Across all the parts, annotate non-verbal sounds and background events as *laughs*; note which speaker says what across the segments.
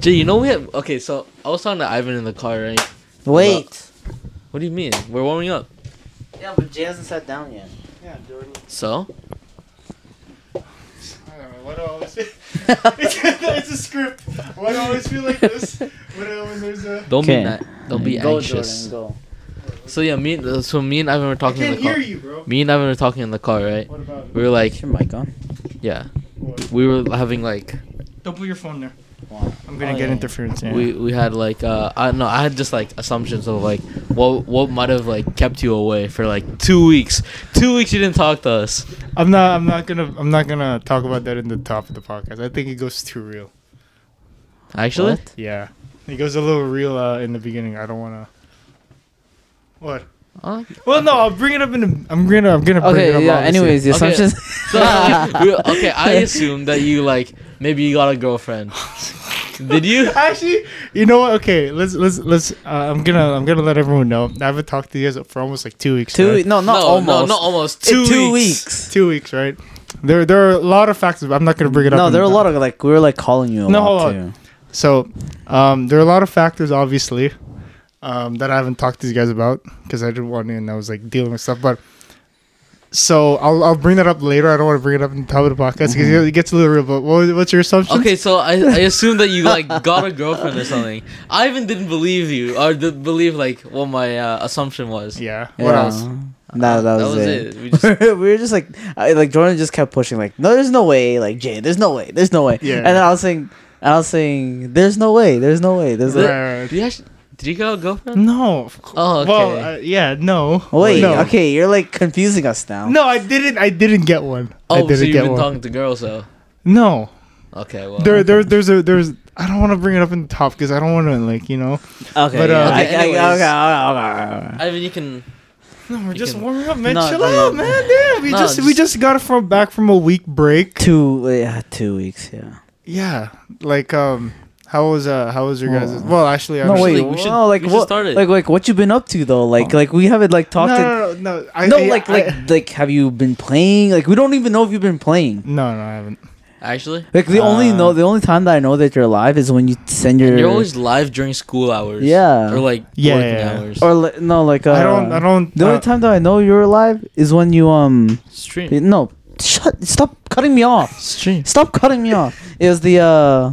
Speaker 1: Dude, you know we have okay. So I was talking to Ivan in the car, right?
Speaker 2: Wait.
Speaker 1: What do you mean? We're warming up.
Speaker 2: Yeah, but Jay hasn't sat down yet.
Speaker 3: Yeah, Jordan.
Speaker 1: So
Speaker 3: I don't know. Why do I always it's, it's a script. Why do I always feel like this? Why do I when there's a.
Speaker 1: don't
Speaker 2: Okay.
Speaker 1: be mad. Don't be
Speaker 2: go,
Speaker 1: anxious.
Speaker 2: Jordan,
Speaker 1: So yeah, me. and- So me and Ivan were
Speaker 3: I
Speaker 1: talking in
Speaker 3: can't
Speaker 1: the car.
Speaker 3: hear you, bro.
Speaker 1: Me and Ivan were talking in the car, right?
Speaker 3: What about
Speaker 1: We
Speaker 3: it?
Speaker 1: were
Speaker 2: go.
Speaker 1: like,
Speaker 2: Is your mic on?
Speaker 1: yeah,
Speaker 3: What?
Speaker 1: we were having like
Speaker 3: Don't put your phone there.
Speaker 2: Wow.
Speaker 3: I'm gonna
Speaker 2: Oh,
Speaker 3: get
Speaker 2: yeah.
Speaker 3: interference. Yeah.
Speaker 1: we we had like uh I don't know I had just like assumptions of like what what might have like kept you away for like two weeks. Two weeks you didn't talk to us.
Speaker 3: I'm not. I'm not gonna. I'm not gonna talk about that in the top of the podcast. I think it goes too real.
Speaker 1: Actually,
Speaker 2: What?
Speaker 3: Yeah, it goes a little real uh, in the beginning. I don't wanna. What?
Speaker 1: Uh,
Speaker 3: Well, no. I'll bring it up in. The, I'm gonna. I'm gonna bring it up.
Speaker 2: Okay, yeah,
Speaker 3: obviously.
Speaker 2: anyways, the
Speaker 1: Okay.
Speaker 2: assumptions.
Speaker 1: so, *laughs*
Speaker 2: *laughs*
Speaker 1: we- okay, I assumed that you like maybe you got a
Speaker 3: *laughs*
Speaker 1: girlfriend. Did you?
Speaker 3: Actually, you know what? Okay, let's let's let's. Uh, I'm gonna I'm gonna let everyone know. I haven't talked to you guys for almost like two weeks.
Speaker 2: Two,
Speaker 3: right?
Speaker 2: we- no, not
Speaker 1: no,
Speaker 2: almost.
Speaker 1: No, not almost. Two,
Speaker 2: two
Speaker 1: weeks.
Speaker 2: weeks.
Speaker 3: two weeks, right? There there are a lot of facts. but I'm not gonna bring it up.
Speaker 2: No,
Speaker 3: in
Speaker 2: there are a
Speaker 3: the-
Speaker 2: lot of like we were like calling you. A
Speaker 3: No,
Speaker 2: lot
Speaker 3: hold
Speaker 2: too.
Speaker 3: on. So, um, there are a lot of factors, obviously, um, that I haven't talked to you guys about because I didn't want to, and I was like dealing with stuff. But so I'll, I'll bring that up later. I don't want to bring it up in the top of the podcast because
Speaker 2: Mm-hmm.
Speaker 3: it gets a little real. But what, what's your assumption?
Speaker 1: Okay, so I, I assumed that you like got a girlfriend or something. I even didn't believe you or did believe like what my uh, assumption was.
Speaker 3: Yeah. What
Speaker 2: Yeah.
Speaker 3: else?
Speaker 2: Nah, that, was *laughs* it.
Speaker 1: We just-
Speaker 2: we were just like, I, like Jordan just kept pushing, like, no, there's no way, like Jay, there's no way, there's no way.
Speaker 3: Yeah.
Speaker 2: And then I was saying, I was saying, there's no way, there's no way, there's
Speaker 3: Right,
Speaker 2: no
Speaker 3: right,
Speaker 1: Did
Speaker 3: right.
Speaker 1: you actually, did you get a girlfriend?
Speaker 3: No. of cou-
Speaker 1: Oh, okay.
Speaker 3: Well, uh, yeah. No.
Speaker 2: Wait,
Speaker 3: No.
Speaker 2: okay, you're like confusing us now.
Speaker 3: No, I didn't. I didn't get one. I
Speaker 1: oh,
Speaker 3: didn't
Speaker 1: so you've
Speaker 3: get
Speaker 1: been
Speaker 3: one.
Speaker 1: talking to girls though.
Speaker 3: no,
Speaker 1: Okay, well.
Speaker 3: there, there, there's a, there's. I don't want to bring it up in the top because I don't want to, like, you know.
Speaker 2: Okay,
Speaker 3: But,
Speaker 2: yeah,
Speaker 3: uh,
Speaker 2: I-
Speaker 1: Okay,
Speaker 2: I-
Speaker 1: anyways.
Speaker 2: okay, okay, okay, okay, okay.
Speaker 1: I mean, you can.
Speaker 3: No, we're
Speaker 1: You
Speaker 3: just
Speaker 1: can-
Speaker 3: warming up, man.
Speaker 2: No,
Speaker 3: Chill
Speaker 2: no,
Speaker 3: out,
Speaker 2: no.
Speaker 3: man. Damn, we
Speaker 1: No,
Speaker 3: just, we
Speaker 1: just-
Speaker 3: just got from back from a week break.
Speaker 2: Two, yeah, two weeks, yeah.
Speaker 3: Yeah, like um, how was uh, how was your guys?
Speaker 2: Oh.
Speaker 3: Well, actually, I
Speaker 2: no,
Speaker 3: was-
Speaker 2: wait,
Speaker 1: like, we should-
Speaker 2: no, like
Speaker 1: we should
Speaker 2: what,
Speaker 1: start it.
Speaker 2: like, like what you been up to though? Like,
Speaker 3: Oh.
Speaker 2: like we haven't like
Speaker 3: no,
Speaker 2: talked. to,
Speaker 3: no, no, no, I,
Speaker 2: no,
Speaker 3: I-
Speaker 2: like,
Speaker 3: I-
Speaker 2: like, like, have you been playing? Like, we don't even know if you've been playing.
Speaker 3: no, no, I haven't.
Speaker 1: Actually,
Speaker 2: Like the only
Speaker 3: Uh,
Speaker 2: no, the only time that I know that you're alive is when you send your.
Speaker 1: you're always live during school hours.
Speaker 2: Yeah.
Speaker 1: Or like
Speaker 3: Yeah,
Speaker 1: working
Speaker 3: yeah, yeah.
Speaker 1: hours.
Speaker 2: or li- no, like uh,
Speaker 3: I don't, I don't.
Speaker 2: The
Speaker 3: uh,
Speaker 2: only time that I know you're alive is when you um
Speaker 1: stream.
Speaker 2: no shut stop cutting me off
Speaker 1: Stream.
Speaker 2: stop
Speaker 3: *laughs*
Speaker 2: cutting me off is the uh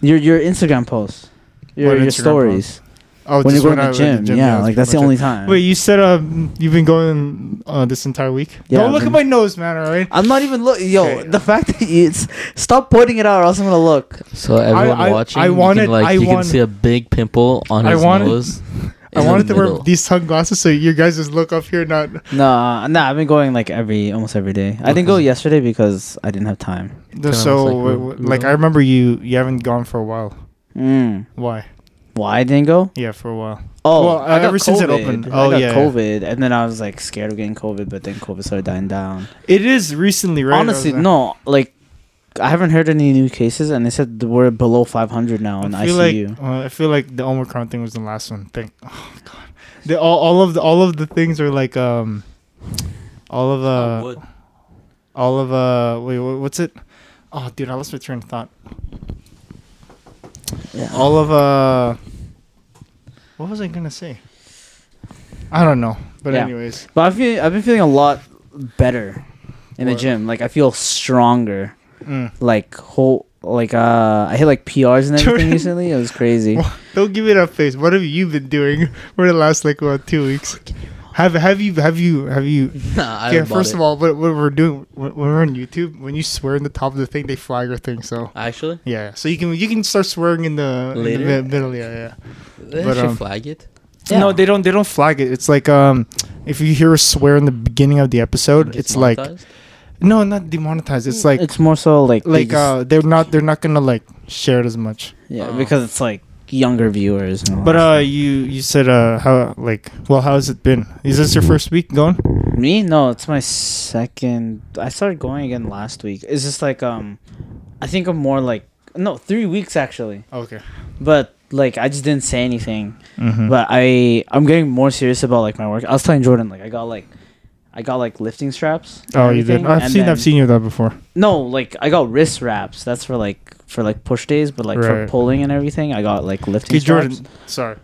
Speaker 2: your your Instagram posts your
Speaker 3: What
Speaker 2: your
Speaker 3: Instagram
Speaker 2: stories
Speaker 3: oh,
Speaker 2: when
Speaker 3: just
Speaker 2: you're going to
Speaker 3: I
Speaker 2: the
Speaker 3: was at
Speaker 2: gym, yeah, like that's the
Speaker 3: pretty
Speaker 2: only
Speaker 3: much
Speaker 2: time
Speaker 3: it. Wait, you said um, you've been going uh, this entire week.
Speaker 2: Yeah,
Speaker 3: don't
Speaker 2: I've
Speaker 3: look at
Speaker 2: been-
Speaker 3: my nose, man. All right.
Speaker 2: I'm not even look yo
Speaker 3: Okay.
Speaker 2: the fact that it's stop pointing it out or else I'm gonna look
Speaker 1: So everyone
Speaker 3: I-
Speaker 1: watching,
Speaker 3: I
Speaker 1: you
Speaker 3: wanted-
Speaker 1: can, like
Speaker 3: I
Speaker 1: you can
Speaker 3: wanted-
Speaker 1: see a big pimple on
Speaker 3: I
Speaker 1: his
Speaker 3: wanted-
Speaker 1: nose.
Speaker 3: *laughs* I
Speaker 1: in the
Speaker 3: wanted to wear
Speaker 1: middle.
Speaker 3: these sunglasses so you guys just look up here. Not
Speaker 2: nah nah I've been going like every almost every day I didn't go yesterday because I didn't have time
Speaker 3: so,
Speaker 1: like,
Speaker 3: like,
Speaker 1: we're-
Speaker 3: like
Speaker 1: we're-
Speaker 3: I remember you. You haven't gone for a while.
Speaker 2: mm.
Speaker 3: Why?
Speaker 2: why I didn't go
Speaker 3: Yeah, for a while.
Speaker 2: Oh,
Speaker 3: Well, uh,
Speaker 2: I got
Speaker 3: ever since it
Speaker 2: COVID.
Speaker 3: opened.
Speaker 2: I
Speaker 3: Oh,
Speaker 2: got
Speaker 3: yeah.
Speaker 2: COVID, and then I was like scared of getting COVID, but then COVID started dying down.
Speaker 3: It is recently, right?
Speaker 2: Honestly,
Speaker 3: I was-
Speaker 2: no, like I haven't heard any new cases, and they said we're below 500 now in
Speaker 3: I feel
Speaker 2: ICU.
Speaker 3: like uh, I feel like the Omicron thing was the last one. Thing. Oh god, the, all, all of the, all of the things are like um, all of
Speaker 1: I
Speaker 3: uh,
Speaker 1: would. *laughs*
Speaker 3: all of uh, wait, wha- what's it? Oh, dude, I lost my train of thought.
Speaker 2: yeah.
Speaker 3: All of uh, what was I gonna say? I don't know, but
Speaker 2: Yeah.
Speaker 3: anyways,
Speaker 2: But I feel I've been feeling a lot better in the
Speaker 3: What?
Speaker 2: gym. Like I feel stronger.
Speaker 3: mm.
Speaker 2: Like whole. Like uh, I hit like PRs and everything
Speaker 3: Jordan.
Speaker 2: recently. It was crazy.
Speaker 3: don't give it up, face. What have you been doing *laughs* for the last like about two weeks? Have have you have you have you
Speaker 1: Nah, I
Speaker 3: yeah,
Speaker 1: yeah,
Speaker 3: first of all, what, what we're doing when when we're on YouTube, when you swear in the top of the thing, they flag your thing. So
Speaker 1: Actually,
Speaker 3: yeah, so you can you can start swearing in the, in the
Speaker 1: Later?
Speaker 3: mid- middle. Yeah,
Speaker 1: they
Speaker 3: But, um,
Speaker 1: should flag it.
Speaker 3: yeah.
Speaker 2: Yeah.
Speaker 3: No, they don't. They don't flag it. It's like um, if you hear a swear in the beginning of the episode,
Speaker 1: Gets
Speaker 3: it's like
Speaker 1: monetized.
Speaker 3: no, not demonetized. Mm, It's like
Speaker 2: it's more so like they
Speaker 3: like
Speaker 2: just-
Speaker 3: uh, they're not they're not gonna like share it as much.
Speaker 2: yeah
Speaker 1: oh.
Speaker 2: because it's like younger viewers. and all
Speaker 3: But uh,
Speaker 2: that
Speaker 3: you you said uh, how like well, how's it been? Is this your first week going?
Speaker 2: Me? No, it's my second. I started going again last week. It's just like um, I think I'm more like no three weeks actually.
Speaker 3: Okay.
Speaker 2: But like I just didn't say anything.
Speaker 3: Mm-hmm.
Speaker 2: But I I'm getting more serious about like my work. I was telling Jordan like I got like I got like lifting straps. and
Speaker 3: Oh, you did.
Speaker 2: everything,
Speaker 3: I've
Speaker 2: and
Speaker 3: seen.
Speaker 2: then-
Speaker 3: I've seen you that before.
Speaker 2: No, like I got wrist wraps. That's for like for like push days, but like for
Speaker 3: Right.
Speaker 2: pulling and everything, I got like lifting
Speaker 3: Okay,
Speaker 2: straps.
Speaker 3: Jordan. Sorry.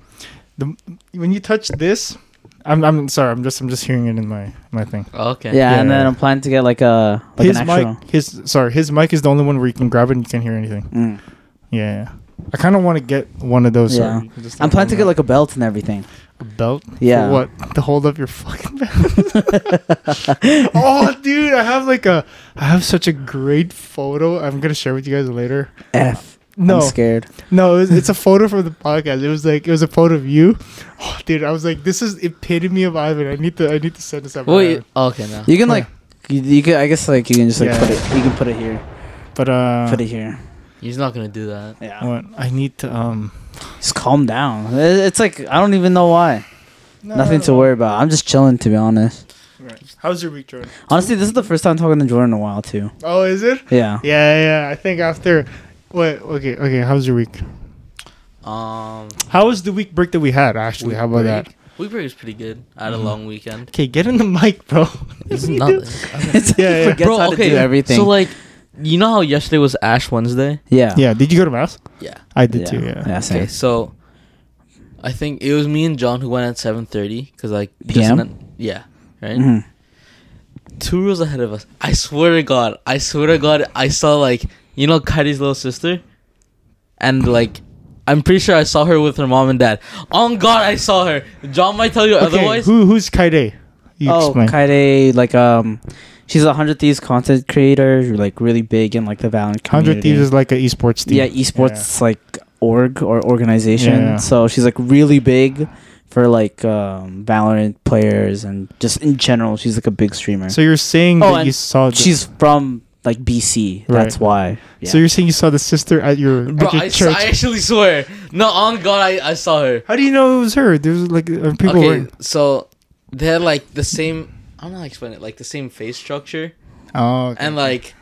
Speaker 3: The, when you touch this, I'm. I'm sorry. I'm just. I'm just hearing it in my my thing.
Speaker 1: Oh, Okay.
Speaker 2: Yeah,
Speaker 3: Yeah,
Speaker 2: and then
Speaker 3: yeah.
Speaker 2: I'm planning to get like a like
Speaker 3: his
Speaker 2: an actual.
Speaker 3: mic. His sorry. His mic is the only one where you can grab it and you can't hear anything.
Speaker 2: Mm.
Speaker 3: Yeah. yeah. I kind of want to get one of those.
Speaker 2: Yeah.
Speaker 3: Yeah. Sorry. Just
Speaker 2: I'm
Speaker 3: like
Speaker 2: planning to
Speaker 3: one
Speaker 2: get
Speaker 3: of
Speaker 2: like a belt and everything.
Speaker 3: a belt. For
Speaker 2: Yeah.
Speaker 3: what? To hold up your fucking
Speaker 2: *laughs*
Speaker 3: belt. *laughs* oh, dude, I have like a. I have such a great photo. I'm gonna share with you guys later.
Speaker 2: F.
Speaker 3: No.
Speaker 2: I'm scared.
Speaker 3: No, it was, it's a photo from the podcast. It was like it was a photo of you, oh, dude. I was like, this is epitome of Ivan. I need to I need to send this out.
Speaker 1: Wait. Okay. Now.
Speaker 2: You can
Speaker 3: Yeah.
Speaker 2: like, you, you can. I guess like you can just like
Speaker 3: Yeah.
Speaker 2: put it. You can put it here.
Speaker 3: But uh,
Speaker 2: put it here.
Speaker 1: He's not gonna do that.
Speaker 2: Yeah.
Speaker 3: what I need to um
Speaker 2: Just calm down. It- It's like I don't even know why. Nothing to worry about. I'm just chilling to be honest.
Speaker 3: Right. How's your week, Jordan?
Speaker 2: Honestly, this is the first time talking to Jordan in a while too.
Speaker 3: Oh, is it?
Speaker 2: Yeah.
Speaker 3: Yeah, yeah. I think after. Wait. Okay. Okay. How's your week?
Speaker 1: Um.
Speaker 3: How was the week break that we had? Actually,
Speaker 1: week
Speaker 3: how about
Speaker 1: break?
Speaker 3: that?
Speaker 1: Week break was pretty good. I had a
Speaker 3: Mhm.
Speaker 1: long weekend.
Speaker 3: Okay, get in the mic, bro.
Speaker 1: It's
Speaker 3: You
Speaker 1: *laughs* nothing.
Speaker 3: do-
Speaker 2: it's like
Speaker 3: Yeah,
Speaker 2: he
Speaker 3: yeah.
Speaker 2: forgets how to do everything.
Speaker 1: So like, you know how yesterday was Ash Wednesday?
Speaker 2: yeah.
Speaker 3: Yeah. Did you go to mass?
Speaker 1: Yeah.
Speaker 3: I did too. Yeah.
Speaker 2: Yeah.
Speaker 1: Okay.
Speaker 2: Same.
Speaker 1: So, I think it was me and John who went at seven thirty because like just
Speaker 2: PM?
Speaker 1: an- yeah. Right.
Speaker 3: Mm-hmm.
Speaker 2: Mhm.
Speaker 1: Two rules ahead of us. I swear to God. I swear to God. I saw like you know Kyrie's little sister, and like. I'm pretty sure I saw her with her mom and dad. On God, I saw her. John might tell you
Speaker 3: Okay.
Speaker 1: otherwise.
Speaker 3: who who's Kaide? You
Speaker 2: oh,
Speaker 3: explain.
Speaker 2: Kaide, like um, she's a hundred thieves content creator, like really big in like the Valorant community.
Speaker 3: Hundred Thieves is like an esports team.
Speaker 2: yeah, esports like org or organization.
Speaker 3: Yeah.
Speaker 2: So she's like really big for like um Valorant players and just in general, she's like a big streamer.
Speaker 3: So you're saying
Speaker 2: Oh,
Speaker 3: that you
Speaker 2: and
Speaker 3: saw the,
Speaker 2: she's from like BC. That's
Speaker 3: Right.
Speaker 2: why. Yeah.
Speaker 3: So you're saying you saw the sister at your,
Speaker 1: Bro,
Speaker 3: at your
Speaker 1: I, s-
Speaker 3: church?
Speaker 1: I actually swear. No, on God, I, I saw her.
Speaker 3: How do you know it was her? There's like uh, people.
Speaker 1: okay,
Speaker 3: Were,
Speaker 1: so they had like the same. I don't know how to explain it. Like the same face structure
Speaker 3: oh, okay.
Speaker 1: and like,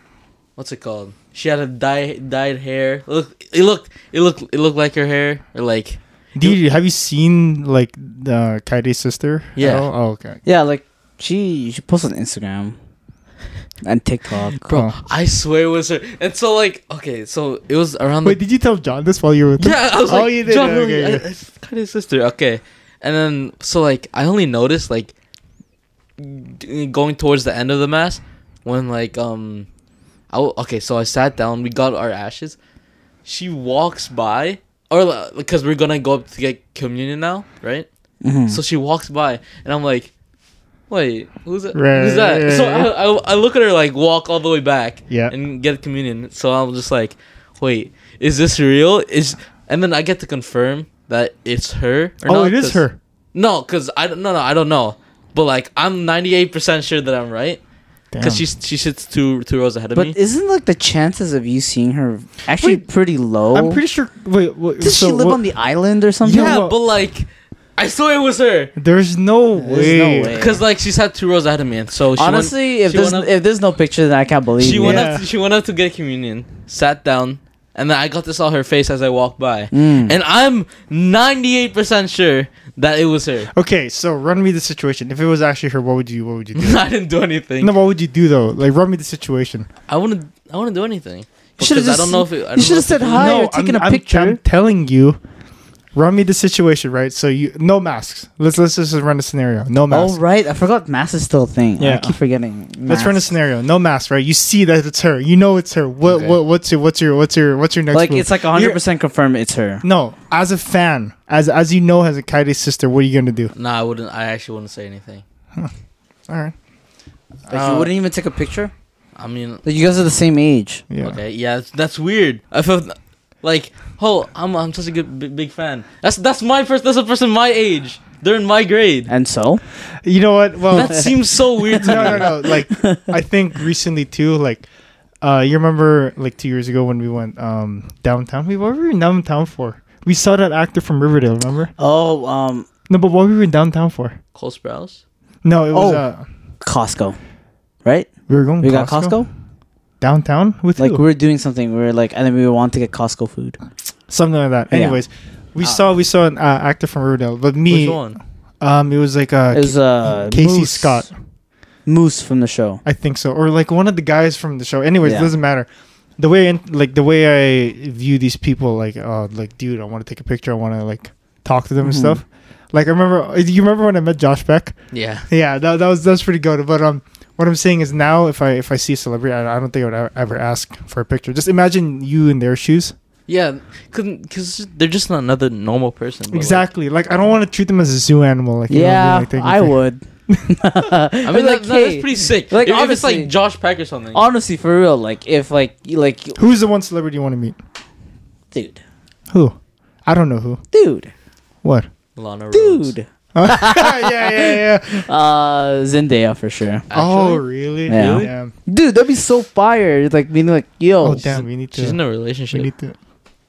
Speaker 1: what's it called? She had a dye, dyed hair. Look, it looked, it looked, it looked like her hair or like
Speaker 3: Do you- have you seen like the Kaide's sister? at
Speaker 1: Yeah.
Speaker 3: all? Oh, okay.
Speaker 2: yeah, like she she posts on Instagram and TikTok.
Speaker 1: bro.
Speaker 3: Oh.
Speaker 1: I swear it was her. And so like, okay, so it was around.
Speaker 3: Wait, did you tell John this while you were with
Speaker 1: the,
Speaker 3: him?
Speaker 1: *laughs* yeah, I
Speaker 3: *laughs*
Speaker 1: was
Speaker 3: Oh,
Speaker 1: like,
Speaker 3: you did.
Speaker 1: John,
Speaker 3: okay,
Speaker 1: I,
Speaker 3: yeah.
Speaker 1: I kind of sister. Okay, and then so like I only noticed like g- going towards the end of the mass when like um I w- okay so I sat down we got our ashes she walks by or because we're gonna go up to get communion now right
Speaker 2: Mhm.
Speaker 1: so she walks by and I'm like wait who's that
Speaker 3: Right,
Speaker 1: who's that
Speaker 3: right,
Speaker 1: so
Speaker 3: right.
Speaker 1: I, I I look at her like walk all the way back
Speaker 3: Yeah.
Speaker 1: and get communion so I'm just like wait is this real is and then I get to confirm that it's her or
Speaker 3: Oh,
Speaker 1: not,
Speaker 3: it is
Speaker 1: 'cause-
Speaker 3: her.
Speaker 1: no, cause I don't. No, no, I don't know. But like, I'm 98 percent sure that I'm right,
Speaker 3: Damn.
Speaker 1: cause she she sits two two rows ahead of
Speaker 2: But
Speaker 1: me.
Speaker 2: isn't like the chances of you seeing her actually
Speaker 3: Wait,
Speaker 2: pretty low?
Speaker 3: I'm pretty sure. Wait, wait
Speaker 2: Oh. Does
Speaker 3: so
Speaker 2: she live
Speaker 3: what-
Speaker 2: on the island or something?
Speaker 1: yeah,
Speaker 3: well-
Speaker 1: but like, I swear it was her,
Speaker 3: There's no
Speaker 2: There's no
Speaker 3: way.
Speaker 2: way.
Speaker 1: cause like she sat two rows ahead of me, and so she went,
Speaker 2: Honestly, if
Speaker 1: she
Speaker 2: there's
Speaker 1: went up,
Speaker 2: if there's no picture, then I can't believe
Speaker 1: she
Speaker 2: you.
Speaker 1: went
Speaker 3: Yeah.
Speaker 1: up she went up to get communion, sat down, and then I got to saw her face as I walked by,
Speaker 2: Mm.
Speaker 1: and I'm 98 percent sure that it was her. *laughs*
Speaker 3: Okay, so run me the situation. If it was actually her, what would you? What would you do?
Speaker 1: I didn't do anything.
Speaker 3: no, what would you do though? Like, run me the situation.
Speaker 1: I wouldn't. I wouldn't do anything.
Speaker 2: should've
Speaker 1: Because I
Speaker 2: just-
Speaker 1: don't know if it, I
Speaker 2: you
Speaker 1: don't
Speaker 2: should've
Speaker 1: know if
Speaker 2: said
Speaker 1: it-
Speaker 2: hi. or taken a
Speaker 3: I'm,
Speaker 2: picture.
Speaker 3: I'm telling you. Run me the situation, right? So you no masks. Let's let's just run a scenario. No masks.
Speaker 2: Oh right, I forgot mass is still a thing. I
Speaker 3: Yeah.
Speaker 2: keep forgetting.
Speaker 3: Let's run a
Speaker 2: mass.
Speaker 3: scenario. No mask, right? You see that it's her. You know it's her. What
Speaker 1: Okay.
Speaker 3: what what's your what's your what's your what's your next
Speaker 2: Like
Speaker 3: move?
Speaker 2: it's like
Speaker 3: You're-
Speaker 2: 100 percent confirmed it's her.
Speaker 3: No, as a fan, as as you know, as a Kaide sister, what are you gonna do?
Speaker 1: Nah, I wouldn't. I actually wouldn't say anything.
Speaker 3: All right.
Speaker 2: Like you wouldn't even take a picture.
Speaker 1: I mean,
Speaker 2: Like you guys are the same age.
Speaker 3: Yeah.
Speaker 1: Okay, yeah, that's, that's weird. I felt like, oh, I'm I'm such a good big, big fan. That's that's my person. That's a person my age. They're in my grade.
Speaker 2: And so,
Speaker 3: You know what? Well, *laughs*
Speaker 1: That seems so weird to me.
Speaker 3: no, no, no. Like I think recently too. Like uh, you remember like two years ago when we went um downtown. We what were we in downtown for? We saw that actor from Riverdale. Remember?
Speaker 2: oh, um,
Speaker 3: No, but what were we in downtown for?
Speaker 1: Cole Sprouse.
Speaker 3: No, it was
Speaker 2: Oh.
Speaker 3: uh,
Speaker 2: Costco, right?
Speaker 3: we were going.
Speaker 2: We got Costco.
Speaker 3: downtown with
Speaker 2: Like
Speaker 3: who?
Speaker 2: we were doing something. We were like, and then we want to get Costco food.
Speaker 3: something like that.
Speaker 2: Yeah.
Speaker 3: Anyways, we
Speaker 2: Uh,
Speaker 3: saw we saw an uh, actor from Riverdale, but me
Speaker 1: Which one?
Speaker 3: um it was like uh
Speaker 2: It was uh
Speaker 3: Casey
Speaker 2: Moose.
Speaker 3: Scott.
Speaker 2: Moose from the show.
Speaker 3: I think so, or like one of the guys from the show. Anyways,
Speaker 2: Yeah.
Speaker 3: it doesn't matter. The way in, like the way I view these people, like oh, like dude, I want to take a picture. I want to like talk to them and
Speaker 2: Mhm.
Speaker 3: stuff. Like I remember, uh, you remember when I met Josh Beck?
Speaker 1: Yeah.
Speaker 3: Yeah, that, that was that was pretty good. But um, what I'm saying is now, if I if I see a celebrity, I, I don't think I would ever- ever ask for a picture. Just imagine you in their shoes.
Speaker 1: Yeah, because they're just not another normal person. but, like,
Speaker 3: Exactly. Like I don't want to treat them as a zoo animal. Like you know what I mean?
Speaker 2: yeah,
Speaker 3: Like, they-
Speaker 2: I
Speaker 3: they-
Speaker 2: would. *laughs*
Speaker 3: *laughs*
Speaker 1: I mean, that,
Speaker 2: like,
Speaker 1: that- that's
Speaker 2: hey,
Speaker 1: pretty sick.
Speaker 2: like,
Speaker 1: Like, if, if it's
Speaker 2: obviously-
Speaker 1: like Josh Peck or something.
Speaker 2: honestly, for real, like if like you- like
Speaker 3: Who's the one celebrity you want to meet?
Speaker 2: dude,
Speaker 3: Who? I don't know who.
Speaker 2: dude, *laughs*
Speaker 3: What? *laughs*
Speaker 1: Lana Rhodes.
Speaker 2: dude,
Speaker 3: yeah, yeah, yeah.
Speaker 2: uh, Zendaya for sure.
Speaker 3: Oh,
Speaker 1: Actually,
Speaker 3: really?
Speaker 2: Yeah.
Speaker 3: Really?
Speaker 2: Dude, that'd be so fire. Like being like, yo,
Speaker 3: Oh, damn. We need to.
Speaker 1: she's in a
Speaker 3: we
Speaker 1: relationship.
Speaker 3: need to.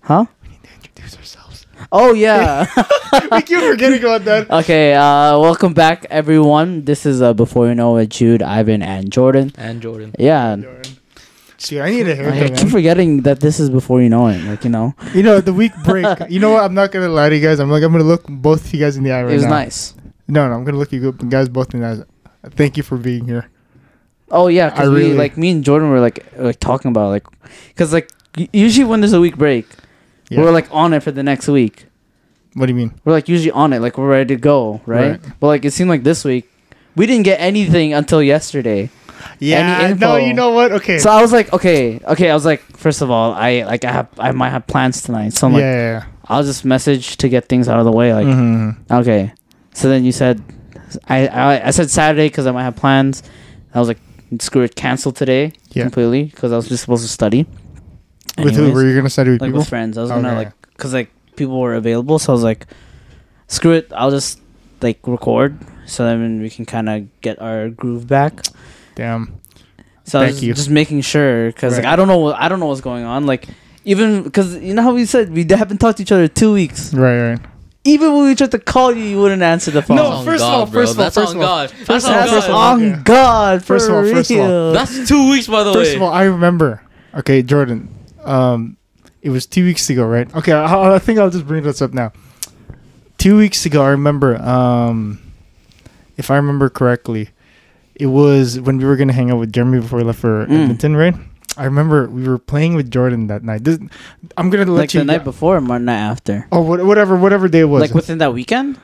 Speaker 2: huh?
Speaker 3: We need to introduce ourselves. *laughs*
Speaker 2: Oh yeah. *laughs*
Speaker 3: we keep forgetting about that.
Speaker 2: okay. Uh, welcome back, everyone. This is uh, before you know it, Jude, Ivan, and Jordan.
Speaker 1: and Jordan.
Speaker 2: Yeah.
Speaker 3: Dude, I need a
Speaker 2: I
Speaker 3: haircut,
Speaker 2: keep
Speaker 3: man.
Speaker 2: forgetting that this is before you know it. Like you know,
Speaker 3: You know, the week
Speaker 2: *laughs*
Speaker 3: break. You know what? I'm not gonna lie to you guys. I'm like, I'm gonna look both you guys in the eye right now.
Speaker 2: it was nice.
Speaker 3: No, no, I'm gonna look you good- guys both in the eyes. Thank you for being here.
Speaker 2: Oh yeah,
Speaker 3: I
Speaker 2: because we
Speaker 3: really-
Speaker 2: like me and Jordan were like like talking about like, because like u- usually when there's a week break,
Speaker 3: Yeah.
Speaker 2: we're like on it for the next week.
Speaker 3: What do you mean?
Speaker 2: We're like usually on it, like we're ready to go, right? But like it seemed like this week, we didn't get anything until yesterday.
Speaker 3: Yeah. No,
Speaker 2: info?
Speaker 3: you know what? Okay.
Speaker 2: So I was like, okay, okay. I was like, first of all, I like I have I might have plans tonight, so I'm
Speaker 3: yeah,
Speaker 2: like,
Speaker 3: yeah,
Speaker 2: I'll just message to get things out of the way,
Speaker 3: yeah.
Speaker 2: like
Speaker 3: Mhm.
Speaker 2: Okay. So then you said, I I, I said Saturday because I might have plans. I was like, screw it, cancel today
Speaker 3: Yeah.
Speaker 2: completely because I was just supposed to study.
Speaker 3: With who
Speaker 2: Anyways,
Speaker 3: were you gonna study with
Speaker 2: Like
Speaker 3: people?
Speaker 2: with friends. I was gonna
Speaker 3: Okay.
Speaker 2: like, cause like people were available, so I was like, screw it, I'll just like record so then we can kind of get our groove back.
Speaker 3: Damn.
Speaker 2: So I
Speaker 3: Thank
Speaker 2: was
Speaker 3: you.
Speaker 2: just making sure because like
Speaker 3: Right.
Speaker 2: I don't know what I don't know what's going on like. Even because you know how we said we haven't talked to each other two weeks.
Speaker 3: Right, right.
Speaker 2: Even when we tried to call you, you wouldn't answer the phone.
Speaker 3: No, first of all, first of all,
Speaker 1: that's
Speaker 3: first
Speaker 1: on
Speaker 3: of all.
Speaker 1: God.
Speaker 3: First
Speaker 1: That's
Speaker 3: of all,
Speaker 1: on
Speaker 2: That's
Speaker 3: first of
Speaker 1: God.
Speaker 3: all.
Speaker 2: on
Speaker 3: yeah.
Speaker 2: God. For
Speaker 3: First of all, first of all,
Speaker 2: real.
Speaker 1: That's two weeks, by the way.
Speaker 3: First of all, I remember. Okay, Jordan. Um, it was two weeks ago, right? Okay, I, I think I'll just bring this up now. Two weeks ago, I remember. Um, if I remember correctly, it was when we were gonna hang out with Jeremy before we left for
Speaker 2: Mm.
Speaker 3: Edmonton, right? I remember we were playing with Jordan that night. This, I'm gonna let
Speaker 2: like
Speaker 3: you.
Speaker 2: the night before, or night after.
Speaker 3: Oh, what, whatever, whatever day it was.
Speaker 2: Like within that weekend.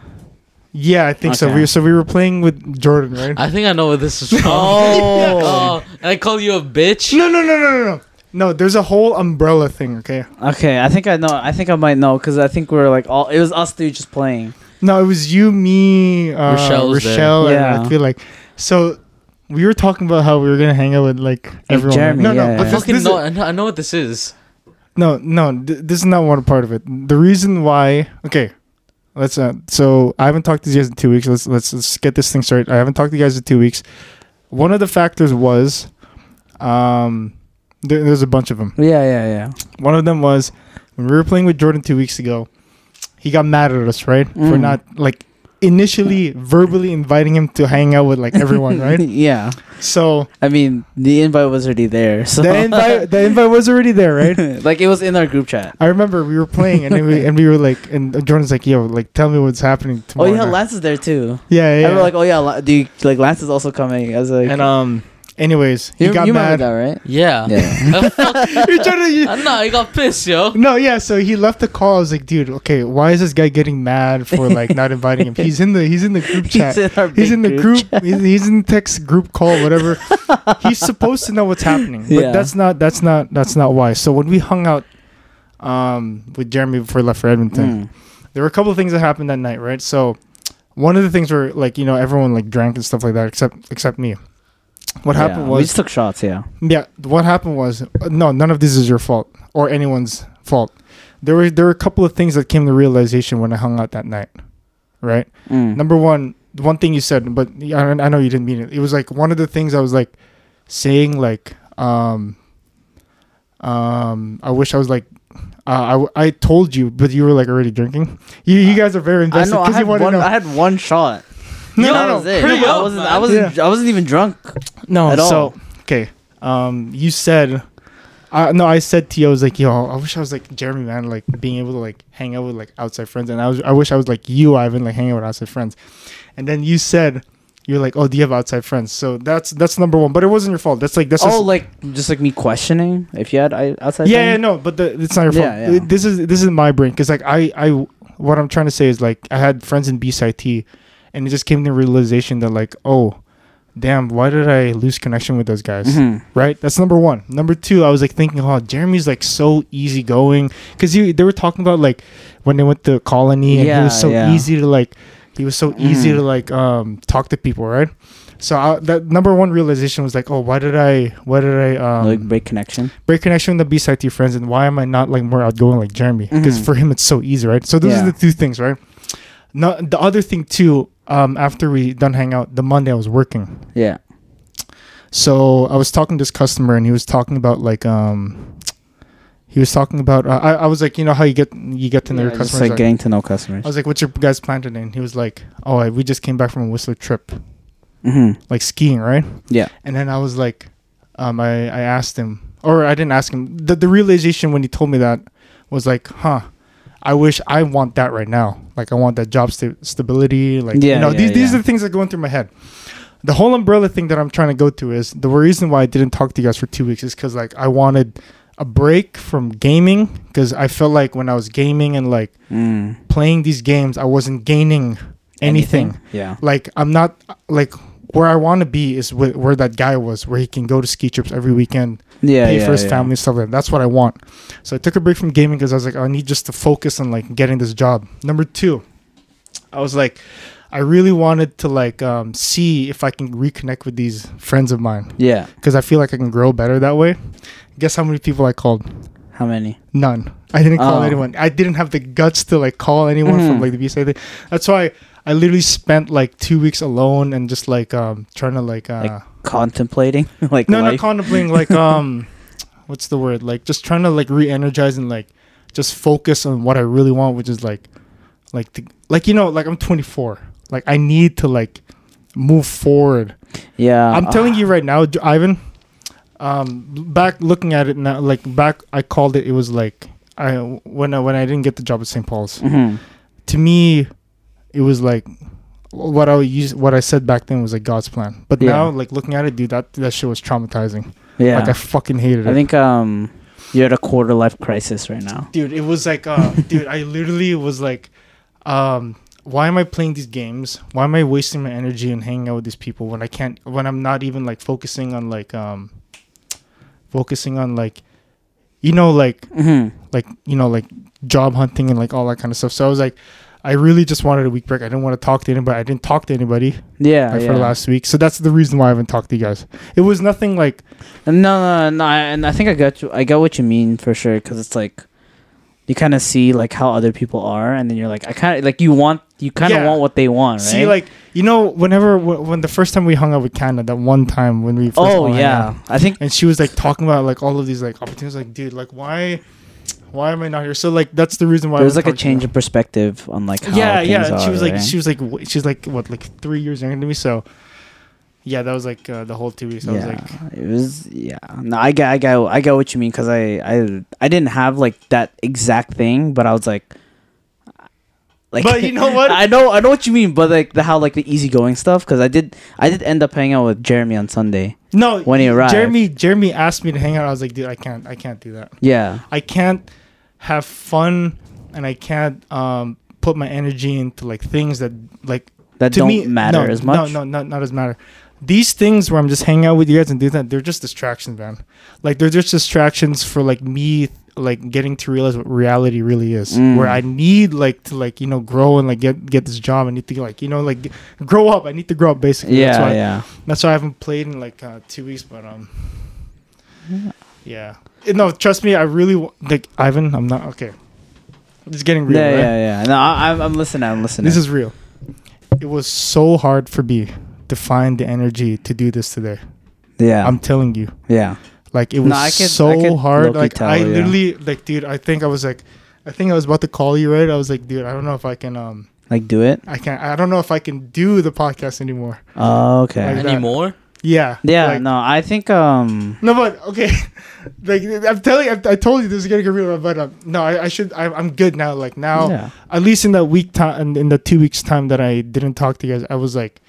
Speaker 3: yeah, I think so.
Speaker 2: Okay.
Speaker 3: We so we were playing with Jordan, right?
Speaker 1: I think I know where this
Speaker 3: *laughs*
Speaker 1: is from.
Speaker 2: Oh.
Speaker 1: Oh, and I call you a bitch.
Speaker 3: no, no, no, no, no, no. No, there's a whole umbrella thing. Okay.
Speaker 2: Okay, I think I know. I think I might know because I think we were like all. It was us three just playing.
Speaker 3: No, it was you, me, uh,
Speaker 1: Rochelle was there.
Speaker 3: Rochelle, and
Speaker 2: Yeah.
Speaker 3: I feel like so. We were talking about how we were gonna hang out with like everyone.
Speaker 2: Jeremy,
Speaker 3: no, no,
Speaker 2: yeah,
Speaker 3: but
Speaker 2: yeah.
Speaker 3: this,
Speaker 1: Fucking
Speaker 3: this
Speaker 1: no,
Speaker 3: is,
Speaker 1: I know, I know what this is.
Speaker 3: no, no, th- this is not one part of it. The reason why, okay, let's. Uh, so I haven't talked to you guys in two weeks. Let's let's let's get this thing started. I haven't talked to you guys in two weeks. One of the factors was, um, there, there's a bunch of them.
Speaker 2: Yeah, yeah, yeah.
Speaker 3: One of them was when we were playing with Jordan two weeks ago, he got mad at us, right? For
Speaker 2: Mm.
Speaker 3: not like initially verbally inviting him to hang out with like everyone, right?
Speaker 2: *laughs* yeah.
Speaker 3: So
Speaker 2: I mean, the invite was already there. So
Speaker 3: the
Speaker 2: *laughs*
Speaker 3: invite the invite was already there, right?
Speaker 2: like it was in our group chat.
Speaker 3: I remember we were playing and then we and we were like and Jordan's like, yo, like tell me what's happening
Speaker 2: Oh
Speaker 3: tomorrow.
Speaker 2: yeah,
Speaker 3: night."
Speaker 2: Lance is there too.
Speaker 3: yeah,
Speaker 2: Yeah.
Speaker 3: yeah.
Speaker 2: I were like, oh yeah, La- do you, like Lance is also coming. I was like,
Speaker 3: and um anyways, he
Speaker 2: you,
Speaker 3: got
Speaker 2: you remember
Speaker 3: mad.
Speaker 2: that, right?
Speaker 3: *laughs*
Speaker 1: Yeah.
Speaker 2: Yeah.
Speaker 3: You're trying to- you-
Speaker 1: I know, I got
Speaker 3: *laughs*
Speaker 1: pissed, yo.
Speaker 3: No, yeah. So he left the call. I was like, dude, okay, why is this guy getting mad for like not inviting
Speaker 2: *laughs*
Speaker 3: him? He's in the he's in the group chat.
Speaker 2: he's in our
Speaker 3: He's
Speaker 2: big
Speaker 3: in the group.
Speaker 2: chat.
Speaker 3: He's, he's in the text group call, whatever. he's supposed to know what's happening, but
Speaker 2: Yeah.
Speaker 3: that's not. That's not. That's not why. So when we hung out um, with Jeremy before he left for Edmonton,
Speaker 2: Mm.
Speaker 3: there were a couple of things that happened that night, right? So one of the things were like you know everyone like drank and stuff like that, except except me. What happened
Speaker 2: Yeah, we
Speaker 3: was
Speaker 2: just took shots. Yeah.
Speaker 3: yeah, what happened was no, none of this is your fault or anyone's fault. There were there were a couple of things that came to realization when I hung out that night, right?
Speaker 2: Mm.
Speaker 3: Number one, the one thing you said, but I, I know you didn't mean it. It was like one of the things I was like saying, like, um, um, I wish I was like, uh, I, w- I told you, but you were like already drinking. You, you guys are very
Speaker 2: Uh, I
Speaker 3: invested
Speaker 2: know. I
Speaker 3: because you
Speaker 2: had,
Speaker 3: want to
Speaker 2: one,
Speaker 3: know.
Speaker 2: *laughs* I had one shot.
Speaker 3: no, no,
Speaker 1: Yo,
Speaker 2: that
Speaker 3: no,
Speaker 2: was it.
Speaker 1: pretty
Speaker 2: I
Speaker 1: up,
Speaker 2: wasn't. I
Speaker 1: man.
Speaker 2: wasn't. I wasn't even drunk.
Speaker 3: no.
Speaker 2: at all.
Speaker 3: Oh, So okay, um, you said, I no, I said to you, I was like, yo, I wish I was like Jeremy, man, like being able to like hang out with like outside friends, and I was, I wish I was like you, Ivan, like hanging out with outside friends, and then you said, you're like, oh, do you have outside friends? So that's that's number one. But it wasn't your fault. That's like that's
Speaker 2: oh,
Speaker 3: just,
Speaker 2: like just like me questioning if you had I, outside.
Speaker 3: yeah, yeah,
Speaker 2: friends?
Speaker 3: no, but the, it's not your fault.
Speaker 2: Yeah, yeah.
Speaker 3: This is this is my brain because like I I what I'm trying to say is like I had friends in BCIT, and it just came to the realization that like oh, damn, why did I lose connection with those guys?
Speaker 2: Mhm.
Speaker 3: Right, that's number one. Number two, I was like thinking, oh, Jeremy's like so easygoing because you they were talking about like when they went to colony and he
Speaker 2: Yeah,
Speaker 3: was so
Speaker 2: yeah.
Speaker 3: easy to like he was so easy
Speaker 2: Mhm.
Speaker 3: to like um talk to people, right? So I, that number one realization was like, oh, why did I, why did I um,
Speaker 2: like break connection.
Speaker 3: break connection with the B side to your friends and why am I not like more outgoing like Jeremy? Because
Speaker 2: Mhm.
Speaker 3: for him it's so easy, right? So those
Speaker 2: Yeah.
Speaker 3: are the two things, right? No, the other thing too. Um, after we done hang out, the Monday I was working,
Speaker 2: Yeah.
Speaker 3: so I was talking to this customer and he was talking about like um, he was talking about uh, I I was like you know how you get you get to know your
Speaker 2: Yeah, just
Speaker 3: customers.
Speaker 2: like
Speaker 3: like-
Speaker 2: getting to know customers.
Speaker 3: I was like, what's your guys' plan today? And he was like, oh, I- we just came back from a Whistler trip,
Speaker 2: hmm
Speaker 3: like skiing, right?
Speaker 2: Yeah.
Speaker 3: And then I was like, um, I, I asked him, or I didn't ask him. The, the realization when he told me that was like, huh, I wish I want that right now. Like, I want that job sta- stability. Like,
Speaker 2: Yeah,
Speaker 3: you know,
Speaker 2: yeah,
Speaker 3: these, these
Speaker 2: yeah.
Speaker 3: are the things that going through my head. The whole umbrella thing that I'm trying to go to is the reason why I didn't talk to you guys for two weeks is because, like, I wanted a break from gaming because I felt like when I was gaming and, like,
Speaker 2: Mm.
Speaker 3: playing these games, I wasn't gaining anything
Speaker 2: Yeah.
Speaker 3: like I'm not like where I want to be is wh- where that guy was, where he can go to ski trips every weekend,
Speaker 2: Yeah.
Speaker 3: pay
Speaker 2: yeah,
Speaker 3: for his
Speaker 2: yeah.
Speaker 3: family and stuff like that. That's what I want. So I took a break from gaming because I was like, I need just to focus on like getting this job. Number two, I was like, I really wanted to like um, see if I can reconnect with these friends of mine
Speaker 2: Yeah.
Speaker 3: because I feel like I can grow better that way. Guess how many people I called?
Speaker 2: How many?
Speaker 3: None. I didn't call
Speaker 2: Oh.
Speaker 3: anyone. I didn't have the guts to like call anyone from
Speaker 2: Mhm.
Speaker 3: like the BSA thing. That's why I literally spent like two weeks alone and just like um trying to like uh
Speaker 2: Like Contemplating *laughs* like
Speaker 3: no not
Speaker 2: life.
Speaker 3: contemplating like
Speaker 2: *laughs*
Speaker 3: um what's the word like just trying to like re-energize and like just focus on what I really want, which is like like the, like you know like I'm 24. Like I need to like move forward.
Speaker 2: yeah.
Speaker 3: I'm
Speaker 2: uh,
Speaker 3: telling you right now, J- Ivan. Um, back looking at it now, like back, I called it. It was like I when I when I didn't get the job at St. Paul's.
Speaker 2: mhm.
Speaker 3: To me, it was like what I use what I said back then was like God's plan. But
Speaker 2: Yeah.
Speaker 3: now, like looking at it, dude, that that shit was traumatizing.
Speaker 2: Yeah.
Speaker 3: Like I fucking hated it.
Speaker 2: I think um, you're at a quarter life crisis right now.
Speaker 3: dude, it was like, uh, *laughs* dude, I literally was like, um. Why am I playing these games? Why am I wasting my energy and hanging out with these people when I can't? When I'm not even like focusing on like um, focusing on like, you know, like
Speaker 2: Mm-hmm.
Speaker 3: like you know like job hunting and like all that kind of stuff. So I was like, I really just wanted a week break. I didn't want to talk to anybody. I didn't talk to anybody
Speaker 2: Yeah.
Speaker 3: like,
Speaker 2: yeah.
Speaker 3: for the last week. So that's the reason why I haven't talked to you guys. It was nothing like
Speaker 2: No, no, no, I- and I think I got you. I got what you mean for sure, because it's like you kind of see like how other people are, and then you're like, I kind of like you want, you kind of
Speaker 3: Yeah.
Speaker 2: want what they want, right?
Speaker 3: see like you know whenever w- when the first time we hung out with Canada that one time when we first all
Speaker 2: oh
Speaker 3: hung out.
Speaker 2: yeah, I think
Speaker 3: and she was like talking about like all of these like opportunities like dude like why why am i not here so like that's the reason why I
Speaker 2: there's
Speaker 3: haven't
Speaker 2: like a
Speaker 3: talked to
Speaker 2: change
Speaker 3: her.
Speaker 2: of perspective on like how
Speaker 3: yeah
Speaker 2: things
Speaker 3: yeah and
Speaker 2: Are,
Speaker 3: she was like
Speaker 2: right?
Speaker 3: she was like w- she's like what like three years younger than me so yeah that was like uh, the whole two weeks i was
Speaker 2: yeah,
Speaker 3: like
Speaker 2: it was yeah. No, I got, I got, I got what you mean because I, I, I didn't have like that exact thing, but I was like, like,
Speaker 3: But you know
Speaker 2: *laughs*
Speaker 3: what?
Speaker 2: I know, I know what you mean, but like the how like the easygoing stuff because I did, I did end up hanging out with Jeremy on Sunday.
Speaker 3: no
Speaker 2: When he arrived.
Speaker 3: jeremy jeremy asked me to hang out i was like dude i can't i can't do that
Speaker 2: Yeah,
Speaker 3: i can't have fun and i can't um put my energy into like things that like
Speaker 2: that
Speaker 3: to
Speaker 2: don't
Speaker 3: me, no,
Speaker 2: matter as much.
Speaker 3: No, no, not not as matter. These things where I'm just hanging out with you guys and do that, they're just distractions, man. Like they're just distractions for like me like getting to realize what reality really is.
Speaker 2: Mm.
Speaker 3: Where I need like to like, you know, grow and like get get this job. I need to like, you know, like g- grow up. I need to grow up basically.
Speaker 2: *laughs* Yeah,
Speaker 3: that's why
Speaker 2: yeah.
Speaker 3: that's why I haven't played in like uh, two weeks, but um Yeah. Eh, No, trust me, I really wa- like Ivan, I'm not okay. It's getting real,
Speaker 2: yeah,
Speaker 3: right?
Speaker 2: yeah, yeah. No, I, I'm, I'm listening. I'm listening.
Speaker 3: This is real. It was so hard for me to find the energy to do this today.
Speaker 2: yeah,
Speaker 3: I'm telling you.
Speaker 2: yeah.
Speaker 3: Like it
Speaker 2: No,
Speaker 3: was
Speaker 2: I could-
Speaker 3: so
Speaker 2: I could
Speaker 3: hard.
Speaker 2: low-key
Speaker 3: Like
Speaker 2: tell,
Speaker 3: I
Speaker 2: yeah.
Speaker 3: literally like dude, I think I was like I think I was about to call you right. I was like, dude, I don't know if I can um
Speaker 2: Like do it.
Speaker 3: I can't I don't know if I can do the podcast anymore.
Speaker 2: Oh, okay.
Speaker 3: Like that.
Speaker 1: anymore?
Speaker 3: Yeah.
Speaker 2: yeah.
Speaker 3: like-
Speaker 2: no, I think um.
Speaker 3: No, but okay. *laughs* like I'm telling, I, I told you this is gonna get real, but um, no, I, I should. I, I'm good now. Like now,
Speaker 2: Yeah.
Speaker 3: at least in that week time, in, in the two weeks time that I didn't talk to you guys, I was like,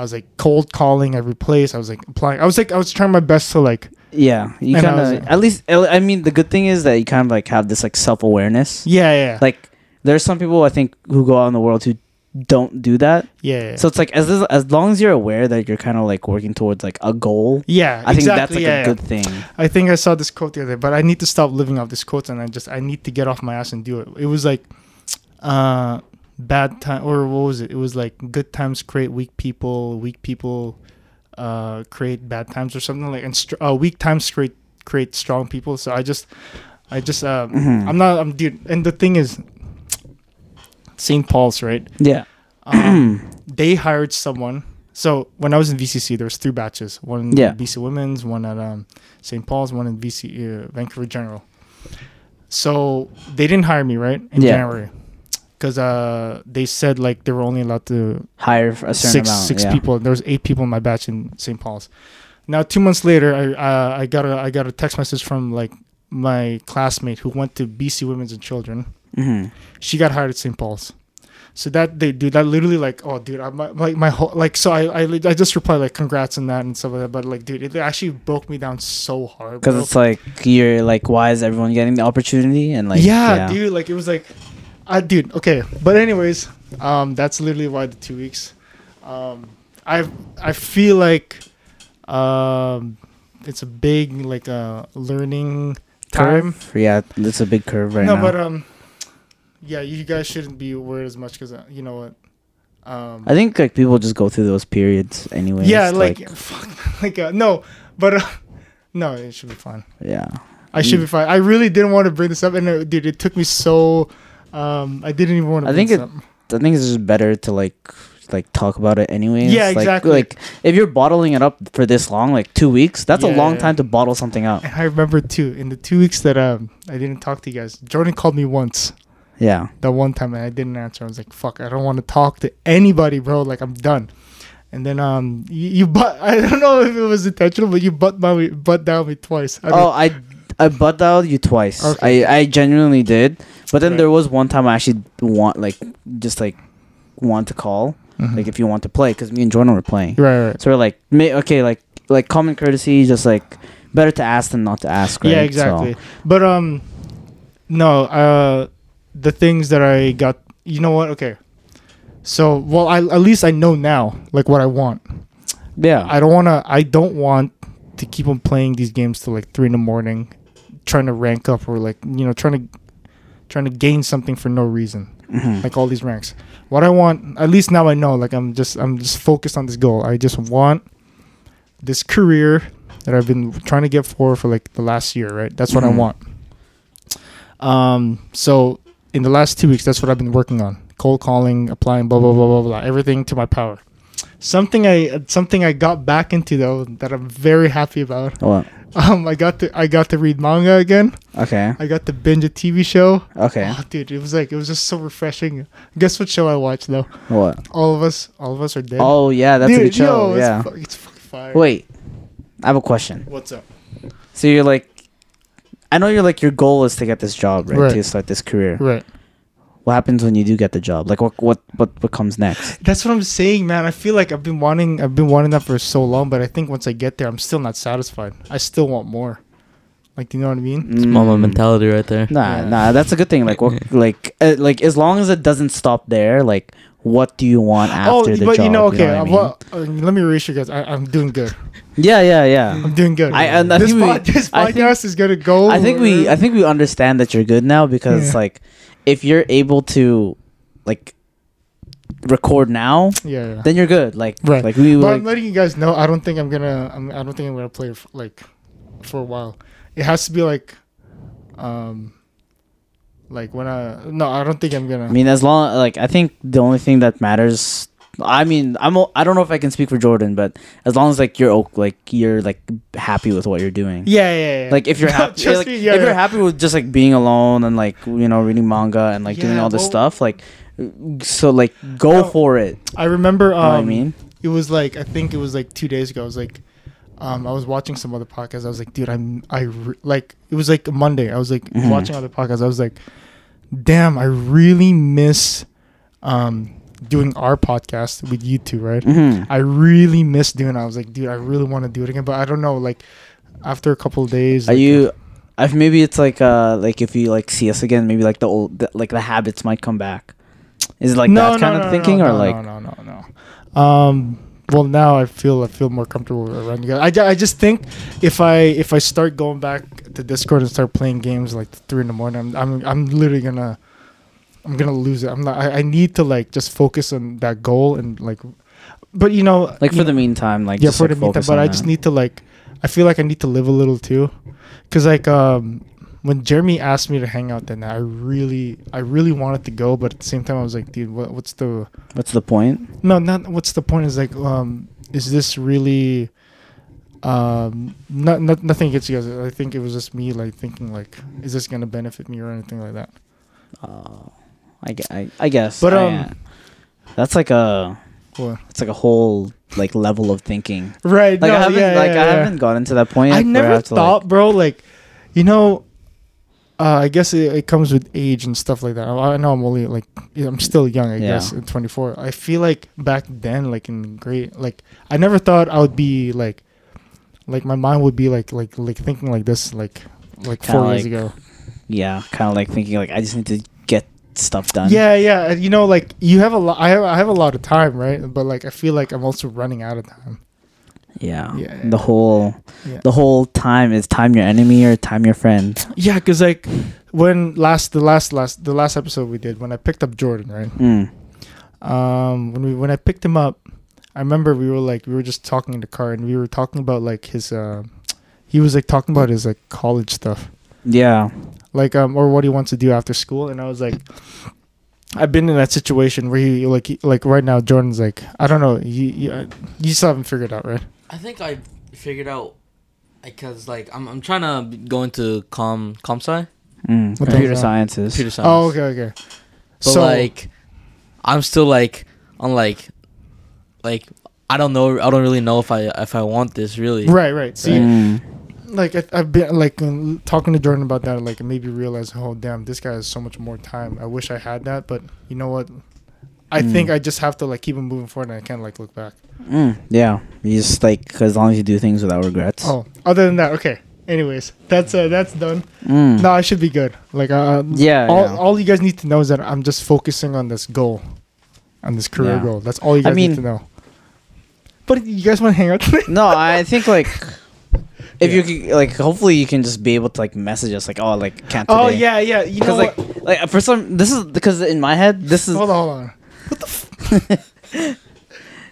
Speaker 3: I was like cold calling every place. I was like applying. I was like I was trying my best to like
Speaker 2: Yeah, you
Speaker 3: And I
Speaker 2: kind
Speaker 3: was-
Speaker 2: of at least. I mean, the good thing is that you kind of like have this like self awareness.
Speaker 3: yeah yeah
Speaker 2: Like there's some people I think who go out in the world who don't do that.
Speaker 3: yeah yeah.
Speaker 2: So it's like as as long as you're aware that you're kind of like working towards like a goal.
Speaker 3: yeah,
Speaker 2: I think that's like
Speaker 3: yeah,
Speaker 2: a
Speaker 3: yeah.
Speaker 2: good thing.
Speaker 3: I think I saw this quote the other day, but I need to stop living off this quote, and I just I need to get off my ass and do it. It was like, uh, bad time or what was it? It was like good times create weak people, weak people, uh, create bad times or something like, and str- uh, weak times create create strong people. So I just, I just, uh,
Speaker 2: Mhm.
Speaker 3: I'm not, I'm dude, and the thing is, St. Paul's, right?
Speaker 2: Yeah.
Speaker 3: um, they hired someone. So when I was in VCC, there was three batches: one
Speaker 2: Yeah.
Speaker 3: at BC Women's, one at um, St. Paul's, one in VC uh, Vancouver General. So they didn't hire me right in
Speaker 2: Yeah.
Speaker 3: January because uh, they said like they were only allowed to
Speaker 2: *clears throat* Hire for a certain
Speaker 3: six
Speaker 2: amount.
Speaker 3: six
Speaker 2: yeah.
Speaker 3: people. There was eight people in my batch in St. Paul's. Now two months later, I uh, I got a I got a text message from like my classmate who went to BC Women's and Children
Speaker 2: hmm
Speaker 3: she got hired at St. Paul's. So that they dude, that literally like, oh dude, I'm like my, my whole like, so I, I li- I just replied like, congrats on that and stuff like that. But like, dude, it actually broke me down so hard.
Speaker 2: Because
Speaker 3: bro.
Speaker 2: it's like you're like, why is everyone getting the opportunity? And like,
Speaker 3: yeah, dude, like it was like, I dude, okay. But anyways, um, that's literally why the two weeks. Um, I I feel like, um, it's a big like uh learning time.
Speaker 2: Curve? Yeah, that's a big curve right
Speaker 3: no,
Speaker 2: now.
Speaker 3: but um, yeah, you guys shouldn't be worried as much because uh, you know what. Um,
Speaker 2: I think like people just go through those periods anyway.
Speaker 3: yeah like, *laughs* fuck, like uh, no but uh, *laughs* no it should be fine
Speaker 2: yeah,
Speaker 3: i should be fine i really didn't want to bring this up and uh, dude it took me so um i didn't even want to
Speaker 2: I
Speaker 3: bring
Speaker 2: think
Speaker 3: this
Speaker 2: it-
Speaker 3: up
Speaker 2: I think it's just better to like like talk about it anyways.
Speaker 3: Yeah,
Speaker 2: like,
Speaker 3: exactly.
Speaker 2: Like if you're bottling it up for this long, like two weeks, that's
Speaker 3: Yeah,
Speaker 2: a long
Speaker 3: yeah.
Speaker 2: time to bottle something
Speaker 3: *laughs*
Speaker 2: out.
Speaker 3: and i remember too in the two weeks that um i didn't talk to you guys jordan called me once
Speaker 2: Yeah,
Speaker 3: that one time and i didn't answer i was like fuck i don't want to talk to anybody bro like i'm done and then um you, you butt *laughs* i don't know if it was intentional but you butt my butt down me twice I
Speaker 2: oh, I I butt dialed you twice.
Speaker 3: Okay.
Speaker 2: I I genuinely did, but then
Speaker 3: Right.
Speaker 2: there was one time I actually want like just like want to call
Speaker 3: *laughs* Mhm.
Speaker 2: like if you want to play because me and Jordan were playing.
Speaker 3: right right
Speaker 2: So we're like, ma- okay, like like common courtesy, just like better to ask than not to ask. Right?
Speaker 3: Yeah,
Speaker 2: So-
Speaker 3: exactly. But um, no, uh, the things that I got, you know what? Okay, so well, I at least I know now, like what I want.
Speaker 2: yeah,
Speaker 3: I don't wanna, I don't want to keep on playing these games till like three in the morning, trying to rank up or like you know trying to trying to gain something for no reason,
Speaker 2: Mhm.
Speaker 3: like all these ranks. What I want, at least now I know, like I'm just I'm just focused on this goal. I just want this career that I've been trying to get for for like the last year, right? That's what I
Speaker 2: Mhm.
Speaker 3: want. Um, so in the last two weeks, that's what I've been working on: cold calling, applying, blah blah blah blah blah, everything to my power. Something I something I got back into though that I'm very happy about. *laughs*
Speaker 2: Well,
Speaker 3: Um, I got to I got to read manga again.
Speaker 2: okay,
Speaker 3: I got to binge a TV show.
Speaker 2: okay.
Speaker 3: Oh, dude, it was like it was just so refreshing. Guess what show I watched though?
Speaker 2: What?
Speaker 3: All of us, all of us are dead.
Speaker 2: Oh yeah, that's a good show.
Speaker 3: yo,
Speaker 2: yeah.
Speaker 3: it's, fu- it's fucking fire.
Speaker 2: Wait, I have a question.
Speaker 3: what's up?
Speaker 2: So you're like, I know you're like your goal is to get this job,
Speaker 3: Right.
Speaker 2: right? To start this career.
Speaker 3: Right.
Speaker 2: What happens when you do get the job? Like what what what what
Speaker 3: *laughs*
Speaker 2: comes next?
Speaker 3: That's what I'm saying, man. I feel like I've been wanting, I've been wanting that for so long, but I think once I get there, I'm still not satisfied. I still want more. Like, do you know what I mean?
Speaker 1: It's mama mentality right there.
Speaker 3: Yeah.
Speaker 2: Nah, nah, that's a good thing. Like what like uh, like as long as it doesn't stop there, like what do you want after
Speaker 3: oh,
Speaker 2: the
Speaker 3: but
Speaker 2: job?
Speaker 3: you know, okay.
Speaker 2: what
Speaker 3: uh,
Speaker 2: I mean?
Speaker 3: well, uh, let me reassure you guys. I, I'm doing good.
Speaker 2: yeah, yeah, yeah.
Speaker 3: I'm doing good.
Speaker 2: I- and I
Speaker 3: this,
Speaker 2: think we-
Speaker 3: pod- this
Speaker 2: I think-
Speaker 3: podcast is gonna go.
Speaker 2: I think we I think we understand that you're good now because
Speaker 3: Yeah.
Speaker 2: like if you're able to like record now,
Speaker 3: yeah. yeah.
Speaker 2: then you're good. Like
Speaker 3: Right.
Speaker 2: like we
Speaker 3: But
Speaker 2: like,
Speaker 3: I'm letting you guys know. I don't think I'm gonna. I'm, I don't think I'm gonna play f- like for a while. It has to be like, um, like when I no. I don't think I'm gonna.
Speaker 2: I mean as long like I think the only thing that matters I mean I'm o- I don't know if I can speak for Jordan, but as long as like you're o- like you're like happy with what you're doing.
Speaker 3: yeah, yeah, yeah.
Speaker 2: Like if
Speaker 3: *laughs*
Speaker 2: you're happy,
Speaker 3: Trust
Speaker 2: like,
Speaker 3: me, yeah,
Speaker 2: if you're
Speaker 3: yeah.
Speaker 2: happy with just like being alone and like you know reading manga and like doing
Speaker 3: Yeah,
Speaker 2: all this
Speaker 3: well-
Speaker 2: stuff, like so like go
Speaker 3: No,
Speaker 2: for it.
Speaker 3: I remember. Um,
Speaker 2: You know what I mean,
Speaker 3: it was like I think it was like two days ago. I was like, um, I was watching some other podcast. I was like, dude, I'm I re- like it was like Monday. I was like
Speaker 2: Mhm.
Speaker 3: watching other podcasts. I was like, damn, I really miss um doing our podcast with you two, right?
Speaker 2: Mm-hmm.
Speaker 3: I really miss doing. it. I was like, dude, I really want to do it again, but I don't know. Like, after a couple of days,
Speaker 2: Are
Speaker 3: like,
Speaker 2: you? I've maybe it's like uh like if you like see us again, maybe like the old the, like the habits might come back. Is it like that kind of thinking
Speaker 3: no,
Speaker 2: or
Speaker 3: no,
Speaker 2: like
Speaker 3: no, no, no, no. Um, well, now I feel I feel more comfortable around you guys. I, ju- I just think if I if I start going back to Discord and start playing games like three in the morning, I'm I'm, I'm literally gonna I'm gonna lose it. I'm not. I, I need to like just focus on that goal and like, but you know,
Speaker 2: like
Speaker 3: you
Speaker 2: for
Speaker 3: know-
Speaker 2: the meantime like
Speaker 3: yeah
Speaker 2: just,
Speaker 3: for
Speaker 2: like,
Speaker 3: the meantime.
Speaker 2: focus
Speaker 3: But
Speaker 2: on
Speaker 3: I
Speaker 2: that.
Speaker 3: just need to like I feel like I need to live a little too, because like um when Jeremy asked me to hang out then I really I really wanted to go, but at the same time I was like, dude, what, what's the
Speaker 2: What's the point?
Speaker 3: no, not what's the point? Is like, um, is this really? Um, not, not nothing against you guys. I think it was just me like thinking like, is this gonna benefit me or anything like that?
Speaker 2: Uh, I, gue- I I guess.
Speaker 3: But,
Speaker 2: I,
Speaker 3: um,
Speaker 2: uh, that's like a
Speaker 3: Cool.
Speaker 2: it's like a whole like level of thinking.
Speaker 3: *laughs* Right?
Speaker 2: Like
Speaker 3: no,
Speaker 2: I haven't
Speaker 3: yeah,
Speaker 2: like
Speaker 3: yeah,
Speaker 2: I
Speaker 3: yeah.
Speaker 2: haven't gotten to that point.
Speaker 3: I
Speaker 2: yet where
Speaker 3: never
Speaker 2: have to, like-
Speaker 3: thought, bro. Like, you know, uh, I guess it, it comes with age and stuff like that. I, I know I'm only like I'm still young. I
Speaker 2: Yeah.
Speaker 3: guess at 24. I feel like back then, like in grade, like I never thought I would be like, like my mind would be like like like thinking like this like like
Speaker 2: Kinda
Speaker 3: four years
Speaker 2: like
Speaker 3: ago.
Speaker 2: yeah, kind of like thinking like I just need to get stuff done.
Speaker 3: Yeah, yeah. and You know, like you have a lot. I have I have a lot of time, right? But like I feel like I'm also running out of time.
Speaker 2: Yeah.
Speaker 3: Yeah.
Speaker 2: The whole
Speaker 3: Yeah.
Speaker 2: the whole time is time your enemy or time your friend.
Speaker 3: Yeah, because like when last the last last the last episode we did when I picked up Jordan, right?
Speaker 2: Mm.
Speaker 3: um when we when i picked him up i remember we were like we were just talking in the car and we were talking about like his uh he was like talking about his like college stuff
Speaker 2: Yeah.
Speaker 3: like um or what he wants to do after school and i was like i've been in that situation where he like he, like right now jordan's like i don't know you you, uh, you still haven't figured out right
Speaker 1: I think I figured out because like I'm I'm trying to b- go into com com sci
Speaker 2: Mm.
Speaker 3: What the
Speaker 2: Computer
Speaker 3: hell's that?
Speaker 2: sciences.
Speaker 1: computer science.
Speaker 3: oh okay okay
Speaker 1: But
Speaker 3: so
Speaker 1: like, I'm still like on like, like I don't know. I don't really know if I if I want this really.
Speaker 3: right right see
Speaker 2: Mm.
Speaker 3: like I, I've been like um, talking to Jordan about that, like it made me realize, oh damn, this guy has so much more time. I wish I had that, but you know what? I
Speaker 2: Mm.
Speaker 3: think I just have to like keep him moving forward, and I can't like look back.
Speaker 2: Mm. Yeah. You just like 'cause as long as you do things without regrets.
Speaker 3: Oh, other than that, okay. Anyways, that's uh, that's done.
Speaker 2: Mm.
Speaker 3: No, I should be good. Like, uh,
Speaker 2: Yeah,
Speaker 3: all,
Speaker 2: yeah.
Speaker 3: all you guys need to know is that I'm just focusing on this goal, on this career
Speaker 2: Yeah.
Speaker 3: goal. That's all you
Speaker 2: I
Speaker 3: guys
Speaker 2: mean-
Speaker 3: need to know. But you guys want to hang out? *laughs*
Speaker 2: no, I think like if
Speaker 3: Yeah.
Speaker 2: you could, like hopefully you can just be able to like message us like oh like can't
Speaker 3: oh
Speaker 2: today.
Speaker 3: yeah, yeah. You know
Speaker 2: Because
Speaker 3: what?
Speaker 2: like like for some this is because in my head this is
Speaker 3: hold on, hold on.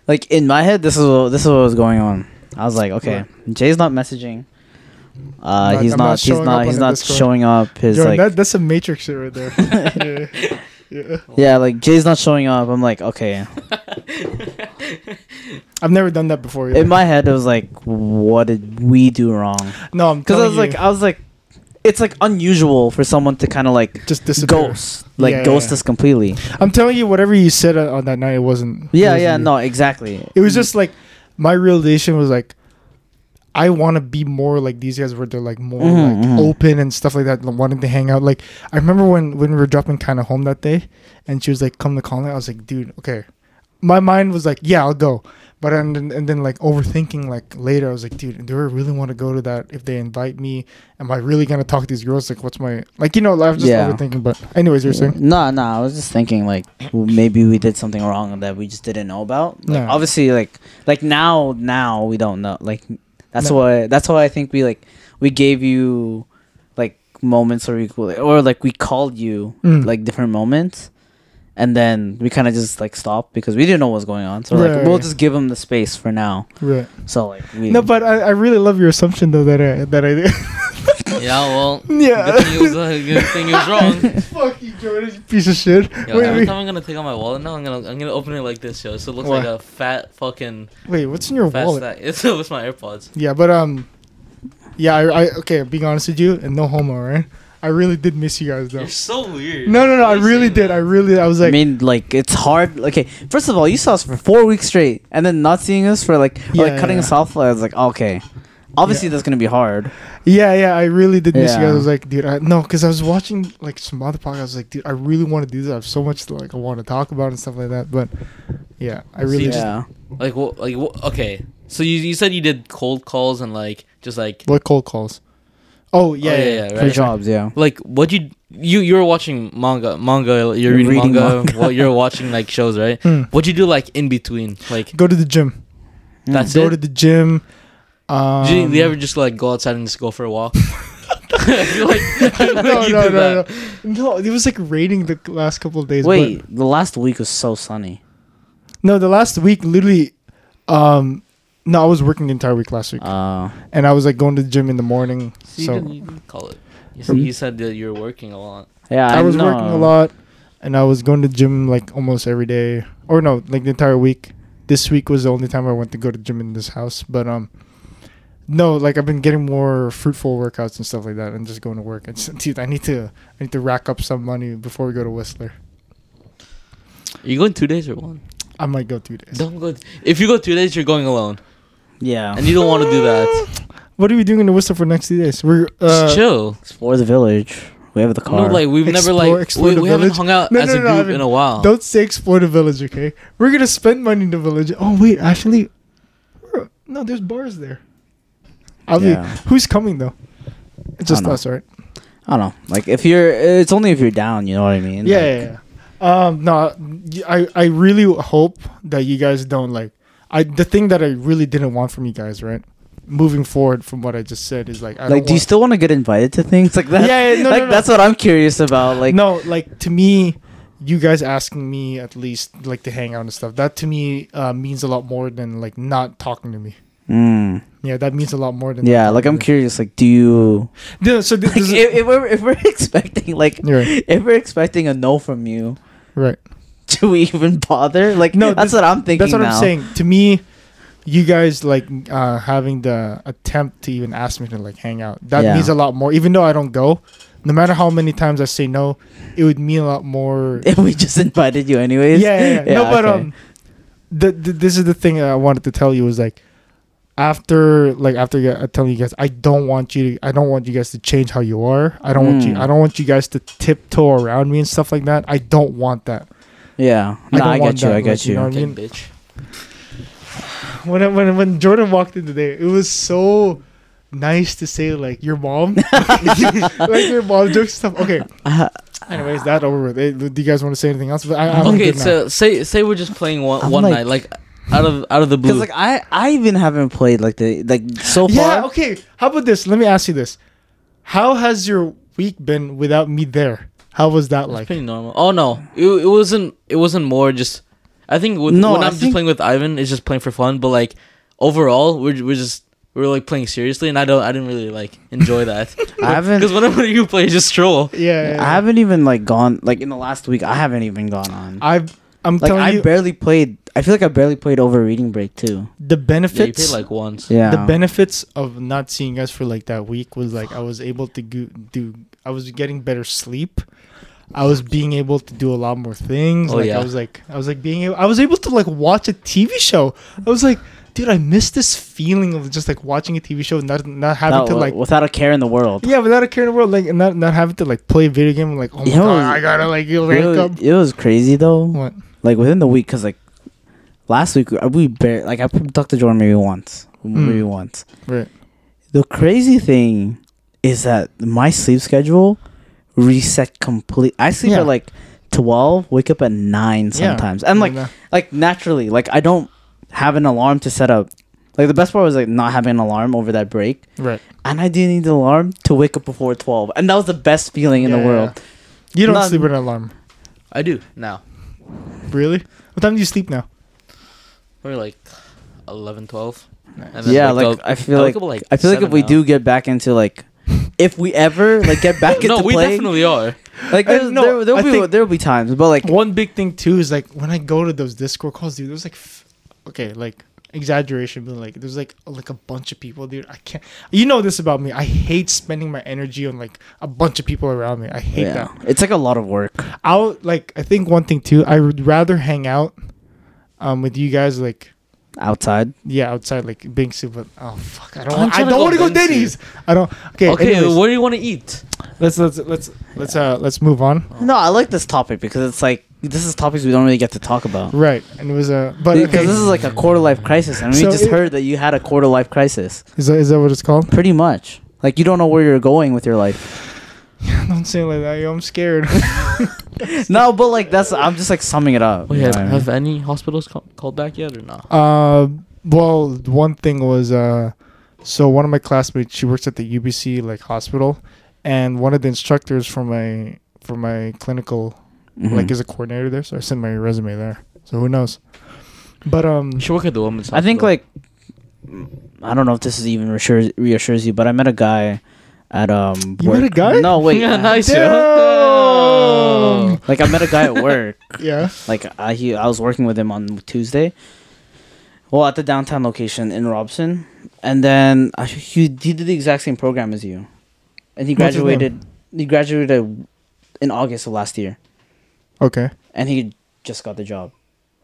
Speaker 2: like in my head this is what, this is what was going on. I was like okay, Jay's not messaging. Uh,
Speaker 3: Not-
Speaker 2: he's
Speaker 3: I'm
Speaker 2: not,
Speaker 3: not
Speaker 2: he's
Speaker 3: showing up
Speaker 2: not
Speaker 3: on
Speaker 2: he's
Speaker 3: the
Speaker 2: not
Speaker 3: Discord.
Speaker 2: showing up his
Speaker 3: Jordan,
Speaker 2: like
Speaker 3: that, that's some matrix shit right
Speaker 2: *laughs*
Speaker 3: there. yeah. yeah.
Speaker 2: yeah like Jay's not showing up. I'm like okay.
Speaker 3: I've never done that before. either.
Speaker 2: In my head it was like what did we do wrong?
Speaker 3: no,
Speaker 2: *laughs*
Speaker 3: I'm
Speaker 2: Because
Speaker 3: telling
Speaker 2: I was like,
Speaker 3: you,
Speaker 2: I was like, it's like unusual for someone to kind of like
Speaker 3: just disappear.
Speaker 2: "Ah, ghost, like
Speaker 3: Yeah,
Speaker 2: ghost
Speaker 3: yeah.
Speaker 2: us completely.
Speaker 3: I'm telling you, whatever you said uh, on on that night, it wasn't. it
Speaker 2: Yeah,
Speaker 3: wasn't
Speaker 2: yeah,
Speaker 3: you.
Speaker 2: no, exactly.
Speaker 3: It was just like my realization was like, I want to be more like these guys, where they're like more
Speaker 2: Mhm,
Speaker 3: like
Speaker 2: mhm.
Speaker 3: open and stuff like that, like, wanting to hang out. Like I remember when when we were dropping kind of home that day, and she was like, "Come to Colin." I was like, "Dude, okay." My mind was like, "Yeah, I'll go," but and then, and then like overthinking like later, I was like, "Dude, do I really want to go to that? If they invite me, am I really gonna talk to these girls? Like, what's my like? You know, I was just
Speaker 2: Yeah.
Speaker 3: overthinking." But anyways, you're saying.
Speaker 2: No, no, I was just thinking like w- maybe we did something wrong that we just didn't know about. Like,
Speaker 3: No.
Speaker 2: Obviously, like like now, now we don't know. Like that's
Speaker 3: No.
Speaker 2: why that's why I think we like we gave you like moments where we or like we called you
Speaker 3: Mm.
Speaker 2: like different moments. And then we kind of just like stopped because we didn't know what was going on. So like
Speaker 3: Right.
Speaker 2: we'll just give them the space for now.
Speaker 3: Right.
Speaker 2: So like we
Speaker 3: No, but I, I really love your assumption though that I that I did.
Speaker 1: Yeah. Well. Good
Speaker 3: yeah.
Speaker 1: thing it was, uh, good thing it was wrong.
Speaker 3: *laughs* Fuck you, Jordan, you piece of shit.
Speaker 1: Yo,
Speaker 3: *laughs*
Speaker 1: every
Speaker 3: wait, wait,
Speaker 1: time I'm gonna take out my wallet now, I'm gonna I'm gonna open it like this, yo. So it looks
Speaker 3: Why?
Speaker 1: like a fat fucking
Speaker 3: wait. What's in your
Speaker 1: fat
Speaker 3: wallet?
Speaker 1: stack. *laughs* It's with my AirPods.
Speaker 3: Yeah, but um, yeah. I, I okay. Being honest with you, and no homo, right? I really did miss you guys though.
Speaker 1: You're so weird.
Speaker 3: No, no, no.
Speaker 1: Why
Speaker 3: I
Speaker 1: you
Speaker 3: really
Speaker 1: saying
Speaker 3: did.
Speaker 1: that?
Speaker 3: I really. I was
Speaker 2: I
Speaker 3: like,
Speaker 2: mean, like it's hard. Okay, first of all, you saw us for four weeks straight, and then not seeing us for like, or,
Speaker 3: Yeah,
Speaker 2: like cutting
Speaker 3: yeah.
Speaker 2: us off. I was like, okay, Obviously, that's gonna be hard.
Speaker 3: Yeah, yeah, I really did miss you guys.
Speaker 2: Yeah.
Speaker 3: I was like, dude, I, no, because I was watching like some other podcast. I was like, dude, I really want to do this. I have so much like I want to talk about and stuff like that. But yeah, I really
Speaker 1: See,
Speaker 3: just
Speaker 2: yeah.
Speaker 1: Like what? Like what? Okay. So you you said you did cold calls and like just like
Speaker 3: what cold calls. Oh yeah,
Speaker 1: yeah,
Speaker 3: yeah,
Speaker 1: yeah,
Speaker 2: For
Speaker 1: right.
Speaker 2: jobs, yeah.
Speaker 1: like what you you you were watching manga manga you're reading,
Speaker 2: Reading
Speaker 1: manga,
Speaker 2: manga.
Speaker 1: Well, you're watching like shows right?
Speaker 3: Hmm.
Speaker 1: What you do like in between like
Speaker 3: Go to the gym.
Speaker 1: That's
Speaker 3: Mm, Go
Speaker 1: it?
Speaker 3: to the gym. Um,
Speaker 1: Do you, do you ever just like go outside and just go for a walk? *laughs* I
Speaker 3: *laughs*
Speaker 1: feel like, I feel
Speaker 3: no,
Speaker 1: like
Speaker 3: um, no,
Speaker 1: you
Speaker 3: no,
Speaker 1: do that.
Speaker 3: no, no. It was like raining the last couple of days. but-
Speaker 2: Wait, the last week was so sunny.
Speaker 3: no, the last week literally. Um, no, I was working the entire week last week,
Speaker 2: Uh,
Speaker 3: and I was like going to the gym in the morning.
Speaker 1: Ah. So you
Speaker 3: so
Speaker 1: didn't even call it. You said, you said that you were working a lot.
Speaker 2: yeah,
Speaker 3: I,
Speaker 2: I,
Speaker 3: was
Speaker 2: know.
Speaker 3: working a lot, and I was going to gym like almost every day, or no, like the entire week. This week was the only time I went to go to gym in this house, but um, no, like I've been getting more fruitful workouts and stuff like that, and just *laughs* going to work. It's dude, I need to, I need to rack up some money before we go to Whistler.
Speaker 1: Are you going two days or one?
Speaker 3: I might go two days.
Speaker 1: Don't go. If you go two days, you're going alone,
Speaker 2: Yeah,
Speaker 1: and you don't want to do that.
Speaker 3: *laughs* What are we doing in the Whistler for next two days? We're uh,
Speaker 1: Just chill.
Speaker 2: explore the village. We have the car.
Speaker 1: No, like we've never
Speaker 3: Explore-
Speaker 1: like
Speaker 3: explore
Speaker 1: we,
Speaker 3: the
Speaker 1: we haven't
Speaker 3: village.
Speaker 1: hung out
Speaker 3: No,
Speaker 1: as
Speaker 3: no,
Speaker 1: a
Speaker 3: no, I
Speaker 1: group in
Speaker 3: mean,
Speaker 1: a while.
Speaker 3: Don't say explore the village, okay? We're gonna spend money in the village. Oh wait, actually, we're- no, there's bars there. I'll be-
Speaker 2: Yeah.
Speaker 3: who's coming though? It's just
Speaker 2: I don't know.
Speaker 3: us, right?
Speaker 2: I don't know. Like if you're, it's only if you're down. You know what I mean?
Speaker 3: Yeah,
Speaker 2: Like,
Speaker 3: yeah, yeah. Um, no, I I really hope that you guys don't like. I the thing that I really didn't want from you guys, right? Moving forward from what I just said is like, I
Speaker 2: Like,
Speaker 3: don't
Speaker 2: do you
Speaker 3: want-
Speaker 2: still want to get invited to things like that?
Speaker 3: Yeah, yeah, no,
Speaker 2: like
Speaker 3: no, no.
Speaker 2: that's what I'm curious about. Like,
Speaker 3: no, like to me, you guys asking me at least like to hang out and stuff. That to me uh, means a lot more than like not talking to me.
Speaker 2: Mm.
Speaker 3: Yeah, that means a lot more than
Speaker 2: yeah. Like, I'm curious. Like, do you?
Speaker 3: No, so this,
Speaker 2: *laughs* Like,
Speaker 3: this
Speaker 2: if,
Speaker 3: is,
Speaker 2: if we're if we're *laughs* expecting like
Speaker 3: You're right.
Speaker 2: if we're expecting a no from you, *laughs*
Speaker 3: right.
Speaker 2: do we even bother? Like,
Speaker 3: No,
Speaker 2: no, that's
Speaker 3: this-
Speaker 2: what I'm thinking.
Speaker 3: That's what
Speaker 2: now.
Speaker 3: I'm saying. To me, you guys like uh, having the attempt to even ask me to like hang out. That
Speaker 2: Yeah.
Speaker 3: means a lot more. Even though I don't go, no matter how many times I say no, it would mean a lot more.
Speaker 2: *laughs* If we just invited you anyways.
Speaker 3: yeah, yeah, yeah. no, but
Speaker 2: okay.
Speaker 3: um, the, the this is the thing I wanted to tell you was like after like after you- I tell you guys, I don't want you. To, I don't want you guys to change how you are. I don't want you.
Speaker 2: Mm.
Speaker 3: I don't want you guys to tiptoe around me and stuff like that. I don't want that. *laughs*
Speaker 2: yeah.
Speaker 3: I don't
Speaker 2: No, I,
Speaker 3: want
Speaker 2: get
Speaker 3: that,
Speaker 2: you. I
Speaker 3: like,
Speaker 2: get
Speaker 3: you
Speaker 2: you.
Speaker 3: know-
Speaker 1: Okay,
Speaker 3: mean-
Speaker 1: bitch.
Speaker 3: When I, when when Jordan walked in today, it was so nice to say like your mom, *laughs* like your mom jokes and stuff. Okay. Anyways, that over with. Eh, Do you guys want to say anything else? But I, I'm
Speaker 1: Okay,
Speaker 3: good now.
Speaker 1: so say say we're just playing one
Speaker 2: I'm
Speaker 1: one
Speaker 2: like-
Speaker 1: night like out of out of the blue.
Speaker 2: Because like I, I even haven't played like the like so
Speaker 3: Yeah,
Speaker 2: far.
Speaker 3: okay. How about this? Let me ask you this. How has your week been without me there? How was that
Speaker 1: It's
Speaker 3: like?
Speaker 1: pretty normal. Oh no, it, it wasn't. It wasn't more just. I think with,
Speaker 2: No,
Speaker 1: when
Speaker 2: I
Speaker 1: I'm just
Speaker 2: think-
Speaker 1: playing with Ivan, it's just playing for fun. But like overall, we're we're just we're like playing seriously, and I don't I didn't really like enjoy that.
Speaker 2: *laughs* I haven't-
Speaker 1: *laughs* because whenever you play, you just troll.
Speaker 3: Yeah, yeah,
Speaker 2: I haven't even like gone like in the last week. I haven't even gone on.
Speaker 3: I've I'm
Speaker 2: like
Speaker 3: telling
Speaker 2: I
Speaker 3: you
Speaker 2: barely played. I feel like I barely played over reading break too.
Speaker 3: the
Speaker 1: Yeah, you played
Speaker 3: benefits
Speaker 1: like once.
Speaker 2: Yeah.
Speaker 3: the benefits of not seeing you guys for like that week was like I was able to go, do I was getting better sleep. I was being able to do a lot more things.
Speaker 1: Oh,
Speaker 3: like
Speaker 1: yeah.
Speaker 3: I was like I was like being able, I was able to like watch a TV show. I was like, dude, I miss this feeling of just like watching a TV show and not not having
Speaker 2: Without-
Speaker 3: to like
Speaker 2: without a care in the world.
Speaker 3: Yeah, without a care in the world, like not not having to like play a video game, like oh my
Speaker 2: Yeah, it
Speaker 3: god,
Speaker 2: was-
Speaker 3: I gotta like you
Speaker 2: It
Speaker 3: rank up.
Speaker 2: was, it was crazy though.
Speaker 3: What?
Speaker 2: Like within the week, cause like last week uh, we bare like I probably talked to Jordan maybe once,
Speaker 3: Hmm.
Speaker 2: maybe once.
Speaker 3: Right.
Speaker 2: The crazy thing is that my sleep schedule reset complete. I sleep
Speaker 3: Yeah.
Speaker 2: at like twelve, wake up at nine sometimes, and like
Speaker 3: Yeah.
Speaker 2: like naturally, like I don't have an alarm to set up. Like the best part was like not having an alarm over that break,
Speaker 3: right.
Speaker 2: and I didn't need the alarm to wake up before twelve, and that was the best feeling in
Speaker 3: Yeah,
Speaker 2: the
Speaker 3: yeah,
Speaker 2: world.
Speaker 3: You don't
Speaker 2: Not-
Speaker 3: sleep with an alarm,
Speaker 1: I do now.
Speaker 3: really? What time do you sleep now?
Speaker 1: We're like 11, 12. and then
Speaker 2: Yeah,
Speaker 1: wake
Speaker 2: like
Speaker 1: up-
Speaker 2: I feel
Speaker 1: I
Speaker 2: like,
Speaker 1: wake up at, like,
Speaker 2: I feel like if
Speaker 1: seven oh.
Speaker 2: we
Speaker 1: now.
Speaker 2: do get back into like if we ever like get back
Speaker 1: *laughs*
Speaker 2: into
Speaker 1: no, we
Speaker 2: playing,
Speaker 1: definitely are.
Speaker 2: like
Speaker 3: I-
Speaker 2: there's,
Speaker 3: no,
Speaker 2: there
Speaker 3: I
Speaker 2: there'll be
Speaker 3: think-
Speaker 2: there'll be times, but like
Speaker 3: One big thing too is like when I go to those Discord calls, dude. There's like, f- okay, like exaggeration, but like there's like like a bunch of people, dude. I can't. You know this about me. I hate spending my energy on like a bunch of people around me. I hate
Speaker 2: yeah,
Speaker 3: that.
Speaker 2: it's like a lot of work.
Speaker 3: I'll like I think one thing too. I would rather hang out um with you guys like
Speaker 2: outside.
Speaker 3: Yeah, outside like being super. Oh fuck! I don't.
Speaker 1: I'm
Speaker 3: Want, I
Speaker 1: trying to
Speaker 3: don't
Speaker 1: go
Speaker 3: want to go
Speaker 1: Denny's.
Speaker 3: Denny's. I don't. Okay.
Speaker 1: okay,
Speaker 3: anyways,
Speaker 1: where do you want to eat?
Speaker 3: let's let's let's let's uh let's move on.
Speaker 2: No, I like this topic because it's like this is topics we don't really get to talk about.
Speaker 3: Right, and it was a. Uh, but
Speaker 2: Because
Speaker 3: okay,
Speaker 2: this is like a quarter life crisis, and we
Speaker 3: So
Speaker 2: just
Speaker 3: it-
Speaker 2: heard that you had a quarter life crisis.
Speaker 3: is that is that what it's called? *laughs*
Speaker 2: Pretty much, like you don't know where you're going with your *laughs* life.
Speaker 3: Don't say it like that. Yo, I'm
Speaker 1: *laughs*
Speaker 3: scared.
Speaker 2: no, but like that's I'm just like summing it up.
Speaker 1: Wait,
Speaker 2: you know
Speaker 1: have,
Speaker 2: what I mean?
Speaker 1: have any hospitals ca- called back yet or not?
Speaker 3: Uh, well, one thing was uh, so one of my classmates, she works at the UBC like hospital, and one of the instructors for my for my clinical
Speaker 2: Mhm.
Speaker 3: like is a coordinator there, so I sent my resume there. So who knows? But um,
Speaker 1: You should work at the women's.
Speaker 2: I think
Speaker 1: hospital.
Speaker 2: like I don't know if this is even reassures, reassures you, but I met a guy at um.
Speaker 3: You met
Speaker 2: work-
Speaker 3: a guy?
Speaker 2: No, wait.
Speaker 1: *laughs* yeah, nice. yeah.
Speaker 3: Damn.
Speaker 2: Like I met a guy at work.
Speaker 3: yeah,
Speaker 2: Like I he, I was working with him on Tuesday. Well, at the downtown location in Robson, and then I, he he did the exact same program as you, and he
Speaker 3: What's his name?
Speaker 2: graduated. He graduated in August of last year,
Speaker 3: okay.
Speaker 2: and he just got the job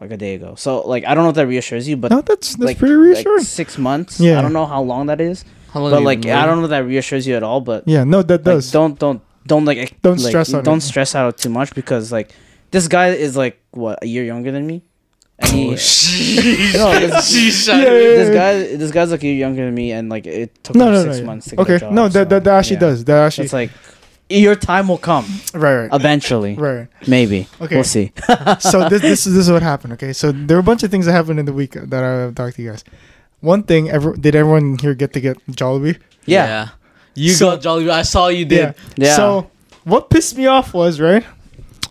Speaker 2: like a day ago. So like I don't know if that reassures you, but
Speaker 3: no, that's that's
Speaker 2: like,
Speaker 3: pretty
Speaker 2: like,
Speaker 3: reassuring.
Speaker 2: six months.
Speaker 3: Yeah.
Speaker 2: I don't know how long that is,
Speaker 1: How long
Speaker 2: but
Speaker 1: have you
Speaker 2: like
Speaker 1: been
Speaker 2: I
Speaker 1: waiting? *laughs*
Speaker 2: don't know if that reassures you at all. But
Speaker 3: yeah, no, that
Speaker 2: like,
Speaker 3: does.
Speaker 2: don't don't don't like ex-
Speaker 3: Don't
Speaker 2: like,
Speaker 3: stress on
Speaker 2: don't
Speaker 3: it.
Speaker 2: stress out too much because like this guy is like what a year younger than me, and
Speaker 3: Oh,
Speaker 2: he. No,
Speaker 1: *laughs*
Speaker 2: this, this guy, this guy's like a year younger than me, and like it took
Speaker 3: no,
Speaker 2: him
Speaker 3: no,
Speaker 2: six
Speaker 3: no. yeah.
Speaker 2: months to get
Speaker 3: okay,
Speaker 2: a job,
Speaker 3: no, that,
Speaker 2: so,
Speaker 3: that that actually
Speaker 2: yeah.
Speaker 3: does. That actually
Speaker 2: It's like your time will
Speaker 3: *laughs*
Speaker 2: come
Speaker 3: right, right,
Speaker 2: eventually,
Speaker 3: right. right.
Speaker 2: maybe.
Speaker 3: Okay.
Speaker 2: We'll see.
Speaker 3: so this, this is this is what happened. Okay, so there were a bunch of things that happened in the week that I talked to you guys. One thing, ever did everyone here get to get Jollibee?
Speaker 2: Yeah,
Speaker 1: You
Speaker 3: So-
Speaker 1: got jolly. I saw you did. Oh,
Speaker 2: Yeah.
Speaker 3: So what pissed me off was right.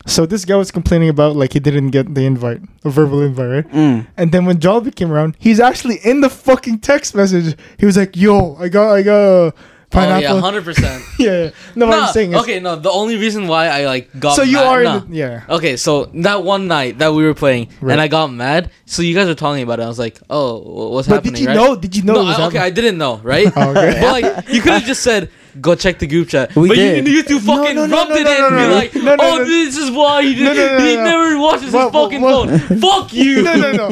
Speaker 3: So this guy was complaining about like he didn't get the invite, a verbal invite, right?
Speaker 2: Mm.
Speaker 3: And then when Jollibee came around, he's actually in the fucking text message. He was like, "Yo, I got, I got
Speaker 1: Oh
Speaker 3: pineapple."
Speaker 1: yeah,
Speaker 3: yeah,
Speaker 1: hundred percent.
Speaker 3: *laughs* yeah. No, what I'm saying is,
Speaker 1: okay, no. The only reason why I like got
Speaker 3: so you
Speaker 1: mad-
Speaker 3: are,
Speaker 1: no.
Speaker 3: in the, yeah.
Speaker 1: Okay, so that one night that we were playing,
Speaker 3: Right.
Speaker 1: and I got mad. So you guys were talking about it. I was like, "Oh, wh- what's
Speaker 3: but did
Speaker 1: happening?"
Speaker 3: you
Speaker 1: right?
Speaker 3: know? Did you know?
Speaker 1: No,
Speaker 3: it was
Speaker 1: I, okay,
Speaker 3: happening?
Speaker 1: I didn't know, right?
Speaker 3: Oh, *laughs* okay.
Speaker 1: But like, you could have just said, "Go check the group chat."
Speaker 2: We
Speaker 1: but
Speaker 2: did.
Speaker 1: you, you two
Speaker 3: No,
Speaker 1: fucking
Speaker 3: no, no,
Speaker 1: rubbed
Speaker 3: no,
Speaker 1: it
Speaker 3: no,
Speaker 1: in.
Speaker 3: no,
Speaker 1: You're
Speaker 3: no.
Speaker 1: like,
Speaker 3: No, no,
Speaker 1: "Oh,
Speaker 3: no.
Speaker 1: this is why he
Speaker 3: No,
Speaker 1: didn't.
Speaker 3: no, no,
Speaker 1: *laughs* he
Speaker 3: no, no.
Speaker 1: never watches
Speaker 3: What-
Speaker 1: his
Speaker 3: what-
Speaker 1: fucking
Speaker 3: what-
Speaker 1: phone.
Speaker 3: *laughs*
Speaker 1: Fuck you."
Speaker 3: no, no, no, no.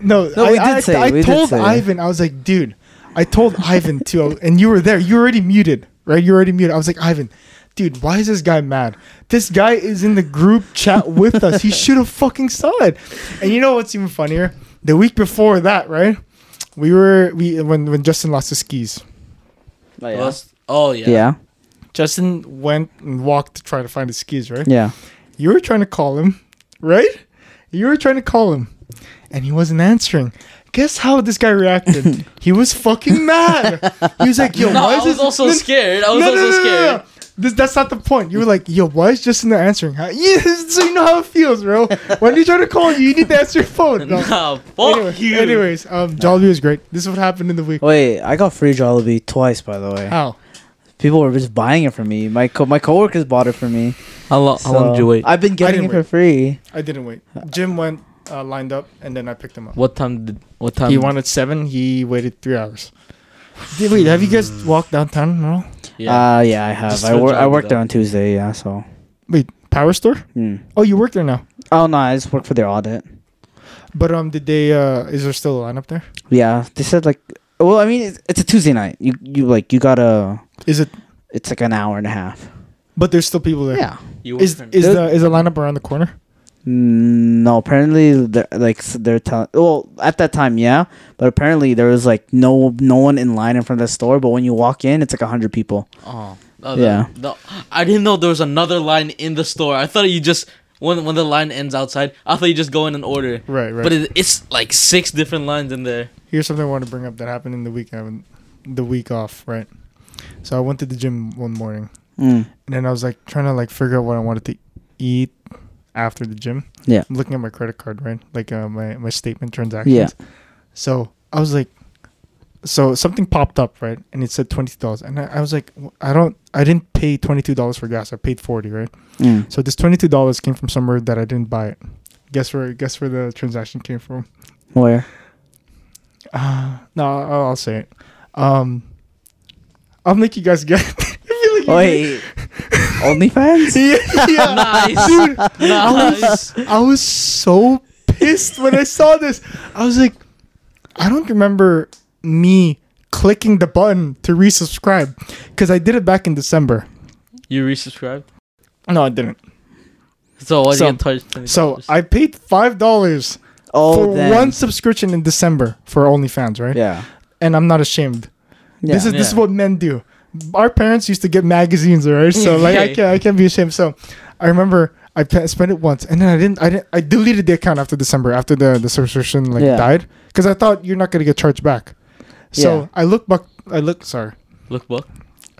Speaker 2: No,
Speaker 3: I,
Speaker 2: we did
Speaker 3: I,
Speaker 2: say,
Speaker 3: I
Speaker 2: we did
Speaker 3: told
Speaker 2: say.
Speaker 3: Ivan. I was like, dude. I told Ivan too, I was- and you were there. You were already muted, right? You were already muted. I was like, Ivan, dude, why is this guy mad? This guy is in the group chat with us. He should have fucking saw it. And you know what's even funnier? The week before that, right? We were we when when Justin lost his skis.
Speaker 2: But yeah.
Speaker 1: Lost- Oh yeah.
Speaker 2: yeah,
Speaker 3: Justin went and walked to try to find his skis, right?
Speaker 2: yeah,
Speaker 3: You were trying to call him, right? You were trying to call him, and he wasn't answering. Guess how this guy reacted? he was fucking mad. He was like, "Yo,
Speaker 1: No,
Speaker 3: why
Speaker 1: I
Speaker 3: is
Speaker 1: was
Speaker 3: this?"
Speaker 1: also
Speaker 3: no,
Speaker 1: scared. I
Speaker 3: no,
Speaker 1: was
Speaker 3: no,
Speaker 1: also
Speaker 3: no, no,
Speaker 1: scared.
Speaker 3: no. This, that's not the point. You were like, "Yo, why is Justin not answering?" Huh? Yeah, so *laughs* you know how it feels, bro. When they try to call you, you need to answer your
Speaker 1: *laughs*
Speaker 3: phone. No.
Speaker 1: Nah, fuck
Speaker 3: Anyway-
Speaker 1: you.
Speaker 3: Anyways, um, Jollibee was great. This is what happened in the week.
Speaker 2: Wait, I got free Jollibee twice, by the way.
Speaker 3: How?
Speaker 2: People were just buying it for me. My co- my coworkers bought it for me.
Speaker 1: How long? how long did
Speaker 2: So,
Speaker 1: you wait?
Speaker 2: I've been getting it
Speaker 3: didn't
Speaker 2: for free.
Speaker 3: I didn't wait. Jim went uh, lined up, and then I picked him up.
Speaker 1: what time? Did, what time?
Speaker 3: he wanted seven. He waited three hours. Um, Did, wait, have you guys walked downtown at all?
Speaker 1: Yeah.
Speaker 2: uh, yeah, I have.
Speaker 1: Just
Speaker 2: I
Speaker 1: for
Speaker 2: wor- I
Speaker 1: Jollibee,
Speaker 2: worked there
Speaker 1: though.
Speaker 2: on Tuesday. Yeah, so.
Speaker 3: Wait, power store?
Speaker 2: Hmm.
Speaker 3: Oh, you work there now.
Speaker 2: Oh no, I just work for their audit.
Speaker 3: But um, did they? Uh, is there still a lineup there?
Speaker 2: Yeah, they said like, well, I mean, it's, it's a Tuesday night. You you like you gotta.
Speaker 3: Is it?
Speaker 2: It's like an hour and a half.
Speaker 3: But there's still people there.
Speaker 2: Yeah.
Speaker 1: you were
Speaker 3: Is is the is the lineup around the corner?
Speaker 2: Mm, No, apparently they're, like s- they're telling. Well, at that time, yeah, but apparently there was like no no one in line in front of the store. But when you walk in, it's like hundred people.
Speaker 1: Oh, no,
Speaker 2: Yeah.
Speaker 1: No, I didn't know there was another line in the store. I thought you just when when the line ends outside, I thought you just go in and order.
Speaker 3: Right, right.
Speaker 1: But it, it's like six different lines in
Speaker 2: *laughs*
Speaker 1: there.
Speaker 3: Here's something I want to bring up that happened in the week. I haven't- the week off, right? So I went to the gym one morning,
Speaker 2: Mm.
Speaker 3: and then I was like trying to like figure out what I wanted to eat after the gym.
Speaker 2: Yeah.
Speaker 3: I'm looking at my credit card, right? Like uh, my my statement transactions.
Speaker 2: Yeah.
Speaker 3: So I was like, so something popped up, right? And it said twenty dollars, and I, I was like, "Wh- I don't, I didn't pay twenty two dollars for gas. I paid forty, right?
Speaker 2: Mm.
Speaker 3: So this twenty two dollars came from somewhere that I didn't buy it. Guess where? Guess where the transaction came from?
Speaker 2: Where?
Speaker 3: Uh, no, I'll, I'll say it. Um, I'll make you guys *laughs* get. I feel like *laughs*
Speaker 2: Wait, OnlyFans?
Speaker 3: you- yeah, *laughs* yeah.
Speaker 2: *laughs*
Speaker 1: Nice.
Speaker 3: dude. I
Speaker 1: Nice.
Speaker 3: was, I was so pissed when I saw this. I was like, I don't remember me clicking the button to resubscribe because I did it back in December.
Speaker 1: *laughs* You resubscribed?
Speaker 3: No, I didn't.
Speaker 1: So why
Speaker 3: So-
Speaker 1: did you get touched?
Speaker 3: So I paid five dollars
Speaker 2: Oh,
Speaker 3: for
Speaker 2: then.
Speaker 3: one subscription in December for OnlyFans, right?
Speaker 2: Yeah.
Speaker 3: And I'm not ashamed.
Speaker 2: yeah.
Speaker 3: This is this is
Speaker 1: Yeah.
Speaker 3: what men do. Our parents used to get magazines, alright? So
Speaker 2: *laughs*
Speaker 3: like I can't I can't be ashamed. So I remember I pa- spent it once, and then I didn't I didn't I deleted the account after December after the the subscription like
Speaker 2: Yeah.
Speaker 3: died because I thought you're not gonna get charged back. So
Speaker 2: Yeah.
Speaker 3: I look back. I look sorry.
Speaker 1: Look, book.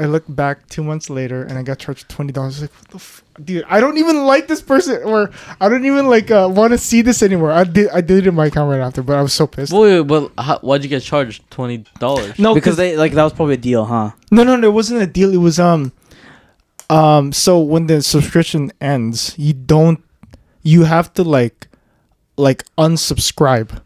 Speaker 3: I look back two months later and I got charged twenty dollars. Like, what the f- dude? I don't even like this person, or I don't even like uh, want to see this anymore. I did. I deleted my account right after, but I was so pissed.
Speaker 1: Wait, wait, but how, why'd you get charged twenty dollars?
Speaker 3: no,
Speaker 2: because they like that was probably a deal, huh?
Speaker 3: no, no, no. It wasn't a deal. It was um, um. So when the subscription ends, you don't. You have to like, like unsubscribe.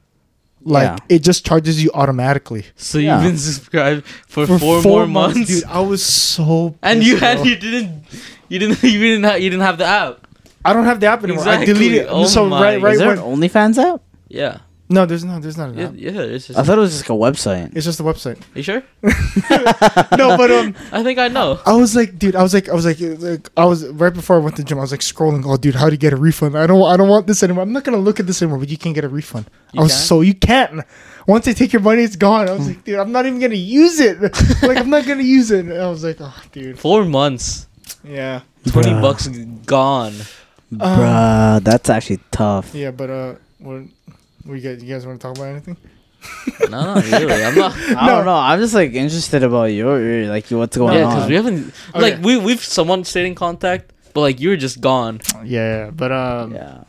Speaker 3: Like it just charges you automatically
Speaker 1: So you've
Speaker 2: Yeah.
Speaker 1: been subscribed for, four, more months,
Speaker 3: dude. I was so.
Speaker 1: *laughs* and you
Speaker 3: pissed,
Speaker 1: had
Speaker 3: bro.
Speaker 1: you didn't you didn't *laughs* you didn't have, you didn't have the app.
Speaker 3: I don't have the app anymore.
Speaker 1: Exactly.
Speaker 3: I deleted it.
Speaker 1: Oh
Speaker 3: so
Speaker 1: my-
Speaker 3: right, right.
Speaker 2: Is there
Speaker 3: when-
Speaker 2: an OnlyFans app?
Speaker 1: Yeah,
Speaker 3: no, there's no, there's not an
Speaker 1: yeah,
Speaker 3: app.
Speaker 1: yeah it's just,
Speaker 2: I thought it was just like a website.
Speaker 3: It's just a
Speaker 1: *laughs*
Speaker 3: website.
Speaker 1: you sure?
Speaker 3: no, but um,
Speaker 1: I think
Speaker 3: *laughs*
Speaker 1: I know.
Speaker 3: I was like, dude, I was like, I was like, like, I was right before I went to the gym. I was like scrolling, oh, dude, how do you get a refund? I don't, I don't want this anymore. I'm not gonna look at this anymore. But you can't get a refund.
Speaker 1: You
Speaker 3: I was
Speaker 1: can't?
Speaker 3: so you can't. Once they take your money, it's gone. I was like, dude, I'm not even gonna use it. like, I'm not gonna use it. And I was like, oh, dude,
Speaker 1: Four months,
Speaker 3: yeah,
Speaker 1: twenty
Speaker 2: Bruh.
Speaker 1: bucks gone.
Speaker 3: Uh,
Speaker 2: Bruh, that's actually
Speaker 3: *laughs*
Speaker 2: tough.
Speaker 3: yeah. But uh, what, we guys, you guys want to talk about anything?
Speaker 1: No, not really.
Speaker 3: *laughs*
Speaker 1: I'm not.
Speaker 2: I don't know. I'm just like interested about your your- like what's going
Speaker 1: yeah,
Speaker 2: on.
Speaker 1: because we haven't
Speaker 3: Okay.
Speaker 1: like we we've someone stayed in contact, but like you were just gone.
Speaker 3: Yeah, but um,
Speaker 2: yeah.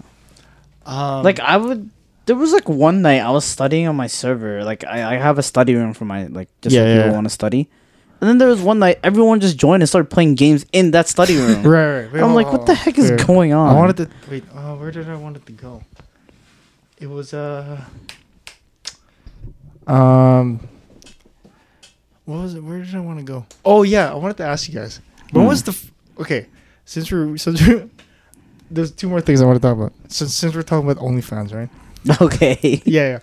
Speaker 3: um
Speaker 2: like I would. There was like one night I was studying on my server. Like I, I have a study room for my like just
Speaker 3: Yeah,
Speaker 2: when people
Speaker 3: yeah.
Speaker 2: want to study. And then there was one night everyone just joined and started playing games in that study room.
Speaker 3: right, right. Wait,
Speaker 2: I'm
Speaker 3: hold
Speaker 2: like,
Speaker 3: on,
Speaker 2: what
Speaker 3: hold
Speaker 2: the
Speaker 3: on.
Speaker 2: heck is
Speaker 3: Here.
Speaker 2: going on?
Speaker 3: I wanted to wait. Uh, where did I want it to go? It was uh. Um. What was it? Where did I want to go? Oh yeah, I wanted to ask you guys. When was the f- okay? Since we're since we're, *laughs* there's two more things I want to talk about. Since since we're talking about OnlyFans, right?
Speaker 2: *laughs* okay.
Speaker 3: *laughs* Yeah, yeah.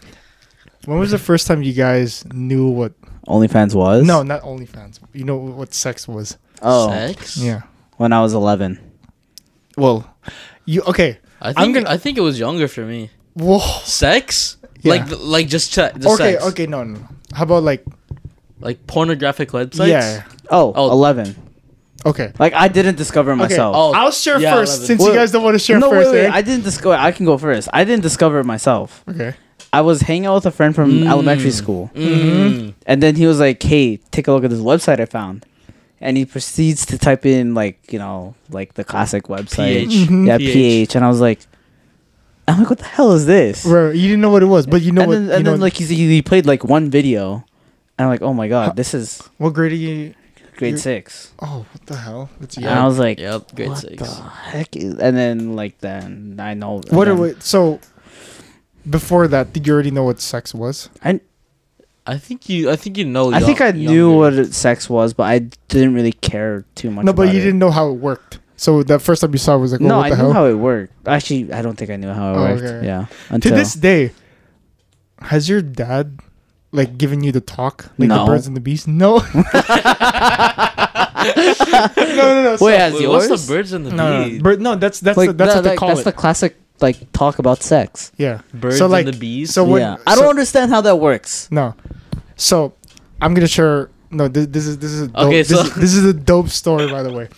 Speaker 3: When was the first time you guys knew what?
Speaker 2: *laughs* OnlyFans was
Speaker 3: No, not OnlyFans. You know what sex was?
Speaker 2: Oh,
Speaker 1: Sex?
Speaker 3: Yeah.
Speaker 2: when I was 11.
Speaker 3: Well, you okay?
Speaker 1: I think
Speaker 3: I'm gonna-
Speaker 1: I think it was younger for me.
Speaker 3: Whoa.
Speaker 1: Sex?
Speaker 3: Yeah.
Speaker 1: Like like just, ch- just
Speaker 3: okay,
Speaker 1: sex.
Speaker 3: okay, no, no. no. How about like
Speaker 1: Like pornographic websites?
Speaker 3: yeah?
Speaker 2: Oh,
Speaker 1: Oh.
Speaker 2: 11.
Speaker 3: Okay.
Speaker 2: Like I didn't discover
Speaker 3: Okay.
Speaker 2: myself.
Speaker 1: Oh,
Speaker 3: I'll share
Speaker 1: yeah,
Speaker 3: first
Speaker 1: 11.
Speaker 3: since
Speaker 2: Well,
Speaker 3: you guys don't want to share
Speaker 2: no,
Speaker 3: first.
Speaker 2: wait, wait.
Speaker 3: eh?
Speaker 2: I didn't discover. I can go first. I didn't discover it myself.
Speaker 3: okay.
Speaker 2: I was hanging out with a friend from
Speaker 1: Mm.
Speaker 2: elementary school,
Speaker 3: Mm-hmm.
Speaker 1: Mm.
Speaker 2: and then he was like, "Hey, take a look at this website I found," and he proceeds to type in like you know like the classic website,
Speaker 1: PH.
Speaker 3: Mhm.
Speaker 2: yeah,
Speaker 1: PH.
Speaker 2: ph. and I was like, "I'm like, what the hell is this?"
Speaker 3: Right, you didn't know what it was, but you know
Speaker 2: and
Speaker 3: what.
Speaker 2: then,
Speaker 3: you
Speaker 2: and
Speaker 3: know,
Speaker 2: then like he, he played like one video, and I'm like, "Oh my
Speaker 3: Huh.
Speaker 2: god, this is
Speaker 3: what grade are you?
Speaker 2: grade
Speaker 3: You're-
Speaker 2: six.
Speaker 3: Oh, what the hell? That's
Speaker 2: And I
Speaker 3: yeah.
Speaker 2: was like,
Speaker 1: Yep, grade
Speaker 2: what
Speaker 1: six.
Speaker 2: the heck is? And then like then I know.
Speaker 3: What are
Speaker 2: and
Speaker 3: we, so? Before that, did you already know what sex was?
Speaker 1: I think you I think you know
Speaker 2: I
Speaker 1: yo-
Speaker 2: think I knew
Speaker 1: younger.
Speaker 2: what
Speaker 1: *laughs*
Speaker 2: it- sex was, but I didn't really care too much.
Speaker 3: No, but
Speaker 2: about
Speaker 3: you
Speaker 2: it.
Speaker 3: didn't know how it worked. So that first time you saw it was like, oh,
Speaker 2: No,
Speaker 3: what
Speaker 2: I
Speaker 3: the
Speaker 2: knew
Speaker 3: hell?
Speaker 2: how it worked. Actually, I don't think I knew how it
Speaker 3: Oh,
Speaker 2: worked.
Speaker 3: okay.
Speaker 2: Yeah,
Speaker 3: to
Speaker 2: until
Speaker 3: this day, has your dad like given you the talk, like
Speaker 2: No.
Speaker 3: the birds and the bees? No. *laughs* no, no,
Speaker 2: *laughs*
Speaker 3: no. so-
Speaker 2: wait, has
Speaker 1: Wait,
Speaker 2: yours?
Speaker 1: what's the birds and the
Speaker 3: no, no,
Speaker 1: bees?
Speaker 3: no. Bird, no, that's that's the,
Speaker 2: Like
Speaker 3: that's
Speaker 2: no,
Speaker 3: what they
Speaker 2: like,
Speaker 3: call
Speaker 2: that's
Speaker 3: it.
Speaker 2: the classic like talk about sex.
Speaker 3: yeah.
Speaker 1: Birds
Speaker 3: so,
Speaker 1: and
Speaker 3: like,
Speaker 1: the bees.
Speaker 3: So when,
Speaker 2: yeah, I don't
Speaker 3: so-
Speaker 2: understand how that works.
Speaker 3: No. So I'm gonna share. No, this, this is this is a dope,
Speaker 1: Okay,
Speaker 3: this,
Speaker 1: so-
Speaker 3: is, this is a dope story, by
Speaker 1: *laughs*
Speaker 3: the way.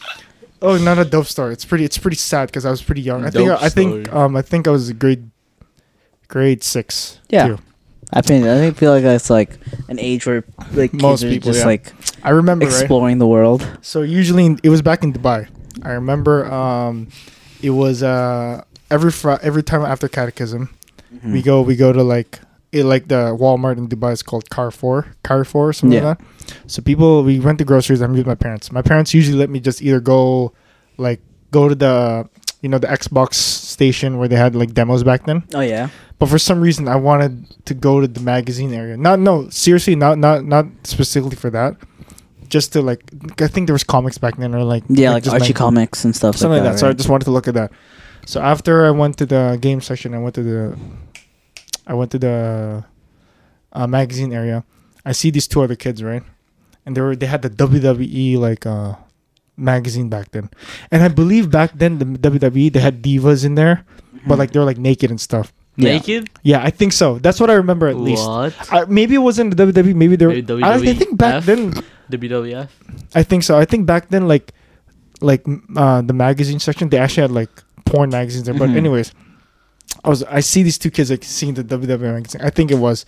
Speaker 3: Oh, not a dope story. It's pretty. It's pretty sad because I was pretty young. I think.
Speaker 1: Dope
Speaker 3: I think.
Speaker 1: story.
Speaker 3: Um, I think I was grade, grade six.
Speaker 2: Yeah.
Speaker 3: too.
Speaker 2: I mean, I think feel like that's like an age where like
Speaker 3: Most
Speaker 2: kids are
Speaker 3: people,
Speaker 2: just
Speaker 3: yeah.
Speaker 2: like
Speaker 3: I remember. right?
Speaker 2: exploring the world.
Speaker 3: So usually in- it was back in Dubai. I remember. Um, it was uh every fr- every time after catechism,
Speaker 2: Mm-hmm.
Speaker 3: we
Speaker 2: Mm.
Speaker 3: go we go to like it like the Walmart in Dubai is called Carrefour, Carrefour or something
Speaker 2: Yeah.
Speaker 3: like that. So people we went to groceries. I'm with my parents. My parents usually let me just either go, like go to the you know the Xbox station where they had like demos back then.
Speaker 2: Oh yeah,
Speaker 3: But for some reason I wanted to go to the magazine area. Not no seriously not not not specifically for that. Just to like I think there was comics back then or like
Speaker 2: yeah, like
Speaker 3: just
Speaker 2: Archie
Speaker 3: mag-
Speaker 2: comics and stuff.
Speaker 3: something like that. So I
Speaker 2: right?
Speaker 3: just wanted to look at that. So after I went to the game section, I went to the, I went to the, uh, magazine area, I see these two other kids, right? And they were they had the WWE like uh, magazine back then, and I believe back then the WWE they had divas in there, but like they were like naked and stuff.
Speaker 2: Yeah.
Speaker 1: Naked?
Speaker 3: Yeah, I think so. That's what I remember at least.
Speaker 1: What?
Speaker 3: I, maybe it wasn't the WWE. Maybe they were.
Speaker 1: Maybe
Speaker 3: I, I think back
Speaker 1: WWF?
Speaker 3: then.
Speaker 1: WWF?
Speaker 3: I think so. I think back then, like, like m- uh, the magazine section, they actually had like porn magazines there. But
Speaker 2: Mhm.
Speaker 3: anyways, I was I see these two kids like seeing the WWE magazine. I think it was.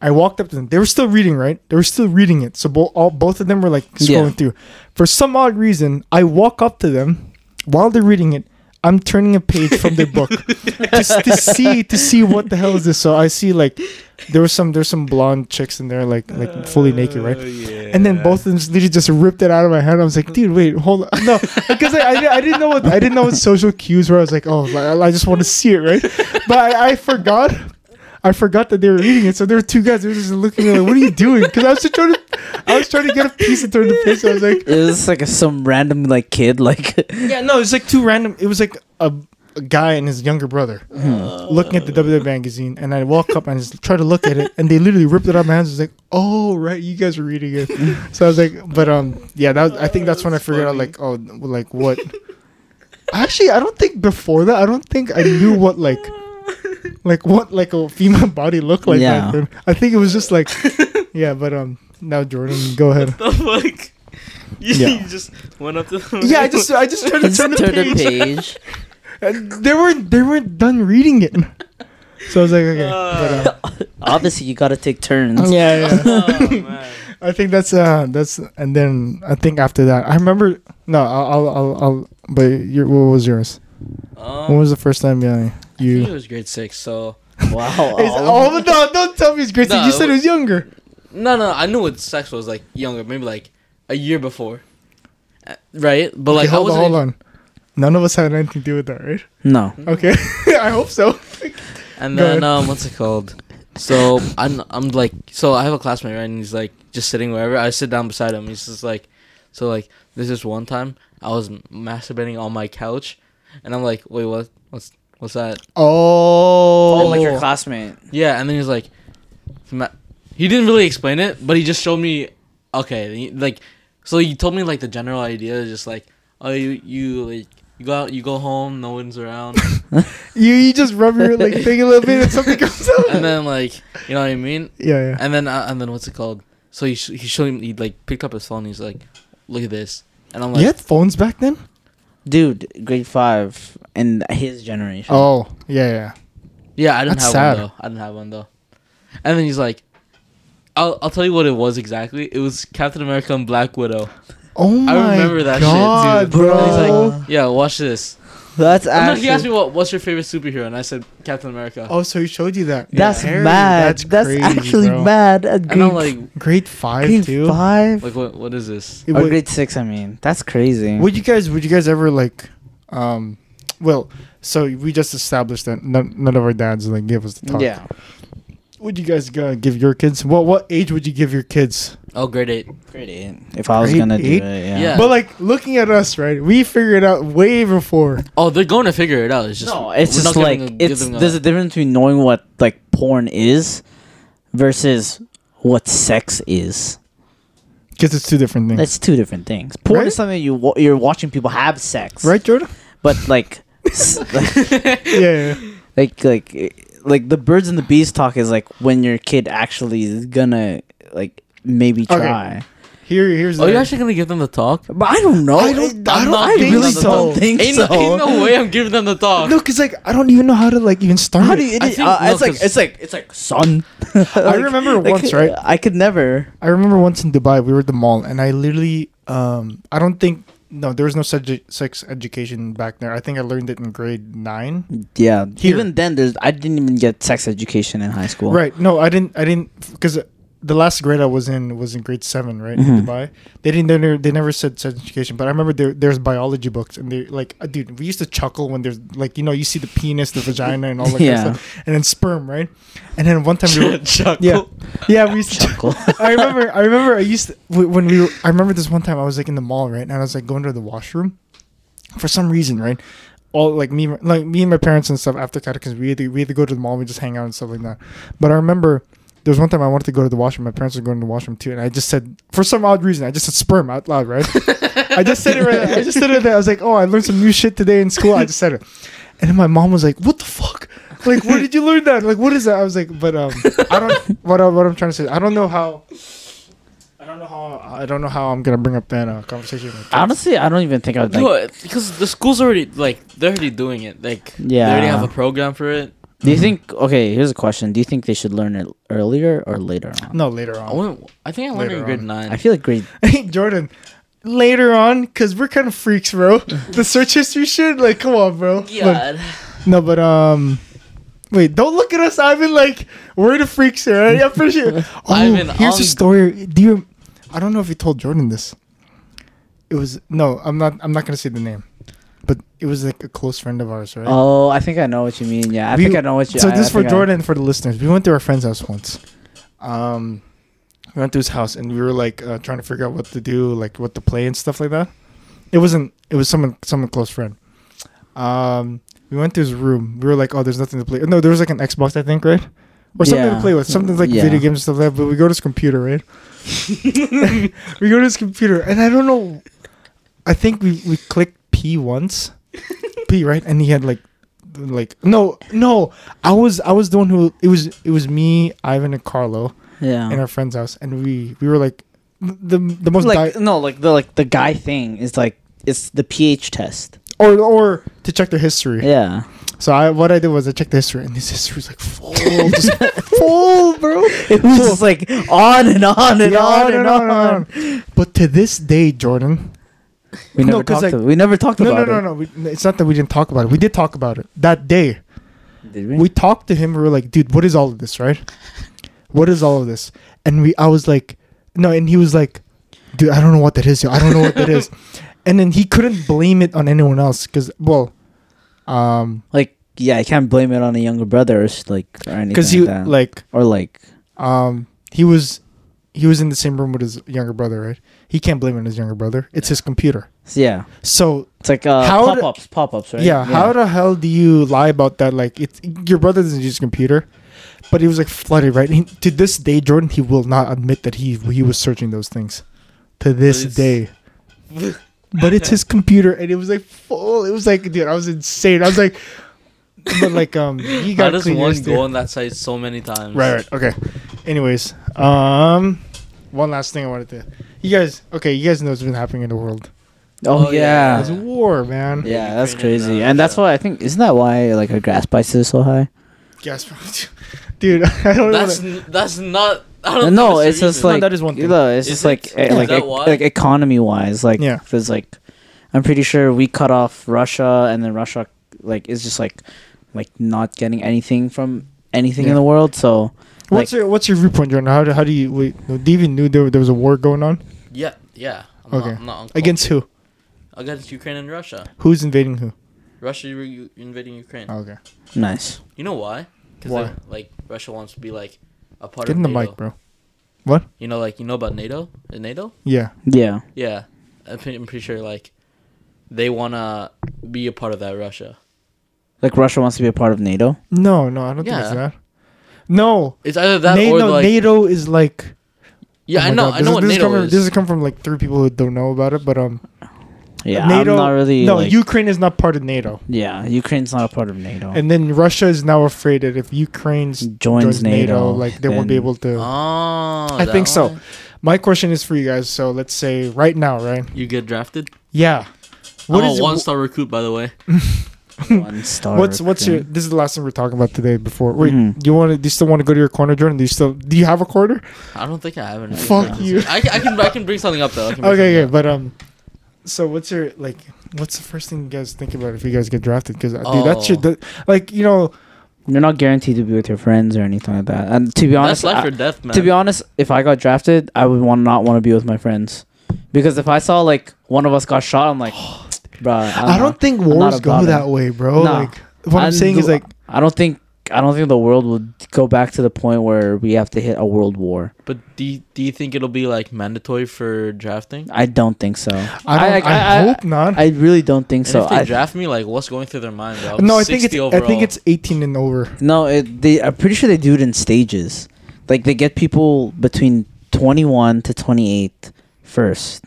Speaker 3: I walked up to them. They were still reading, right? They were still reading it. So both all both of them were like scrolling
Speaker 2: Yeah.
Speaker 3: through. For some odd reason, I walk up to them while they're reading it. I'm turning a page from their book just to see to see what the hell is this. So I see like there was some there's some blonde chicks in there like like fully naked,
Speaker 1: Oh,
Speaker 3: right? And then both of them just literally just ripped it out of my hand. I was like, dude, wait, hold on. *laughs* No, because I, I, di- I didn't know what I didn't know what social cues were. I was like, oh, I, I just want to see it, right? *laughs* But I, I forgot. I forgot that they were reading it. So there were two guys. They were just looking at me like, what are you doing? Because I was just trying to, I was trying to get a piece of turn the piece. I was like,
Speaker 2: It was like a, some random like kid like *laughs*
Speaker 3: yeah, no, it's like two random. It was like a, a guy and his younger brother
Speaker 2: Hmm.
Speaker 3: looking at the WWE magazine, and I walk up and just try to look at it, and they literally ripped it out of my hands. I was like, "Oh right, you guys are reading it." so I was like, "But um, yeah, that was, I think that's when I figured out like, oh, like what." Actually, I don't think before that. I don't think I knew what like, like what like a female body looked like.
Speaker 2: Yeah.
Speaker 3: back then. I think it was just
Speaker 1: *laughs*
Speaker 3: like, yeah. But um, now Jordan, go ahead.
Speaker 1: the fuck? *laughs* You
Speaker 3: Yeah.
Speaker 1: just went up to
Speaker 3: *laughs* Yeah, I just I just tried to
Speaker 2: *laughs* Just
Speaker 3: turn the
Speaker 2: turn the
Speaker 3: page.
Speaker 2: page.
Speaker 3: And they weren't they weren't done reading it. So I was like, okay. but, uh,
Speaker 2: Obviously, you gotta take turns.
Speaker 3: yeah, yeah.
Speaker 1: *laughs*
Speaker 3: *laughs*
Speaker 1: Oh, man.
Speaker 3: I think that's uh that's and then I think after that I remember no I'll I'll I'll, I'll but your what was yours? when
Speaker 1: Um,
Speaker 3: was the first time yeah
Speaker 1: I think it
Speaker 3: you?
Speaker 1: was grade six, so
Speaker 2: Wow.
Speaker 3: It's, oh no! Don't tell me it's great.
Speaker 1: No,
Speaker 3: you said
Speaker 1: it
Speaker 3: it was younger.
Speaker 1: no, no, I knew what sex was like younger, maybe like a year before, Uh, right? But like
Speaker 3: Okay,
Speaker 1: I
Speaker 3: hold on,
Speaker 1: wasn't.
Speaker 3: hold on. None of us had anything to do with that, right?
Speaker 2: No.
Speaker 1: Mm-hmm.
Speaker 3: Okay, *laughs* I hope so.
Speaker 1: And
Speaker 3: Go
Speaker 1: then
Speaker 3: ahead.
Speaker 1: um, what's it called? So I'm I'm like so I have a classmate right, and he's like just sitting wherever I sit down beside him. He's just like, so like this is one time I was m- masturbating on my couch, and I'm like, wait, what? What's what's that?
Speaker 3: Oh,
Speaker 2: Oh, like your classmate.
Speaker 1: Yeah, and then he's like, ma- he didn't really explain it, but he just showed me. Okay, and he- like, so he told me like the general idea is just like, oh, you you like you go out, you go home, no one's around,
Speaker 3: you you just rub your like thing a little bit and something comes out.
Speaker 1: *laughs* and then like, you know what I mean?
Speaker 3: yeah, yeah.
Speaker 1: And then uh, and then what's it called? So he sh- he showed him he like picked up his phone. He's like, look at this, and I'm like,
Speaker 3: you had phones back then?
Speaker 2: Dude, grade five in his generation.
Speaker 3: Oh, yeah, yeah.
Speaker 1: yeah, I didn't
Speaker 3: That's
Speaker 1: have
Speaker 3: sad.
Speaker 1: one though. I didn't have one though. And then he's like, I'll I'll tell you what it was exactly. It was Captain America and Black Widow.
Speaker 3: Oh my
Speaker 1: I remember that
Speaker 3: God,
Speaker 1: shit too.
Speaker 3: bro.
Speaker 1: And
Speaker 3: Uh.
Speaker 1: he's like, yeah, watch this.
Speaker 2: That's
Speaker 1: And then he asked
Speaker 2: actually.
Speaker 1: me what what's your favorite superhero, and I said Captain America.
Speaker 3: oh, so he showed you that?
Speaker 2: That's
Speaker 3: Harry,
Speaker 2: mad. That's,
Speaker 3: crazy,
Speaker 2: actually
Speaker 3: bro.
Speaker 2: mad. At
Speaker 1: and
Speaker 2: grade,
Speaker 1: I'm like,
Speaker 3: Grade five
Speaker 2: grade
Speaker 3: too.
Speaker 2: five
Speaker 1: like what what is this?
Speaker 3: It
Speaker 2: or
Speaker 3: would-
Speaker 2: Oh, grade six. I mean, that's crazy.
Speaker 3: would you guys? Would you guys ever like? Um, well, so we just established that none, none of our dads like give us the talk.
Speaker 2: yeah.
Speaker 3: Would you guys uh, give your kids? What what age would you give your kids?
Speaker 1: Oh, grade eight.
Speaker 2: Grade eight. If I was
Speaker 3: Grade
Speaker 2: gonna
Speaker 3: eight?
Speaker 2: do it, yeah.
Speaker 1: Yeah.
Speaker 3: But like looking at us, right? We figured it out way before.
Speaker 1: Oh, they're going to figure it out. It's just
Speaker 2: no, it's
Speaker 1: we're not
Speaker 2: just like
Speaker 1: giving them- give
Speaker 2: it's
Speaker 1: them a-
Speaker 2: there's a difference between knowing what like porn is versus what sex is.
Speaker 3: Because it's two different things,
Speaker 2: That's two different things. Porn
Speaker 3: Right?
Speaker 2: is something you wa- you're watching people have sex,
Speaker 3: right,
Speaker 2: *laughs*
Speaker 3: Jordan?
Speaker 2: But like, s- *laughs*
Speaker 3: yeah, yeah, yeah.
Speaker 2: like like eh, like the birds and the bees talk is like when your kid actually is gonna like maybe
Speaker 3: Okay.
Speaker 2: try.
Speaker 3: Here, here's.
Speaker 2: Oh,
Speaker 1: Are you
Speaker 3: the-
Speaker 1: Oh, actually gonna give them the talk?
Speaker 2: But I don't know.
Speaker 3: I don't- I
Speaker 2: I'm
Speaker 3: don't
Speaker 2: not-
Speaker 3: think
Speaker 2: really
Speaker 3: so.
Speaker 2: don't think
Speaker 1: ain't,
Speaker 2: so.
Speaker 1: ain't no way I'm giving them the talk.
Speaker 3: No, because like I don't even know how to like even start.
Speaker 2: How do
Speaker 3: it.
Speaker 2: you? It,
Speaker 1: I
Speaker 2: is-
Speaker 1: think-
Speaker 2: uh,
Speaker 1: no,
Speaker 2: it's like
Speaker 1: 'cause-
Speaker 2: it's like it's like *laughs* son.
Speaker 3: I remember once, right?
Speaker 2: I could never.
Speaker 3: I remember once in Dubai, we were at the mall, and I literally, um, I don't think, no, there was no subject, sex education back there. I think I learned it in grade nine.
Speaker 2: Yeah.
Speaker 3: Here.
Speaker 2: Even then, there's I didn't even get sex education in high school.
Speaker 3: Right. No, I didn't, I didn't, because the last grade I was in was in grade seven, right?
Speaker 2: Mhm.
Speaker 3: In Dubai. They didn't, they never, they never said sex education, but I remember there, there's biology books, and they, like, uh, dude, we used to chuckle when there's, like, you know, you see the penis, the vagina, and all that
Speaker 2: Yeah.
Speaker 3: kind of stuff, and then sperm, right? And then one time, we were,
Speaker 1: *laughs* Chuckle.
Speaker 3: yeah. Yeah, we used to
Speaker 2: Chuckle.
Speaker 3: *laughs* I remember. I remember. I used to, wh- when we. Were, I remember this one time I was like in the mall, right, and I was like going to the washroom, for some reason, right. All like me, and my- like me and my parents and stuff after catechism, we had to, we had to go to the mall. We just hang out and stuff like that. But I remember there was one time I wanted to go to the washroom. My parents were going to the washroom too, and I just said for some odd reason I just said sperm out loud, right? I just said it. Right, I just said it. There. I was like, oh, I learned some new shit today in school. I just said it, and then my mom was like, what the fuck? Like, where did you learn that? Like, what is that? I was like, but um, I don't. What I- what I'm trying to say, I don't know how. I don't know how. I don't know how I'm gonna bring up that uh, conversation. with my parents.
Speaker 2: Honestly, I don't even think I would. Like,
Speaker 1: No, because the school's already like they're already doing it. Like they already
Speaker 2: Yeah.
Speaker 1: have a program for it.
Speaker 2: do you think? Okay, here's a question. Do you think they should learn it earlier or later on?
Speaker 3: No, later
Speaker 1: I
Speaker 3: on.
Speaker 1: went. I think I learned
Speaker 3: Later
Speaker 1: in grade
Speaker 3: on.
Speaker 1: nine.
Speaker 2: I feel like grade.
Speaker 3: Hey, Jordan, later on, because we're kind of freaks, bro. the search history shit, like, come on, bro. Look,
Speaker 1: God.
Speaker 3: no, but, um, wait, don't look at us, Ivan, like, we're the freaks here, right? I'm pretty sure. Oh,
Speaker 1: Ivan,
Speaker 3: here's
Speaker 1: I'm-
Speaker 3: a story. Do you, I don't know if you told Jordan this. It was, no, I'm not, I'm not going to say the name, but it was like a close friend of ours, right?
Speaker 2: Oh, I think I know what you mean. Yeah, I
Speaker 3: We-
Speaker 2: think I know what you.
Speaker 3: So
Speaker 2: I,
Speaker 3: this
Speaker 2: I
Speaker 3: for
Speaker 2: think I-
Speaker 3: Jordan and for the listeners. We went to our friend's house once. Um, we went to his house and we were like uh, trying to figure out what to do, like what to play and stuff like that. It wasn't. It was someone, someone close friend. Um, we went to his room. We were like, oh, there's nothing to play. No, there was like an Xbox, I think, right? Or something
Speaker 2: Yeah.
Speaker 3: to play with. Something like
Speaker 2: Yeah.
Speaker 3: video games and stuff like that. But we go to his computer,
Speaker 2: *laughs*
Speaker 3: right? we go to his computer, and I don't know. I think we we clicked P
Speaker 2: *laughs*
Speaker 3: once, P right, and he had like, like no no. I was I was the one who it was it was me Ivan and Carlo in
Speaker 2: Yeah.
Speaker 3: our friend's house, and we we were like the the most
Speaker 2: Like
Speaker 3: di-
Speaker 2: no, like the like the guy thing is like it's the pH test.
Speaker 3: or or to check their history.
Speaker 2: Yeah.
Speaker 3: *laughs* So I what I did was I checked the history, and his history was like full, *laughs* just full, bro.
Speaker 2: It was just like on and on and
Speaker 3: Yeah,
Speaker 2: on
Speaker 3: no,
Speaker 2: and
Speaker 3: no,
Speaker 2: on.
Speaker 3: no, no. But to this day, Jordan,
Speaker 2: We
Speaker 3: No,
Speaker 2: never
Speaker 3: 'cause,
Speaker 2: talked.
Speaker 3: like-
Speaker 2: about, we never talked
Speaker 3: no, no,
Speaker 2: about
Speaker 3: no,
Speaker 2: it.
Speaker 3: no. We, it's not that we didn't talk about it. We did talk about it that day.
Speaker 2: Did
Speaker 3: we talked to him. We were like, dude, what is all of this, right? What is all of this? And we, I was like, no, and he was like, dude, I don't know what that is. yo. I don't know what that *laughs* is. And then he couldn't blame it on anyone else because, well, um,
Speaker 2: like yeah, I can't blame it on a younger brother or s- like or anything.
Speaker 3: because
Speaker 2: Because
Speaker 3: he
Speaker 2: like, that.
Speaker 3: like,
Speaker 2: or like
Speaker 3: um, he was, he was in the same room with his younger brother, right? He can't blame it on his younger brother. It's his computer.
Speaker 2: so yeah,
Speaker 3: So
Speaker 2: it's like uh,
Speaker 3: How
Speaker 2: pop
Speaker 3: d-
Speaker 2: ups, pop ups, right?
Speaker 3: Yeah, how the hell do you lie about that? Like, it's your brother doesn't use a computer, but he was like flooded, right? And he, to this day, Jordan, he will not admit that he he was searching those things. To this
Speaker 1: it's-
Speaker 3: day, but it's his computer, and it was like full. It was like, dude, I was insane. I was like, but like, um, he
Speaker 1: How
Speaker 3: got
Speaker 1: does
Speaker 3: clean
Speaker 1: one
Speaker 3: yesterday.
Speaker 1: go on that side so many times?
Speaker 3: Right, right, okay. Anyways, um, one last thing I wanted to, you guys, okay, you guys know what's been happening in the world.
Speaker 2: Oh,
Speaker 1: Oh,
Speaker 2: yeah.
Speaker 3: It's
Speaker 2: yeah.
Speaker 1: yeah.
Speaker 3: war, man.
Speaker 2: that's
Speaker 1: Ukrainian,
Speaker 2: crazy,
Speaker 1: uh,
Speaker 2: and that's
Speaker 1: yeah.
Speaker 2: why I think isn't that why like our gas prices are so high?
Speaker 3: Yes, *laughs* dude, *laughs* I don't know.
Speaker 1: That's n- that's not. I don't
Speaker 2: No,
Speaker 1: think that's
Speaker 2: it's just
Speaker 1: the reason.
Speaker 2: like
Speaker 3: that is one thing.
Speaker 2: no, it's
Speaker 1: Is
Speaker 2: just like
Speaker 1: it?
Speaker 2: eh,
Speaker 1: Is
Speaker 2: like
Speaker 1: that
Speaker 2: ec-
Speaker 1: why?
Speaker 2: like economy wise, like
Speaker 3: Yeah.
Speaker 2: there's like I'm pretty sure we cut off Russia, and then Russia like is just like like not getting anything from anything in
Speaker 3: Yeah.
Speaker 2: the world. So
Speaker 3: What's your what's your viewpoint, Jordan? How do, how do you wait? No, do you even knew there, there was a war going on
Speaker 1: yeah, yeah. I'm
Speaker 3: Okay.
Speaker 1: Not, I'm not uncomfortable.
Speaker 3: against who?
Speaker 1: against Ukraine and Russia.
Speaker 3: Who's invading who?
Speaker 1: Russia re- invading Ukraine.
Speaker 3: Oh, okay,
Speaker 2: nice.
Speaker 1: You know why? Because
Speaker 3: Why?
Speaker 1: like Russia wants to be like a part
Speaker 3: get
Speaker 1: of
Speaker 3: in the
Speaker 1: NATO.
Speaker 3: mic, bro.
Speaker 1: You know, like you know about NATO? Uh, NATO?
Speaker 3: Yeah,
Speaker 2: Yeah.
Speaker 1: Yeah, I'm pretty, I'm pretty sure like they wanna be a part of that Russia.
Speaker 2: Like Russia wants to be a part of NATO.
Speaker 3: no, no, I don't think it's
Speaker 1: Yeah.
Speaker 3: that. No,
Speaker 1: It's either that
Speaker 3: NATO,
Speaker 1: or like
Speaker 3: NATO is like
Speaker 1: yeah,
Speaker 3: oh
Speaker 1: I
Speaker 3: my
Speaker 1: know,
Speaker 3: God,
Speaker 1: I
Speaker 3: this
Speaker 1: know
Speaker 3: is-
Speaker 1: what
Speaker 3: this is
Speaker 1: NATO
Speaker 3: coming-
Speaker 1: is.
Speaker 3: This has come from like three people who don't know about it, but um,
Speaker 2: Yeah,
Speaker 3: NATO.
Speaker 2: I'm not really.
Speaker 3: no,
Speaker 2: like-
Speaker 3: Ukraine is not part of NATO,
Speaker 2: Yeah, Ukraine's not a part of NATO.
Speaker 3: and then Russia is now afraid that if Ukraine s-
Speaker 2: Joins
Speaker 3: joins NATO,
Speaker 2: NATO,
Speaker 3: like they won't be
Speaker 2: then-
Speaker 3: able to.
Speaker 1: Oh,
Speaker 3: I
Speaker 1: that
Speaker 3: think so.
Speaker 1: one?
Speaker 3: My question is for you guys. So let's say right now, right?
Speaker 1: You get drafted.
Speaker 3: Yeah.
Speaker 1: What
Speaker 3: What
Speaker 1: oh,
Speaker 3: is it-
Speaker 1: one star recruit by the way?
Speaker 2: One
Speaker 3: *laughs*
Speaker 2: star.
Speaker 3: What's what's your?
Speaker 2: recruit.
Speaker 3: This is the last thing we're talking about today. Before wait,
Speaker 2: Mhm.
Speaker 3: do you want to? Do you still want to go to your corner, Jordan? Do you still? Do you have a corner?
Speaker 1: I don't think I have anything.
Speaker 3: Fuck
Speaker 1: for
Speaker 3: you.
Speaker 1: this. I, can- I can I can bring something up though. I can bring
Speaker 3: Okay,
Speaker 1: something
Speaker 3: okay, but um, so what's your like? What's the first thing you guys think about if you guys get drafted? Because dude, that
Speaker 1: Oh.
Speaker 3: shit, that, like you know,
Speaker 2: You're not guaranteed to be with your friends or anything like that. And to be
Speaker 1: up.
Speaker 2: honest,
Speaker 1: That's life
Speaker 2: I-
Speaker 1: or death, man.
Speaker 2: to be honest, if I got drafted, I would want not want to be with my friends, because if I saw like one of us got
Speaker 1: *gasps*
Speaker 2: shot, I'm like, bruh.
Speaker 3: I don't think
Speaker 2: not
Speaker 3: wars
Speaker 2: about
Speaker 3: go
Speaker 2: it.
Speaker 3: that way, bro.
Speaker 2: No.
Speaker 3: Like what I'm,
Speaker 2: And
Speaker 3: saying is
Speaker 2: the-
Speaker 3: like,
Speaker 2: I don't think I don't think the world would go back to the point where we have to hit a world war.
Speaker 1: but do you, do you think it'll be like mandatory for drafting?
Speaker 2: I don't think so.
Speaker 3: I don't, I, hope not.
Speaker 2: I really don't think
Speaker 1: And
Speaker 2: so.
Speaker 1: if they
Speaker 2: I,
Speaker 1: draft me, like what's going through their mind? Bro?
Speaker 3: no, I think it's. I think
Speaker 1: overall.
Speaker 3: it's 18 and over.
Speaker 2: no, it, they. I'm pretty sure they do it in stages. like they get people between 21 to 28 first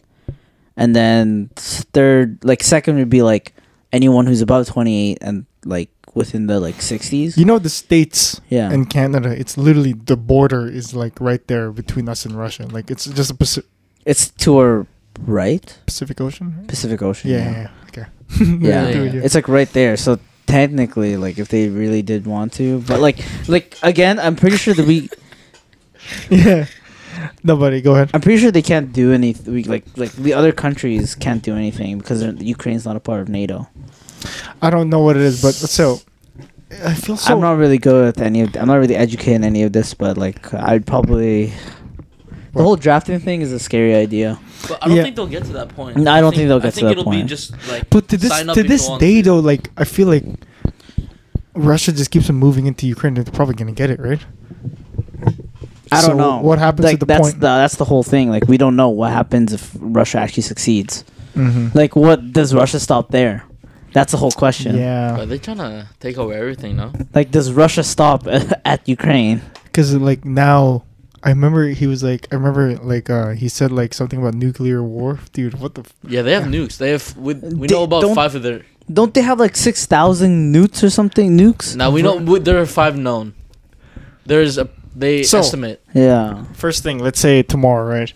Speaker 2: and then s- third like second would be like anyone who's about 28 and like within the like 60s
Speaker 3: You know the states
Speaker 2: yeah
Speaker 3: and Canada. It's literally the border is like right there between us and Russia. Like it's just a Paci-
Speaker 2: it's to our right
Speaker 3: Pacific Ocean. Right?
Speaker 2: pacific ocean
Speaker 3: Yeah, yeah, yeah. Okay. *laughs* Yeah,
Speaker 2: *laughs* yeah,
Speaker 3: do it,
Speaker 1: yeah.
Speaker 3: yeah.
Speaker 2: it's like right there so technically like if they really did want to but like like again i'm pretty sure that we
Speaker 3: yeah. Nobody, go ahead.
Speaker 2: i'm pretty sure they can't do anything we, like like the other countries can't do anything because they're- ukraine's not a part of nato
Speaker 3: I don't know what it is, but so I feel so.
Speaker 2: i'm not really good at any of i'm not really educated in any of this but like i'd probably the
Speaker 3: What?
Speaker 2: whole drafting thing is a scary idea
Speaker 1: But I don't
Speaker 3: Yeah.
Speaker 1: think they'll get to that point.
Speaker 2: No, I don't think they'll get
Speaker 1: I
Speaker 2: to
Speaker 1: think
Speaker 2: that
Speaker 1: it'll
Speaker 2: point.
Speaker 1: be just like.
Speaker 3: but to this
Speaker 1: sign up
Speaker 3: to
Speaker 1: if
Speaker 3: this
Speaker 1: you want
Speaker 3: day
Speaker 1: to.
Speaker 3: though, like I feel like Russia just keeps on moving into Ukraine. They're probably gonna get it, right?
Speaker 2: i don't
Speaker 3: So
Speaker 2: know
Speaker 3: what happens
Speaker 2: like,
Speaker 3: at the
Speaker 2: that's
Speaker 3: point-
Speaker 2: the, that's the whole thing like we don't know what happens if russia actually succeeds
Speaker 3: Mm-hmm.
Speaker 2: like what does russia stop there that's the whole question
Speaker 1: Are
Speaker 3: Yeah,
Speaker 1: they trying to take over everything now?
Speaker 2: Like, does Russia stop *laughs* at Ukraine?
Speaker 3: because like now, I remember he was like, I remember like uh he said like something about nuclear war, *laughs* dude. What the? F-
Speaker 1: Yeah, they have nukes. They have. We, we
Speaker 2: They
Speaker 1: know about
Speaker 2: don't-
Speaker 1: five of their.
Speaker 2: Don't they have like six thousand nukes or something? Nukes?
Speaker 1: Now we know we, there are five known. There's a they
Speaker 3: So-
Speaker 1: estimate.
Speaker 2: Yeah.
Speaker 3: First thing, let's say tomorrow, right?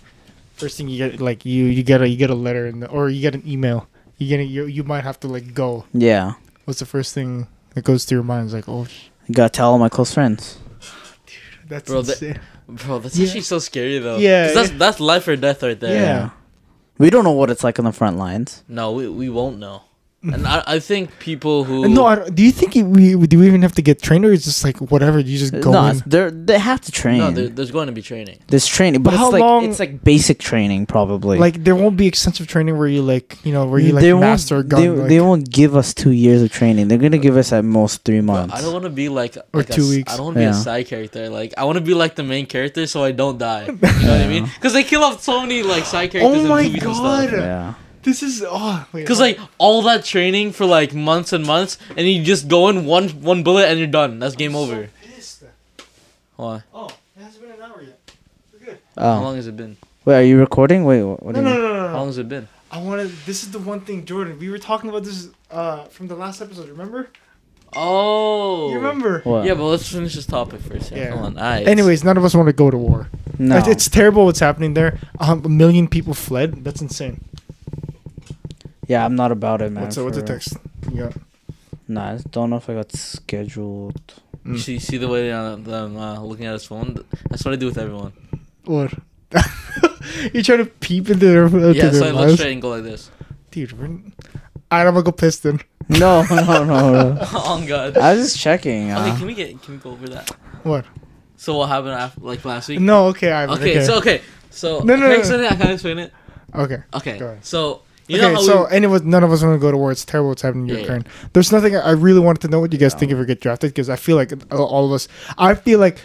Speaker 3: First thing you get like you you get a you get a letter in the, or you get an email. You get a, you you might have to like go.
Speaker 2: Yeah.
Speaker 3: What's the first thing that goes through your mind? It's like, oh, sh-
Speaker 2: Gotta tell all my close friends.
Speaker 3: that's
Speaker 1: Bro, the-
Speaker 3: insane.
Speaker 1: Bro, that's
Speaker 3: Yeah.
Speaker 1: actually so scary though.
Speaker 3: Yeah,
Speaker 1: 'Cause that's that's life or death right there.
Speaker 3: Yeah.
Speaker 2: We don't know what it's like on the front lines.
Speaker 1: No, we, we won't know. And I, I think people who
Speaker 3: Mm-hmm. No, I don't, do you think it- we we- do we even have to get trained or it's just like whatever? You just go
Speaker 2: no,
Speaker 3: in.
Speaker 2: it's- they're they have to train.
Speaker 1: no, there, there's going to be training.
Speaker 2: There's training,
Speaker 3: But
Speaker 2: but
Speaker 3: how
Speaker 2: it's like
Speaker 3: long-
Speaker 2: it's like basic training probably.
Speaker 3: Like there won't be extensive training where you like you know where you like
Speaker 2: they
Speaker 3: master a
Speaker 2: won't,
Speaker 3: gun
Speaker 2: They,
Speaker 3: like,
Speaker 2: they won't give us two years of training. They're gonna give us at most three
Speaker 1: Bro,
Speaker 2: months.
Speaker 1: I don't want to be like
Speaker 3: Or
Speaker 1: like a
Speaker 3: two
Speaker 1: s-
Speaker 3: weeks.
Speaker 1: I don't want to be a
Speaker 2: Yeah.
Speaker 1: side character. Like I want to be like the main character so I don't
Speaker 3: *laughs*
Speaker 1: die. You know what I mean? Because they kill off so many like side characters.
Speaker 3: Oh
Speaker 1: in
Speaker 3: my
Speaker 1: movies and stuff.
Speaker 3: God.
Speaker 2: yeah.
Speaker 3: This is oh wait,
Speaker 1: Cause
Speaker 3: hold
Speaker 1: like all that training for like months and months, and you just go in one one bullet and you're done. That's game
Speaker 3: on.
Speaker 1: over.
Speaker 3: So pissed.
Speaker 1: Why?
Speaker 3: Oh, it hasn't been an hour yet.
Speaker 1: How
Speaker 2: Oh.
Speaker 1: long has it been?
Speaker 2: Wait, are you recording? Wait, what, what
Speaker 3: No,
Speaker 2: do
Speaker 3: no,
Speaker 2: you
Speaker 3: no, no, no,
Speaker 1: How long has it been?
Speaker 3: I wanted. This is the one thing, Jordan. We were talking about this uh from the last episode. Remember?
Speaker 1: Oh.
Speaker 3: You remember?
Speaker 2: What?
Speaker 1: Yeah, but let's finish this topic first. Yeah.
Speaker 3: Yeah.
Speaker 1: Come on. Alright.
Speaker 3: Anyways, none of us want to go to war.
Speaker 2: no.
Speaker 3: It- It's terrible what's happening there. Um, a million people fled. That's insane.
Speaker 2: yeah, I'm not about it, man.
Speaker 3: what's uh, what's the
Speaker 2: for-
Speaker 3: text? You got
Speaker 2: Nah, I don't know if I got scheduled. *laughs*
Speaker 1: You see, see the way uh, them uh, looking at his phone. Th- That's what I do with everyone.
Speaker 3: *laughs* what? You're trying to peep into their into
Speaker 1: yeah,
Speaker 3: their
Speaker 1: so I look
Speaker 3: lives,
Speaker 1: straight and go like this. *laughs*
Speaker 3: dude. We're, I don't go piston.
Speaker 2: No, no, no, no.
Speaker 1: oh God.
Speaker 2: I was just
Speaker 1: *laughs*
Speaker 2: checking.
Speaker 1: okay,
Speaker 2: Uh,
Speaker 1: can we get can we go over that?
Speaker 3: What?
Speaker 1: So what happened after like last week?
Speaker 3: No, okay, I
Speaker 1: Okay, so okay, so
Speaker 3: No, no,
Speaker 1: can I
Speaker 3: no.
Speaker 1: explain it? I can't explain it.
Speaker 3: okay.
Speaker 1: Okay,
Speaker 3: Go ahead.
Speaker 1: so you
Speaker 3: okay,
Speaker 1: know how
Speaker 3: so
Speaker 1: we,
Speaker 3: any of us, none of us want to go to war. It's terrible what's happening in
Speaker 1: Yeah, yeah.
Speaker 3: Ukraine. There's nothing. I really wanted to know what you guys think if we get drafted because I feel like all- all of us. I feel like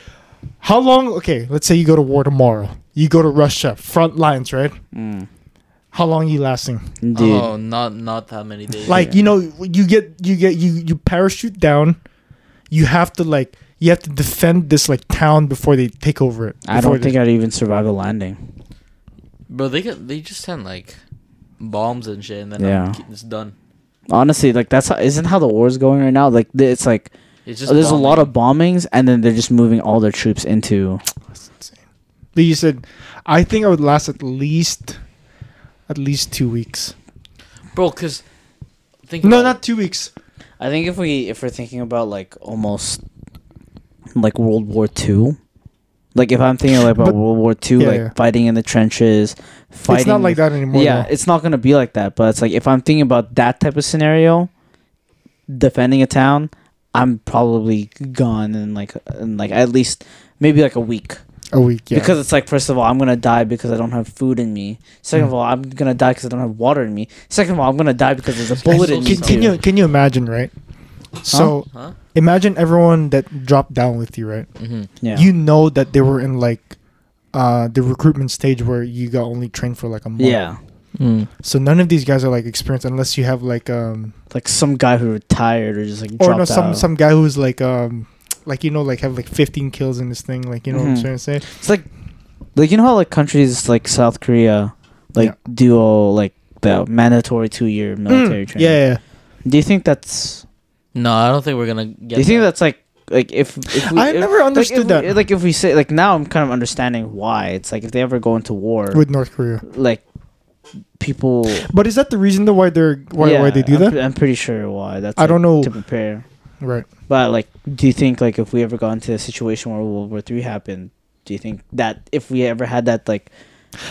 Speaker 3: how long? Okay, let's say you go to war tomorrow. You go to Russia, front lines, right?
Speaker 2: mm,
Speaker 3: How long you lasting?
Speaker 2: dude.
Speaker 1: oh not not that many days.
Speaker 3: Like you know, you get you get you you parachute down. You have to like you have to defend this like town before they take over it.
Speaker 2: I
Speaker 3: before
Speaker 2: don't
Speaker 3: they-
Speaker 2: think I'd even survive a landing.
Speaker 1: bro, they get they just send like bombs and shit, and then
Speaker 2: Yeah.
Speaker 1: um, it's done.
Speaker 2: Honestly, like that's how, isn't how the war is going right now. Like th- it's like
Speaker 1: It's just
Speaker 2: Oh, there's a lot of bombings, and then they're just moving all their troops into.
Speaker 3: That's insane. But you said, I think I would last at least, at least two weeks.
Speaker 1: bombing. bro, cause think
Speaker 3: No,
Speaker 1: about
Speaker 3: not two weeks.
Speaker 2: I think if we if we're thinking about like almost like World War Two, like if I'm thinking like about
Speaker 3: But-
Speaker 2: World War Two,
Speaker 3: yeah,
Speaker 2: like
Speaker 3: yeah.
Speaker 2: fighting in the trenches, fighting.
Speaker 3: It's not like that anymore.
Speaker 2: yeah,
Speaker 3: though.
Speaker 2: it's not gonna be like that. But it's like if I'm thinking about that type of scenario, defending a town, I'm probably gone in like in like at least maybe like a week
Speaker 3: a week. Yeah,
Speaker 2: because it's like first of all I'm gonna die because I don't have food in me. Second of
Speaker 3: Mm.
Speaker 2: all I'm gonna die because I don't have water in me. Second of all I'm gonna die
Speaker 3: *laughs*
Speaker 2: because there's a
Speaker 1: guys
Speaker 2: bullet
Speaker 1: so
Speaker 2: in me.
Speaker 1: stupid.
Speaker 3: can you
Speaker 2: Continue.
Speaker 3: can you imagine right? So
Speaker 1: it. Huh?
Speaker 3: imagine everyone that dropped down with you, right?
Speaker 1: Mm-hmm.
Speaker 2: Yeah.
Speaker 3: You know that they were in like uh the recruitment stage where you got only trained for like a month.
Speaker 2: yeah.
Speaker 3: So none of these guys are like experienced unless you have like um
Speaker 2: Like some guy who retired or just like dropped
Speaker 3: or no some
Speaker 2: out.
Speaker 3: some guy who's like um like you know, like have like 15 kills in this thing. Like you know what
Speaker 2: Mhm.
Speaker 3: I'm trying to say?
Speaker 2: It's like, like you know how like countries like South Korea, like
Speaker 3: Yeah.
Speaker 2: do all like the mandatory two year military
Speaker 3: Mm,
Speaker 2: training.
Speaker 3: Yeah, yeah.
Speaker 2: Do you think that's?
Speaker 1: No, I don't think we're gonna get.
Speaker 2: do you think
Speaker 1: that.
Speaker 2: that's like like if, if
Speaker 3: I
Speaker 2: if-
Speaker 3: never
Speaker 2: like, if
Speaker 3: understood
Speaker 2: we-
Speaker 3: that.
Speaker 2: like if we say like now I'm kind of understanding why it's like if they ever go into war
Speaker 3: with North Korea.
Speaker 2: like people
Speaker 3: But is that the reason though why they're why why they do
Speaker 2: I'm
Speaker 3: that?
Speaker 2: pre- I'm pretty sure why. That's
Speaker 3: I
Speaker 2: like,
Speaker 3: don't know.
Speaker 2: to prepare.
Speaker 3: right.
Speaker 2: But like, do you think like if we ever got into a situation where World War Three happened, do you think that if we ever had that like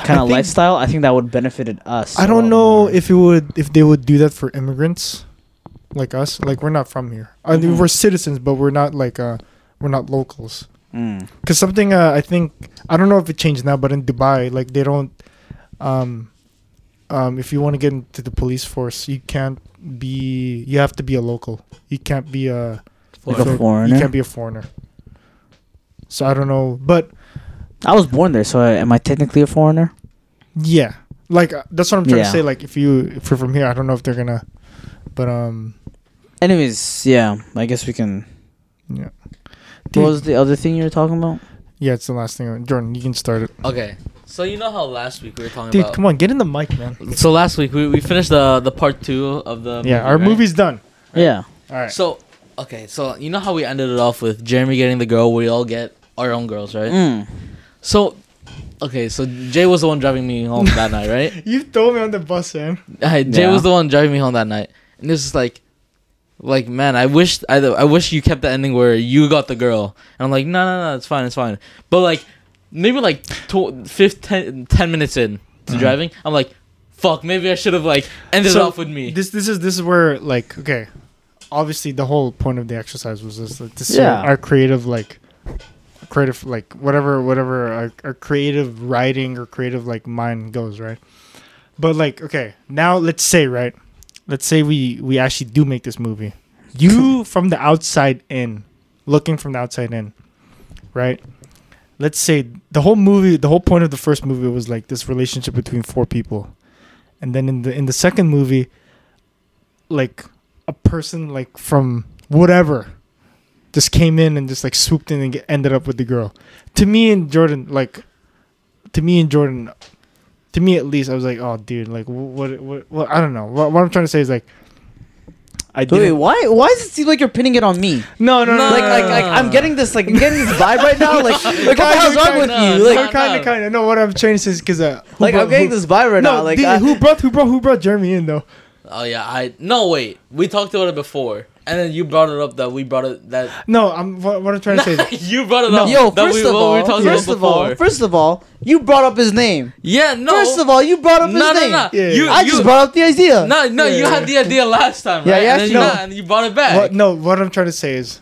Speaker 2: kind of
Speaker 3: think-
Speaker 2: lifestyle, I think that would benefited us.
Speaker 3: I
Speaker 2: a
Speaker 3: don't
Speaker 2: lot
Speaker 3: know
Speaker 2: more.
Speaker 3: if it would if they would do that for immigrants, like us. Like we're not from here. I mean,
Speaker 2: Mhm.
Speaker 3: we're citizens, but we're not like uh we're not locals.
Speaker 2: Mm.
Speaker 3: because something uh, I think I don't know if it changed now, but in Dubai, like they don't, um, um, if you want to get into the police force, you can't be, you have to be a local. You can't be a,
Speaker 2: Like a
Speaker 3: so
Speaker 2: foreigner?
Speaker 3: You can't be a foreigner. So I don't know, but
Speaker 2: I was born there, so I, am I technically a foreigner?
Speaker 3: yeah, like uh, that's what I'm trying
Speaker 2: Yeah.
Speaker 3: to say. Like if you if you're from here, I don't know if they're gonna, but um,
Speaker 2: Anyways, yeah, I guess we can.
Speaker 3: yeah,
Speaker 2: What was the other thing you were talking about?
Speaker 3: yeah, it's the last thing. Jordan, you can start it.
Speaker 1: *laughs* Okay, so you know how last week we were talking
Speaker 3: Dude,
Speaker 1: about.
Speaker 3: come on, get in the mic, man.
Speaker 1: So last week we, we finished the the part two of the
Speaker 3: Yeah, our
Speaker 1: right?
Speaker 3: movie's done.
Speaker 2: Yeah,
Speaker 3: All right.
Speaker 1: So okay, so you know how we ended it off with Jeremy getting the girl, we all get our own girls, right?
Speaker 2: mm.
Speaker 1: So okay, so Jay was the one driving me home that night, right?
Speaker 3: You throw me on the bus, man.
Speaker 1: I, Jay
Speaker 2: Yeah.
Speaker 1: was the one driving me home that night, and this is like, like man, I wish I, I wish you kept the ending where you got the girl, and I'm like, no, no, no, it's fine, it's fine. But like, maybe like tw- fifth, ten, 10 minutes in to
Speaker 2: Mm-hmm.
Speaker 3: Mhm.
Speaker 1: driving, I'm like, fuck, maybe I should have like ended it
Speaker 3: So,
Speaker 1: off with me.
Speaker 3: This this is this is where like okay, obviously the whole point of the exercise was this like, this
Speaker 2: Yeah.
Speaker 3: our creative like creative like whatever whatever our, our creative writing or creative like mind goes right. But like okay, now let's say right, let's say we we actually do make this movie. You from the outside in, looking from the outside in, right? Let's say the whole movie, the whole point of the first movie was like this relationship between four people, and then in the in the second movie, like a person like from whatever just came in and just like swooped in and get, ended up with the girl. To me and Jordan, like, to me and Jordan, to me at least, I was like, oh, dude, like, wh- what, what, what I don't know. What, what I'm trying to say is like, I
Speaker 2: Wait,
Speaker 3: didn't.
Speaker 2: why? Why does it seem like you're pinning it on me?
Speaker 3: No, no, no,
Speaker 1: No,
Speaker 3: no,
Speaker 2: like,
Speaker 3: no,
Speaker 2: like,
Speaker 3: no,
Speaker 2: like,
Speaker 3: no,
Speaker 2: I'm
Speaker 1: no.
Speaker 2: getting this, like, I'm getting this vibe right now.
Speaker 3: *laughs*
Speaker 2: Like, like what the
Speaker 3: Guys,
Speaker 2: hell's
Speaker 3: we
Speaker 2: wrong with
Speaker 1: kinda-
Speaker 2: you? Like,
Speaker 1: No,
Speaker 3: no, kind
Speaker 1: no.
Speaker 3: of, kind of. No, what I'm trying to say is because uh, who
Speaker 2: like I'm
Speaker 3: brought-
Speaker 2: getting
Speaker 3: who-
Speaker 2: this vibe right
Speaker 3: no,
Speaker 2: now. Like,
Speaker 3: dude,
Speaker 2: I-
Speaker 3: who brought who brought who brought Jeremy in though?
Speaker 1: oh yeah, I no wait, we talked about it before, and then you brought it up that we brought it
Speaker 2: *laughs*
Speaker 1: that.
Speaker 3: No, I'm what, what I'm trying to say. Is,
Speaker 1: *laughs* you brought it up.
Speaker 2: Yo,
Speaker 1: that
Speaker 2: first
Speaker 1: we, what
Speaker 2: of
Speaker 1: we
Speaker 2: all,
Speaker 1: were talking
Speaker 2: first
Speaker 1: about
Speaker 2: of all,
Speaker 1: before.
Speaker 2: first of all, you brought up his name.
Speaker 1: yeah, no.
Speaker 2: First of all, you brought up his
Speaker 1: no, no,
Speaker 2: name.
Speaker 1: no,
Speaker 3: Yeah.
Speaker 1: You,
Speaker 2: I
Speaker 1: you,
Speaker 2: just brought up the idea.
Speaker 1: No, no,
Speaker 3: Yeah,
Speaker 1: you
Speaker 3: yeah,
Speaker 1: had the idea last time,
Speaker 2: Yeah,
Speaker 1: right?
Speaker 2: yeah,
Speaker 1: and, then you,
Speaker 2: no.
Speaker 1: not- and you brought it back.
Speaker 3: what, no, what I'm trying to say is,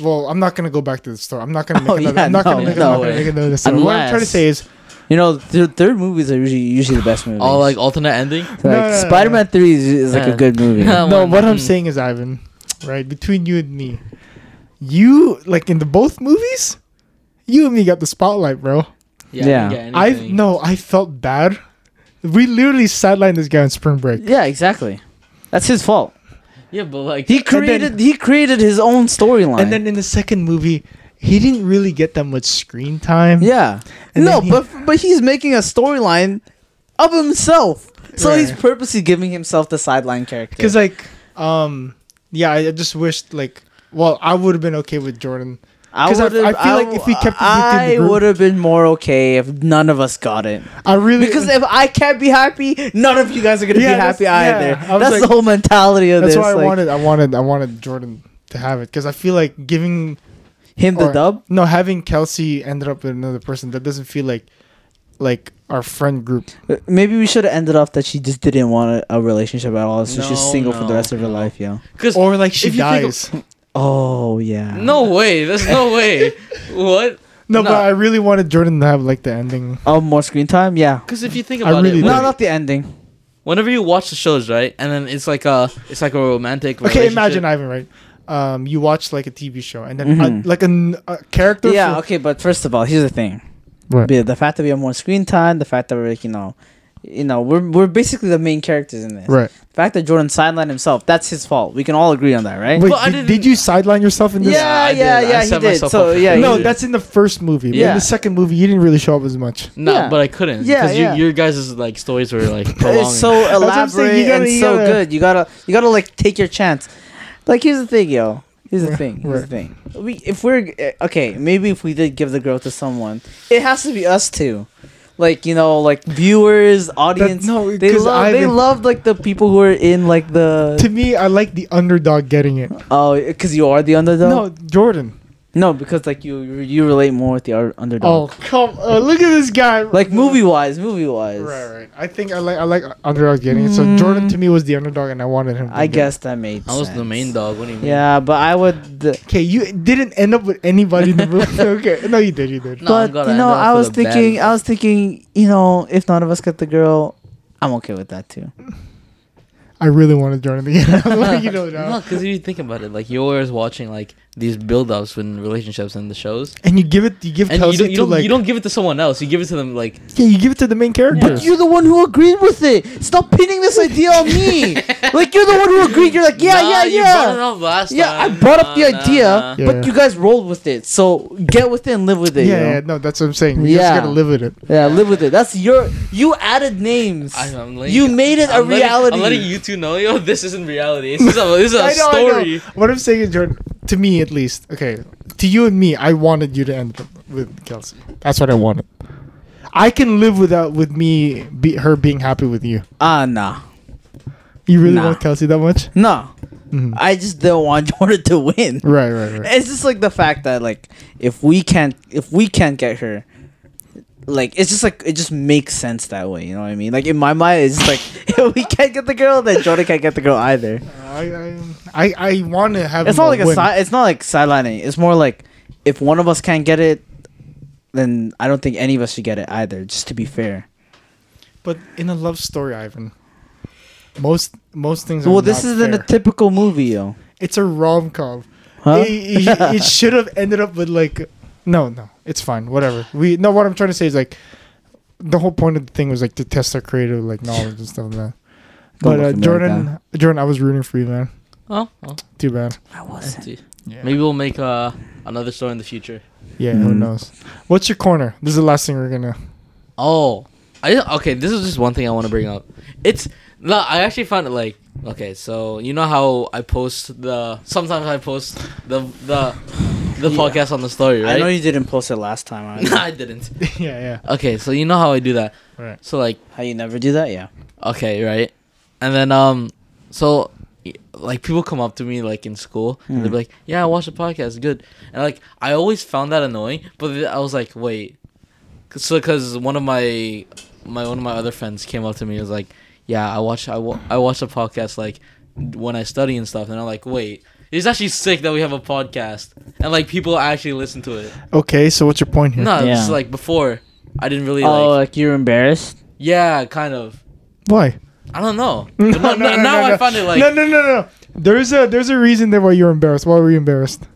Speaker 3: well, I'm not gonna go back to the store. I'm not gonna make
Speaker 2: Oh,
Speaker 3: another.
Speaker 2: yeah,
Speaker 3: I'm not
Speaker 2: no,
Speaker 3: gonna make,
Speaker 2: no
Speaker 3: another-
Speaker 1: way.
Speaker 3: make another. Story. What I'm trying to
Speaker 2: Unless-
Speaker 3: say is,
Speaker 2: You know, the third movies are usually usually the best movies.
Speaker 1: All like alternate ending.
Speaker 2: like
Speaker 3: No, no, no, no.
Speaker 2: Spider-Man Three is, is like
Speaker 1: Yeah.
Speaker 2: a good movie.
Speaker 1: Yeah.
Speaker 3: no,
Speaker 1: one.
Speaker 3: what I'm
Speaker 1: Mm.
Speaker 3: saying is, Ivan, right between you and me, you like in the both movies, you and me got the spotlight, bro.
Speaker 2: Yeah.
Speaker 3: I no, I felt bad. We literally sidelined this guy on spring break.
Speaker 2: yeah, exactly. That's his fault.
Speaker 1: Yeah, but like
Speaker 2: He
Speaker 3: then-
Speaker 2: created he created his own storyline.
Speaker 3: And then in the second movie, he didn't really get that much screen time.
Speaker 2: yeah,
Speaker 3: And
Speaker 2: no,
Speaker 3: then he-
Speaker 2: but but he's making a storyline of himself. So
Speaker 3: Right.
Speaker 2: he's purposely giving himself the sideline character.
Speaker 3: Because like, um, yeah, I I just wished like, well, I would have been okay with Jordan.
Speaker 2: I
Speaker 3: 'Cause I-
Speaker 2: would've-
Speaker 3: I feel like if we kept it within the
Speaker 2: I
Speaker 3: group-
Speaker 2: would have been more okay if none of us got
Speaker 3: *laughs*
Speaker 2: it.
Speaker 3: I really
Speaker 2: Because if I can't be happy, none of you guys are gonna
Speaker 3: Yeah,
Speaker 2: be
Speaker 3: that's-
Speaker 2: happy
Speaker 3: yeah.
Speaker 2: either.
Speaker 3: I was
Speaker 2: That's
Speaker 3: like-
Speaker 2: the whole mentality of
Speaker 3: that's
Speaker 2: this.
Speaker 3: why I
Speaker 2: like,
Speaker 3: wanted, I wanted, I wanted Jordan to have it because I feel like giving
Speaker 2: him the
Speaker 3: or-
Speaker 2: dub.
Speaker 3: no having Kelsey ended up with another person that doesn't feel like like our friend group.
Speaker 2: Uh, Maybe we should have ended off that she just didn't want a, a relationship at all, so
Speaker 1: No,
Speaker 2: she's single for
Speaker 1: no,
Speaker 2: the rest of her
Speaker 1: no.
Speaker 2: life. Yeah.
Speaker 1: because
Speaker 3: Or like she
Speaker 1: if you think of-
Speaker 3: dies.
Speaker 2: Oh yeah.
Speaker 1: no way, there's no way. *laughs* what?
Speaker 3: no,
Speaker 1: No.
Speaker 3: but I really wanted Jordan to have like the ending.
Speaker 2: Oh, more screen time. Yeah.
Speaker 1: Because if you think
Speaker 3: I
Speaker 1: about
Speaker 3: really
Speaker 1: it,
Speaker 3: did.
Speaker 2: No,
Speaker 1: when-
Speaker 2: not the ending.
Speaker 1: whenever you watch the shows, right, and then it's like a it's like a romantic.
Speaker 3: Okay,
Speaker 1: relationship.
Speaker 3: imagine Ivan, right? Um, you watch like a TV show and then uh,
Speaker 2: Mhm.
Speaker 3: like a, n- a character.
Speaker 2: Yeah.
Speaker 3: for-
Speaker 2: Okay, but first of all, here's the thing.
Speaker 3: Right.
Speaker 2: Be- The fact that we have more screen time, the fact that we're like you know, you know, we're we're basically the main characters in this.
Speaker 3: Right.
Speaker 2: The fact that Jordan sidelined himself, that's his fault. We can all agree on that, right?
Speaker 3: Wait,
Speaker 1: But I
Speaker 3: did,
Speaker 1: didn't-
Speaker 3: did you sideline yourself in this?
Speaker 1: Yeah,
Speaker 2: yeah,
Speaker 1: I did.
Speaker 2: yeah,
Speaker 1: I
Speaker 2: yeah,
Speaker 1: set
Speaker 2: he did.
Speaker 1: myself
Speaker 2: So
Speaker 1: up for
Speaker 2: yeah,
Speaker 3: no,
Speaker 2: he-
Speaker 3: that's in the first movie. but
Speaker 2: Yeah.
Speaker 3: In the second movie, you didn't really show up as much.
Speaker 1: No,
Speaker 2: Yeah.
Speaker 1: but I couldn't.
Speaker 2: Yeah,
Speaker 1: Yeah, because
Speaker 2: yeah.
Speaker 1: your guys' like stories were like prolonged.
Speaker 2: it's so
Speaker 3: what I'm saying,
Speaker 2: elaborate
Speaker 3: you gotta-
Speaker 2: and
Speaker 3: you
Speaker 2: so
Speaker 3: gotta-
Speaker 2: good. You gotta you gotta like take your chance. Like here's the thing, yo. Here's the
Speaker 3: Right,
Speaker 2: thing. Here's the thing. We if we're eh, okay, maybe if we did give the girl to someone, it has to be us too. Like you know, like viewers, audience.
Speaker 3: no,
Speaker 2: they
Speaker 3: 'cause
Speaker 2: love they
Speaker 3: Ivan-
Speaker 2: love like the people who are in like the
Speaker 3: To me, I like the underdog getting it.
Speaker 2: oh because you are the underdog.
Speaker 3: No, Jordan.
Speaker 2: No, because like you you relate more with the ar-
Speaker 3: Oh
Speaker 2: underdog.
Speaker 3: come! Uh, look at this guy.
Speaker 2: Like movie wise, movie wise.
Speaker 3: Right, right. I think I like I like underdog getting it. So
Speaker 2: Mm.
Speaker 3: Jordan to me was the underdog, and I wanted him. To get
Speaker 2: I
Speaker 3: it.
Speaker 2: guess that made.
Speaker 1: I was the
Speaker 2: sense.
Speaker 1: main dog. What do you mean?
Speaker 2: Yeah, but I would.
Speaker 3: Okay, you didn't end up with anybody in the
Speaker 2: *laughs*
Speaker 3: movie. okay, no, you did. You did.
Speaker 1: No, I'm
Speaker 2: but
Speaker 1: gonna end
Speaker 2: you know,
Speaker 1: up
Speaker 2: I
Speaker 1: with
Speaker 2: was
Speaker 1: a bad-
Speaker 2: thinking, I was thinking, you know, if none of us get the girl, I'm okay with that too.
Speaker 3: I really wanted Jordan to get
Speaker 2: *laughs*
Speaker 3: it. I'm
Speaker 1: *laughs*
Speaker 3: like, you know,
Speaker 1: No,
Speaker 3: no.
Speaker 1: because if you think about it, like you're always watching like these build-ups in relationships and the shows,
Speaker 3: And you give it. You give
Speaker 1: and you
Speaker 3: Kelsey
Speaker 1: don't, you,
Speaker 3: to
Speaker 1: don't,
Speaker 3: like.
Speaker 1: you don't give it to someone else. You give it to them like
Speaker 3: yeah, you give it to the main character.
Speaker 2: You're the one who agreed with it. Stop pinning this idea
Speaker 1: *laughs*
Speaker 2: on me. like you're the one who agreed. You're like, yeah,
Speaker 1: Nah,
Speaker 2: yeah,
Speaker 1: you brought it
Speaker 2: yeah.
Speaker 1: up last
Speaker 2: Yeah, I
Speaker 1: time.
Speaker 2: brought up the
Speaker 1: Nah, nah,
Speaker 2: idea,
Speaker 1: nah.
Speaker 3: Yeah.
Speaker 2: but you guys rolled with it. So get with it and live with
Speaker 3: yeah,
Speaker 2: it. Yeah,
Speaker 3: yeah, no, that's what I'm saying. You just
Speaker 2: Yeah.
Speaker 3: gotta live with it.
Speaker 2: yeah, live with it. That's your. You added names.
Speaker 1: I- I'm letting-
Speaker 2: you made it a
Speaker 1: I'm letting-
Speaker 2: reality.
Speaker 1: I'm letting you two know, yo, this isn't reality. This is a,
Speaker 2: *laughs*
Speaker 1: this is a
Speaker 3: I know, I know.
Speaker 1: story.
Speaker 3: What I'm saying is, Jordan, to me at least, okay, to you and me, I wanted you to end up with Kelsey. That's what I wanted. I can live without with me be, her being happy with you.
Speaker 2: Ah, nah,
Speaker 3: You really
Speaker 2: Nah.
Speaker 3: want Kelsey that much?
Speaker 2: no.
Speaker 3: Mhm.
Speaker 2: I just don't want *laughs* Jordan to win.
Speaker 3: Right, right, right.
Speaker 2: it's just like the fact that like if we can't if we can't get her like it's just like it just makes sense that way you know what i mean like in my mind it's just like *laughs* if we can't get the girl then jordan can't get the girl either
Speaker 3: I, I, I, I want to have.
Speaker 2: it's
Speaker 3: him
Speaker 2: not like a
Speaker 3: win.
Speaker 2: side it's not like sidelining it's more like if one of us can't get it then i don't think any of us should get it either just to be fair
Speaker 3: but in a love story, Ivan. Most most things. Are
Speaker 2: well this
Speaker 3: not
Speaker 2: isn't
Speaker 3: fair.
Speaker 2: a typical movie yo
Speaker 3: it's a rom com.
Speaker 2: huh
Speaker 3: It, it- it
Speaker 1: *laughs*
Speaker 3: should have ended up with like, no, no, it's fine, whatever. We no. What I'm trying to say is like, the whole point of the thing was like to test our creative like knowledge and stuff like that.
Speaker 2: Don't
Speaker 3: But uh,
Speaker 2: look at me like
Speaker 3: Jordan, Jordan, I was rooting for you, man.
Speaker 1: Oh, well,
Speaker 3: Too bad.
Speaker 2: i wasn't
Speaker 3: Yeah.
Speaker 1: maybe Mm-hmm. we'll make uh, another story in the future.
Speaker 3: Yeah. Who
Speaker 2: Mhm.
Speaker 3: knows? What's your corner? This is the last thing we're gonna.
Speaker 1: Oh, I didn't- okay. This is just one thing I want to bring up. It's no, I actually found it like okay. So you know how I post the sometimes I post the the the
Speaker 2: Yeah.
Speaker 1: podcast on the story, right?
Speaker 2: i know you didn't post it last time
Speaker 1: *laughs* no,
Speaker 2: *laughs* I
Speaker 1: I didn't.
Speaker 3: *laughs* yeah, yeah.
Speaker 1: Okay, so you know how I do that.
Speaker 3: Right.
Speaker 1: So like
Speaker 2: how you never do that yeah
Speaker 1: okay, right, and then um, so y- like people come up to me like in school and they're
Speaker 2: Mm.
Speaker 1: like, yeah, I watched the podcast, good, and like I always found that annoying, but th- I was like, wait, 'Cause- so because one of my my one of my other friends came up to me and was like, yeah, I watch I wa- I watch the podcast like when I study and stuff, and I'm like, wait. It's actually sick that we have a podcast and like people actually listen to *laughs* it.
Speaker 3: Okay, so what's your point here?
Speaker 1: No, it's
Speaker 2: Yeah.
Speaker 1: like before I didn't really
Speaker 2: oh
Speaker 1: like
Speaker 2: like you're embarrassed
Speaker 1: yeah, kind of.
Speaker 3: Why?
Speaker 1: I don't know. But *laughs* no- no- now I find it like
Speaker 3: no, no, no, no. There's a there's a reason there why you're embarrassed. Why were you embarrassed?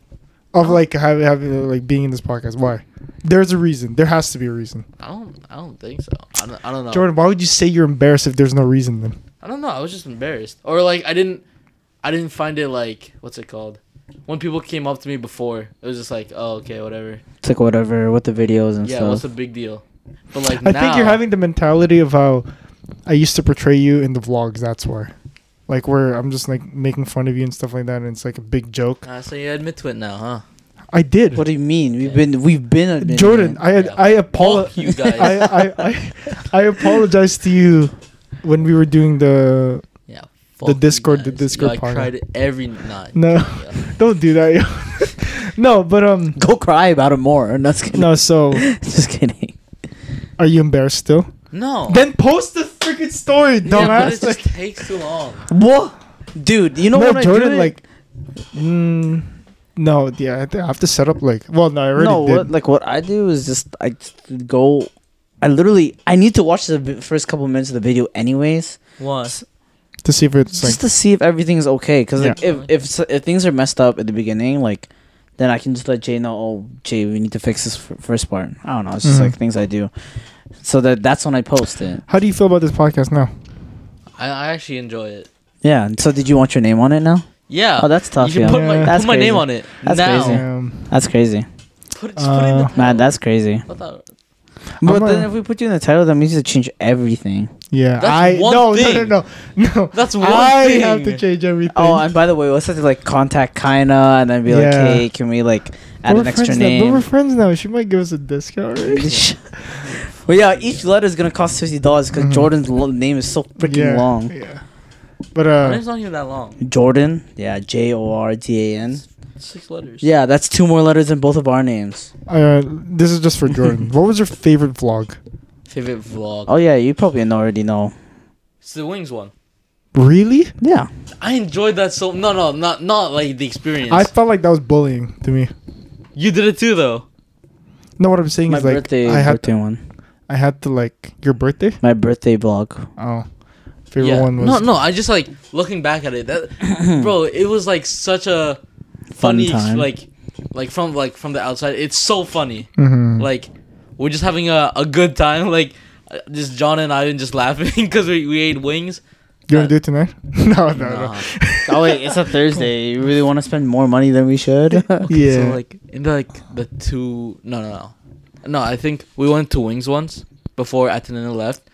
Speaker 3: Of like having, having like being in this podcast. Why? There's a reason. There has to be a reason.
Speaker 1: I don't. I don't think so. I don't, I don't know.
Speaker 3: Jordan, why would you say you're embarrassed if there's no reason then?
Speaker 1: I don't know. I was just embarrassed, or like I didn't. I didn't find it like what's it called? When people came up to me before, it was just like, oh okay, whatever.
Speaker 2: It's like whatever with the videos and
Speaker 1: yeah,
Speaker 2: stuff.
Speaker 1: what's the big deal? But like
Speaker 3: *laughs* I
Speaker 1: now,
Speaker 3: think you're having the mentality of how I used to portray you in the vlogs. That's why, like, where I'm just like making fun of you and stuff like that, and it's like a big joke.
Speaker 1: Ah, so you admit to it now, huh?
Speaker 3: I did.
Speaker 2: what do you mean? We've
Speaker 1: Okay.
Speaker 2: been we've been admitting
Speaker 3: Jordan,
Speaker 2: it.
Speaker 3: I had,
Speaker 1: Yeah.
Speaker 3: I
Speaker 1: Fuck
Speaker 3: apologize.
Speaker 1: you
Speaker 3: *laughs*
Speaker 1: guys.
Speaker 3: I, I, I, I apologize to you when we were doing the.
Speaker 1: yeah. fuck you
Speaker 3: Discord- the
Speaker 1: guys.
Speaker 3: Discord
Speaker 1: Yo, I
Speaker 3: partner.
Speaker 1: tried it every night.
Speaker 3: No.
Speaker 1: Yeah.
Speaker 3: Don't do that. yo. *laughs* no, but um,
Speaker 2: go cry about it more. No, just kidding.
Speaker 3: no. So,
Speaker 2: *laughs* just kidding.
Speaker 3: are you embarrassed still? *laughs*
Speaker 1: No.
Speaker 3: Then post the freaking story,
Speaker 1: yeah, but
Speaker 3: dumbass.
Speaker 1: it just
Speaker 3: like,
Speaker 1: takes too long.
Speaker 2: What, dude? You know
Speaker 3: no,
Speaker 2: what
Speaker 3: Jordan,
Speaker 2: I do?
Speaker 3: like, mm, no, yeah, I, think I have to set up like. Well, no, I already
Speaker 2: no,
Speaker 3: did.
Speaker 2: what like what I do is just I just go. I literally I need to watch the vi- first couple minutes of the video anyways,
Speaker 1: What?
Speaker 3: to see if it's like
Speaker 2: just to see if everything's okay. Because like,
Speaker 1: Yeah.
Speaker 2: if if s- if things are messed up at the beginning, like then I can just let Jay know. Oh, Jay, we need to fix this f- first part. I don't know. It's just
Speaker 3: Mhm.
Speaker 2: like things I do. So that that's when I post it.
Speaker 3: How do you feel about this podcast now?
Speaker 1: I, I actually enjoy it.
Speaker 2: Yeah. and So did you want your name on it now?
Speaker 1: Yeah.
Speaker 2: Oh, that's tough.
Speaker 1: you
Speaker 2: Yeah.
Speaker 1: can put, my,
Speaker 3: Yeah.
Speaker 2: That's
Speaker 1: put my name
Speaker 2: crazy.
Speaker 1: on it.
Speaker 2: That's
Speaker 1: now.
Speaker 2: crazy.
Speaker 3: Um,
Speaker 2: That's crazy,
Speaker 1: Put, it- just put it in the
Speaker 3: Uh,
Speaker 1: title.
Speaker 2: *laughs* man. That's crazy.
Speaker 1: What the-
Speaker 2: But
Speaker 3: not-
Speaker 2: then if we put you in the title, that means you have to change everything.
Speaker 3: yeah,
Speaker 1: That's
Speaker 3: I
Speaker 1: one
Speaker 3: no, no
Speaker 1: thing.
Speaker 3: no no *laughs* no.
Speaker 1: That's one
Speaker 3: I
Speaker 1: thing.
Speaker 3: have to change everything.
Speaker 2: Oh, and by the way, what's that to like contact Kaina and then be like,
Speaker 3: Yeah.
Speaker 2: hey, can we like
Speaker 3: But
Speaker 2: add an
Speaker 3: we're
Speaker 2: extra
Speaker 3: friends now- but *laughs* we're
Speaker 2: name?
Speaker 3: friends now. She might give us a discount. Right?
Speaker 2: *laughs* well, yeah, each letter is gonna cost fifty dollars because
Speaker 3: Mhm.
Speaker 2: Jordan's lo- name is so freaking
Speaker 3: yeah,
Speaker 2: long.
Speaker 3: Yeah, but
Speaker 1: My
Speaker 3: uh,
Speaker 1: name's not even that long.
Speaker 2: Jordan, yeah, J O R D A N.
Speaker 1: Six letters.
Speaker 2: Yeah, that's two more letters than both of our names.
Speaker 3: uh, this is just for
Speaker 2: *laughs*
Speaker 3: Jordan. what was your favorite vlog?
Speaker 1: Favorite vlog.
Speaker 2: Oh yeah, you probably know- already know.
Speaker 1: It's the wings one.
Speaker 3: Really?
Speaker 2: Yeah,
Speaker 1: I enjoyed that so. No, no, not not like the experience.
Speaker 3: I felt like that was bullying to me.
Speaker 1: you did it too, though.
Speaker 3: No, what I'm saying
Speaker 2: my
Speaker 3: is like
Speaker 2: birthday,
Speaker 3: I had
Speaker 2: birthday one,
Speaker 3: I had to like your birthday.
Speaker 2: my birthday blog.
Speaker 3: Oh, favorite one was
Speaker 1: no, no. I just like looking back at it.
Speaker 2: Oh,
Speaker 1: That, bro, it was like such a funny, ex-
Speaker 2: time.
Speaker 1: like, like from like from the outside. It's so funny.
Speaker 3: Mhm.
Speaker 1: Like, we're just having a, a good time. Like, uh, just John and I and just laughing *laughs* because we, we ate wings.
Speaker 3: you want to do it tonight? *laughs* no, no, no.
Speaker 1: Nah.
Speaker 2: oh wait, it's a Thursday. You really want to spend more money than we should?
Speaker 3: *laughs*
Speaker 1: Okay, So
Speaker 3: Yeah.
Speaker 1: like in the, like the two no no no. No, I think we went to Wings once before Atenina left.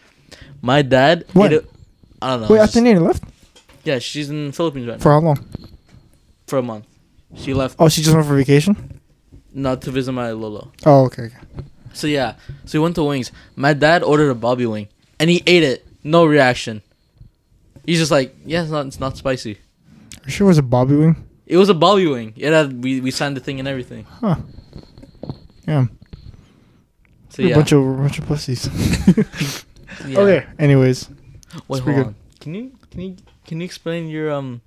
Speaker 1: My dad
Speaker 3: When?
Speaker 1: ate a- I don't know.
Speaker 3: Wait,
Speaker 1: it's just-
Speaker 3: Athena left
Speaker 1: Yeah, she's in Philippines right now
Speaker 3: for how long?
Speaker 1: for a month. She left
Speaker 3: Oh, she just went for vacation.
Speaker 1: not to visit my Lolo.
Speaker 3: Oh, okay. okay.
Speaker 1: So yeah. So we went to Wings. My dad ordered a Bobby Wing and he ate it. No reaction. He's just like, Yeah, it's not it's not spicy.
Speaker 3: Are you sure it was a Bobby Wing?
Speaker 1: It was a Bobby Wing. It had we, we signed the thing and everything.
Speaker 3: Huh. Yeah.
Speaker 1: So
Speaker 3: We're A
Speaker 1: yeah.
Speaker 3: bunch of we're a bunch of
Speaker 1: *laughs*
Speaker 3: pussies.
Speaker 1: yeah.
Speaker 3: Okay. Anyways,
Speaker 1: Wait,
Speaker 3: It's pretty
Speaker 1: hold on. Can you can you can you explain your um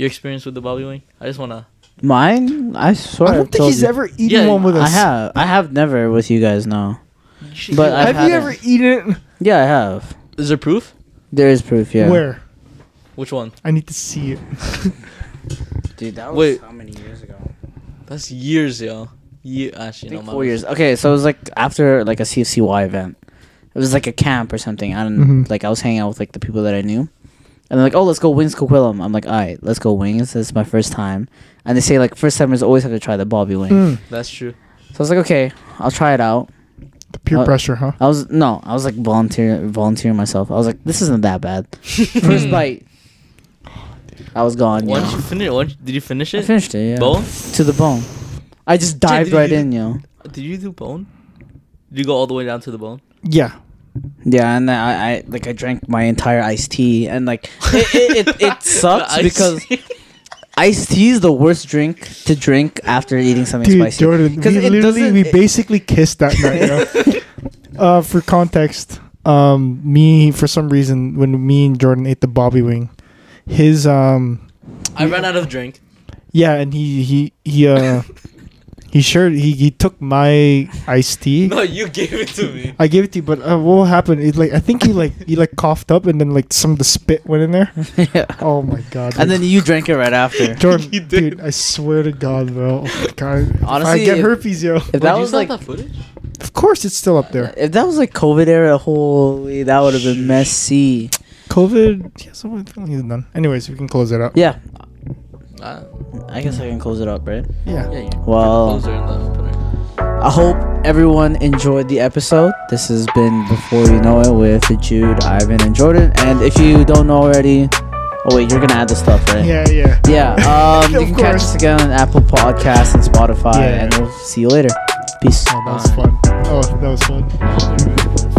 Speaker 1: your experience with the Bobby Wing? I just wanna.
Speaker 2: Mine, I swear.
Speaker 3: I don't
Speaker 2: I've
Speaker 3: think
Speaker 2: told
Speaker 3: he's
Speaker 2: you.
Speaker 3: ever eaten
Speaker 1: Yeah,
Speaker 3: one with us.
Speaker 2: I have. I have never with you guys. No. But I've
Speaker 3: Have you
Speaker 2: had
Speaker 3: ever
Speaker 2: it.
Speaker 3: eaten it?
Speaker 2: Yeah, I have.
Speaker 1: Is there proof?
Speaker 2: There is proof. Yeah.
Speaker 3: Where?
Speaker 1: Which one?
Speaker 3: I need to see it.
Speaker 2: Dude, that
Speaker 1: was Wait.
Speaker 2: how many years ago?
Speaker 1: That's years, yo. Ye- actually, no, my
Speaker 2: four
Speaker 1: bad.
Speaker 2: years. Okay, so it was like after like a CFCY event. It was like a camp or something. I don't
Speaker 3: Mhm.
Speaker 2: like. I was hanging out with like the people that I knew, and they're like, "Oh, let's go Wings Coquitlam." I'm like, "All right, let's go Wings. This is my first time." And they say like first timers always have to try the Bobby Wing.
Speaker 3: Mm,
Speaker 1: That's true.
Speaker 2: So I was like, "Okay, I'll try it out."
Speaker 3: the peer
Speaker 2: Uh,
Speaker 3: pressure, huh?
Speaker 2: I was no, I was like volunteer volunteering myf. I was like, "This isn't that bad." *laughs* First bite, I was gone.
Speaker 1: Why did
Speaker 2: Yo.
Speaker 1: Hmm. you finish? Why did you finish
Speaker 2: I
Speaker 1: it?
Speaker 2: finished it. Yeah.
Speaker 1: Bone?
Speaker 2: to the bone. I just dived
Speaker 1: did
Speaker 2: right
Speaker 1: you-
Speaker 2: in, yo.
Speaker 1: Did you do bone? Did you go all the way down to the
Speaker 2: *laughs*
Speaker 1: bone?
Speaker 3: Yeah.
Speaker 2: Yeah, and then I, I like I drank my entire iced tea, and like it it,
Speaker 1: *laughs*
Speaker 2: it, it sucks
Speaker 1: I
Speaker 2: because
Speaker 1: see.
Speaker 2: iced tea is the worst drink to drink after eating something
Speaker 3: Dude,
Speaker 2: spicy.
Speaker 3: Jordan, we
Speaker 2: 'Cause it
Speaker 3: literally
Speaker 2: doesn't-
Speaker 3: we
Speaker 2: it-
Speaker 3: basically kissed that night. yo. uh, for context, um, me for some reason when me and Jordan ate the Bobby Wing, his um,
Speaker 1: *laughs* I ran out of drink. *laughs*
Speaker 3: yeah, and he he he uh, he sure he he took my iced
Speaker 2: *laughs*
Speaker 3: tea.
Speaker 1: No, you gave it to me.
Speaker 3: I gave it to you, but uh, what happened? It like I think he like he like coughed up, and then like some of the spit went in
Speaker 2: *laughs*
Speaker 3: there.
Speaker 2: *laughs* yeah.
Speaker 3: Oh my god!
Speaker 2: And
Speaker 3: dude.
Speaker 2: then you drank it
Speaker 1: *laughs*
Speaker 2: right after.
Speaker 3: Jordan,
Speaker 2: *laughs*
Speaker 1: You
Speaker 3: dude,
Speaker 1: did.
Speaker 3: I swear to God, bro. Oh my god. If
Speaker 2: Honestly,
Speaker 3: I get
Speaker 2: if-
Speaker 3: herpes, yo.
Speaker 2: If
Speaker 1: Wait,
Speaker 2: that
Speaker 1: you
Speaker 2: was
Speaker 1: still have
Speaker 2: like
Speaker 1: that footage.
Speaker 3: Of course, it's still up there.
Speaker 2: if that was like COVID era, holy, that would have been messy.
Speaker 3: COVID. Yeah, so we're feeling done. Anyways, we can close it up.
Speaker 2: Yeah,
Speaker 1: Uh,
Speaker 2: I guess I can close it up, right?
Speaker 1: yeah, you
Speaker 2: Well-
Speaker 1: closer in the opener.
Speaker 2: I hope everyone enjoyed the episode. This has been Before You Know It with Jude, Ivan, and Jordan. And if you don't know already, oh wait, you're gonna add the stuff, right?
Speaker 3: Yeah, yeah. *laughs*
Speaker 2: Yeah, um,
Speaker 3: Of
Speaker 2: you can catch
Speaker 3: course.
Speaker 2: us again on Apple Podcasts and Spotify,
Speaker 3: Yeah.
Speaker 2: and we'll see you later. Peace.
Speaker 3: Oh, that was fun. Oh, that was fun.
Speaker 1: Closer, right?
Speaker 2: Oh,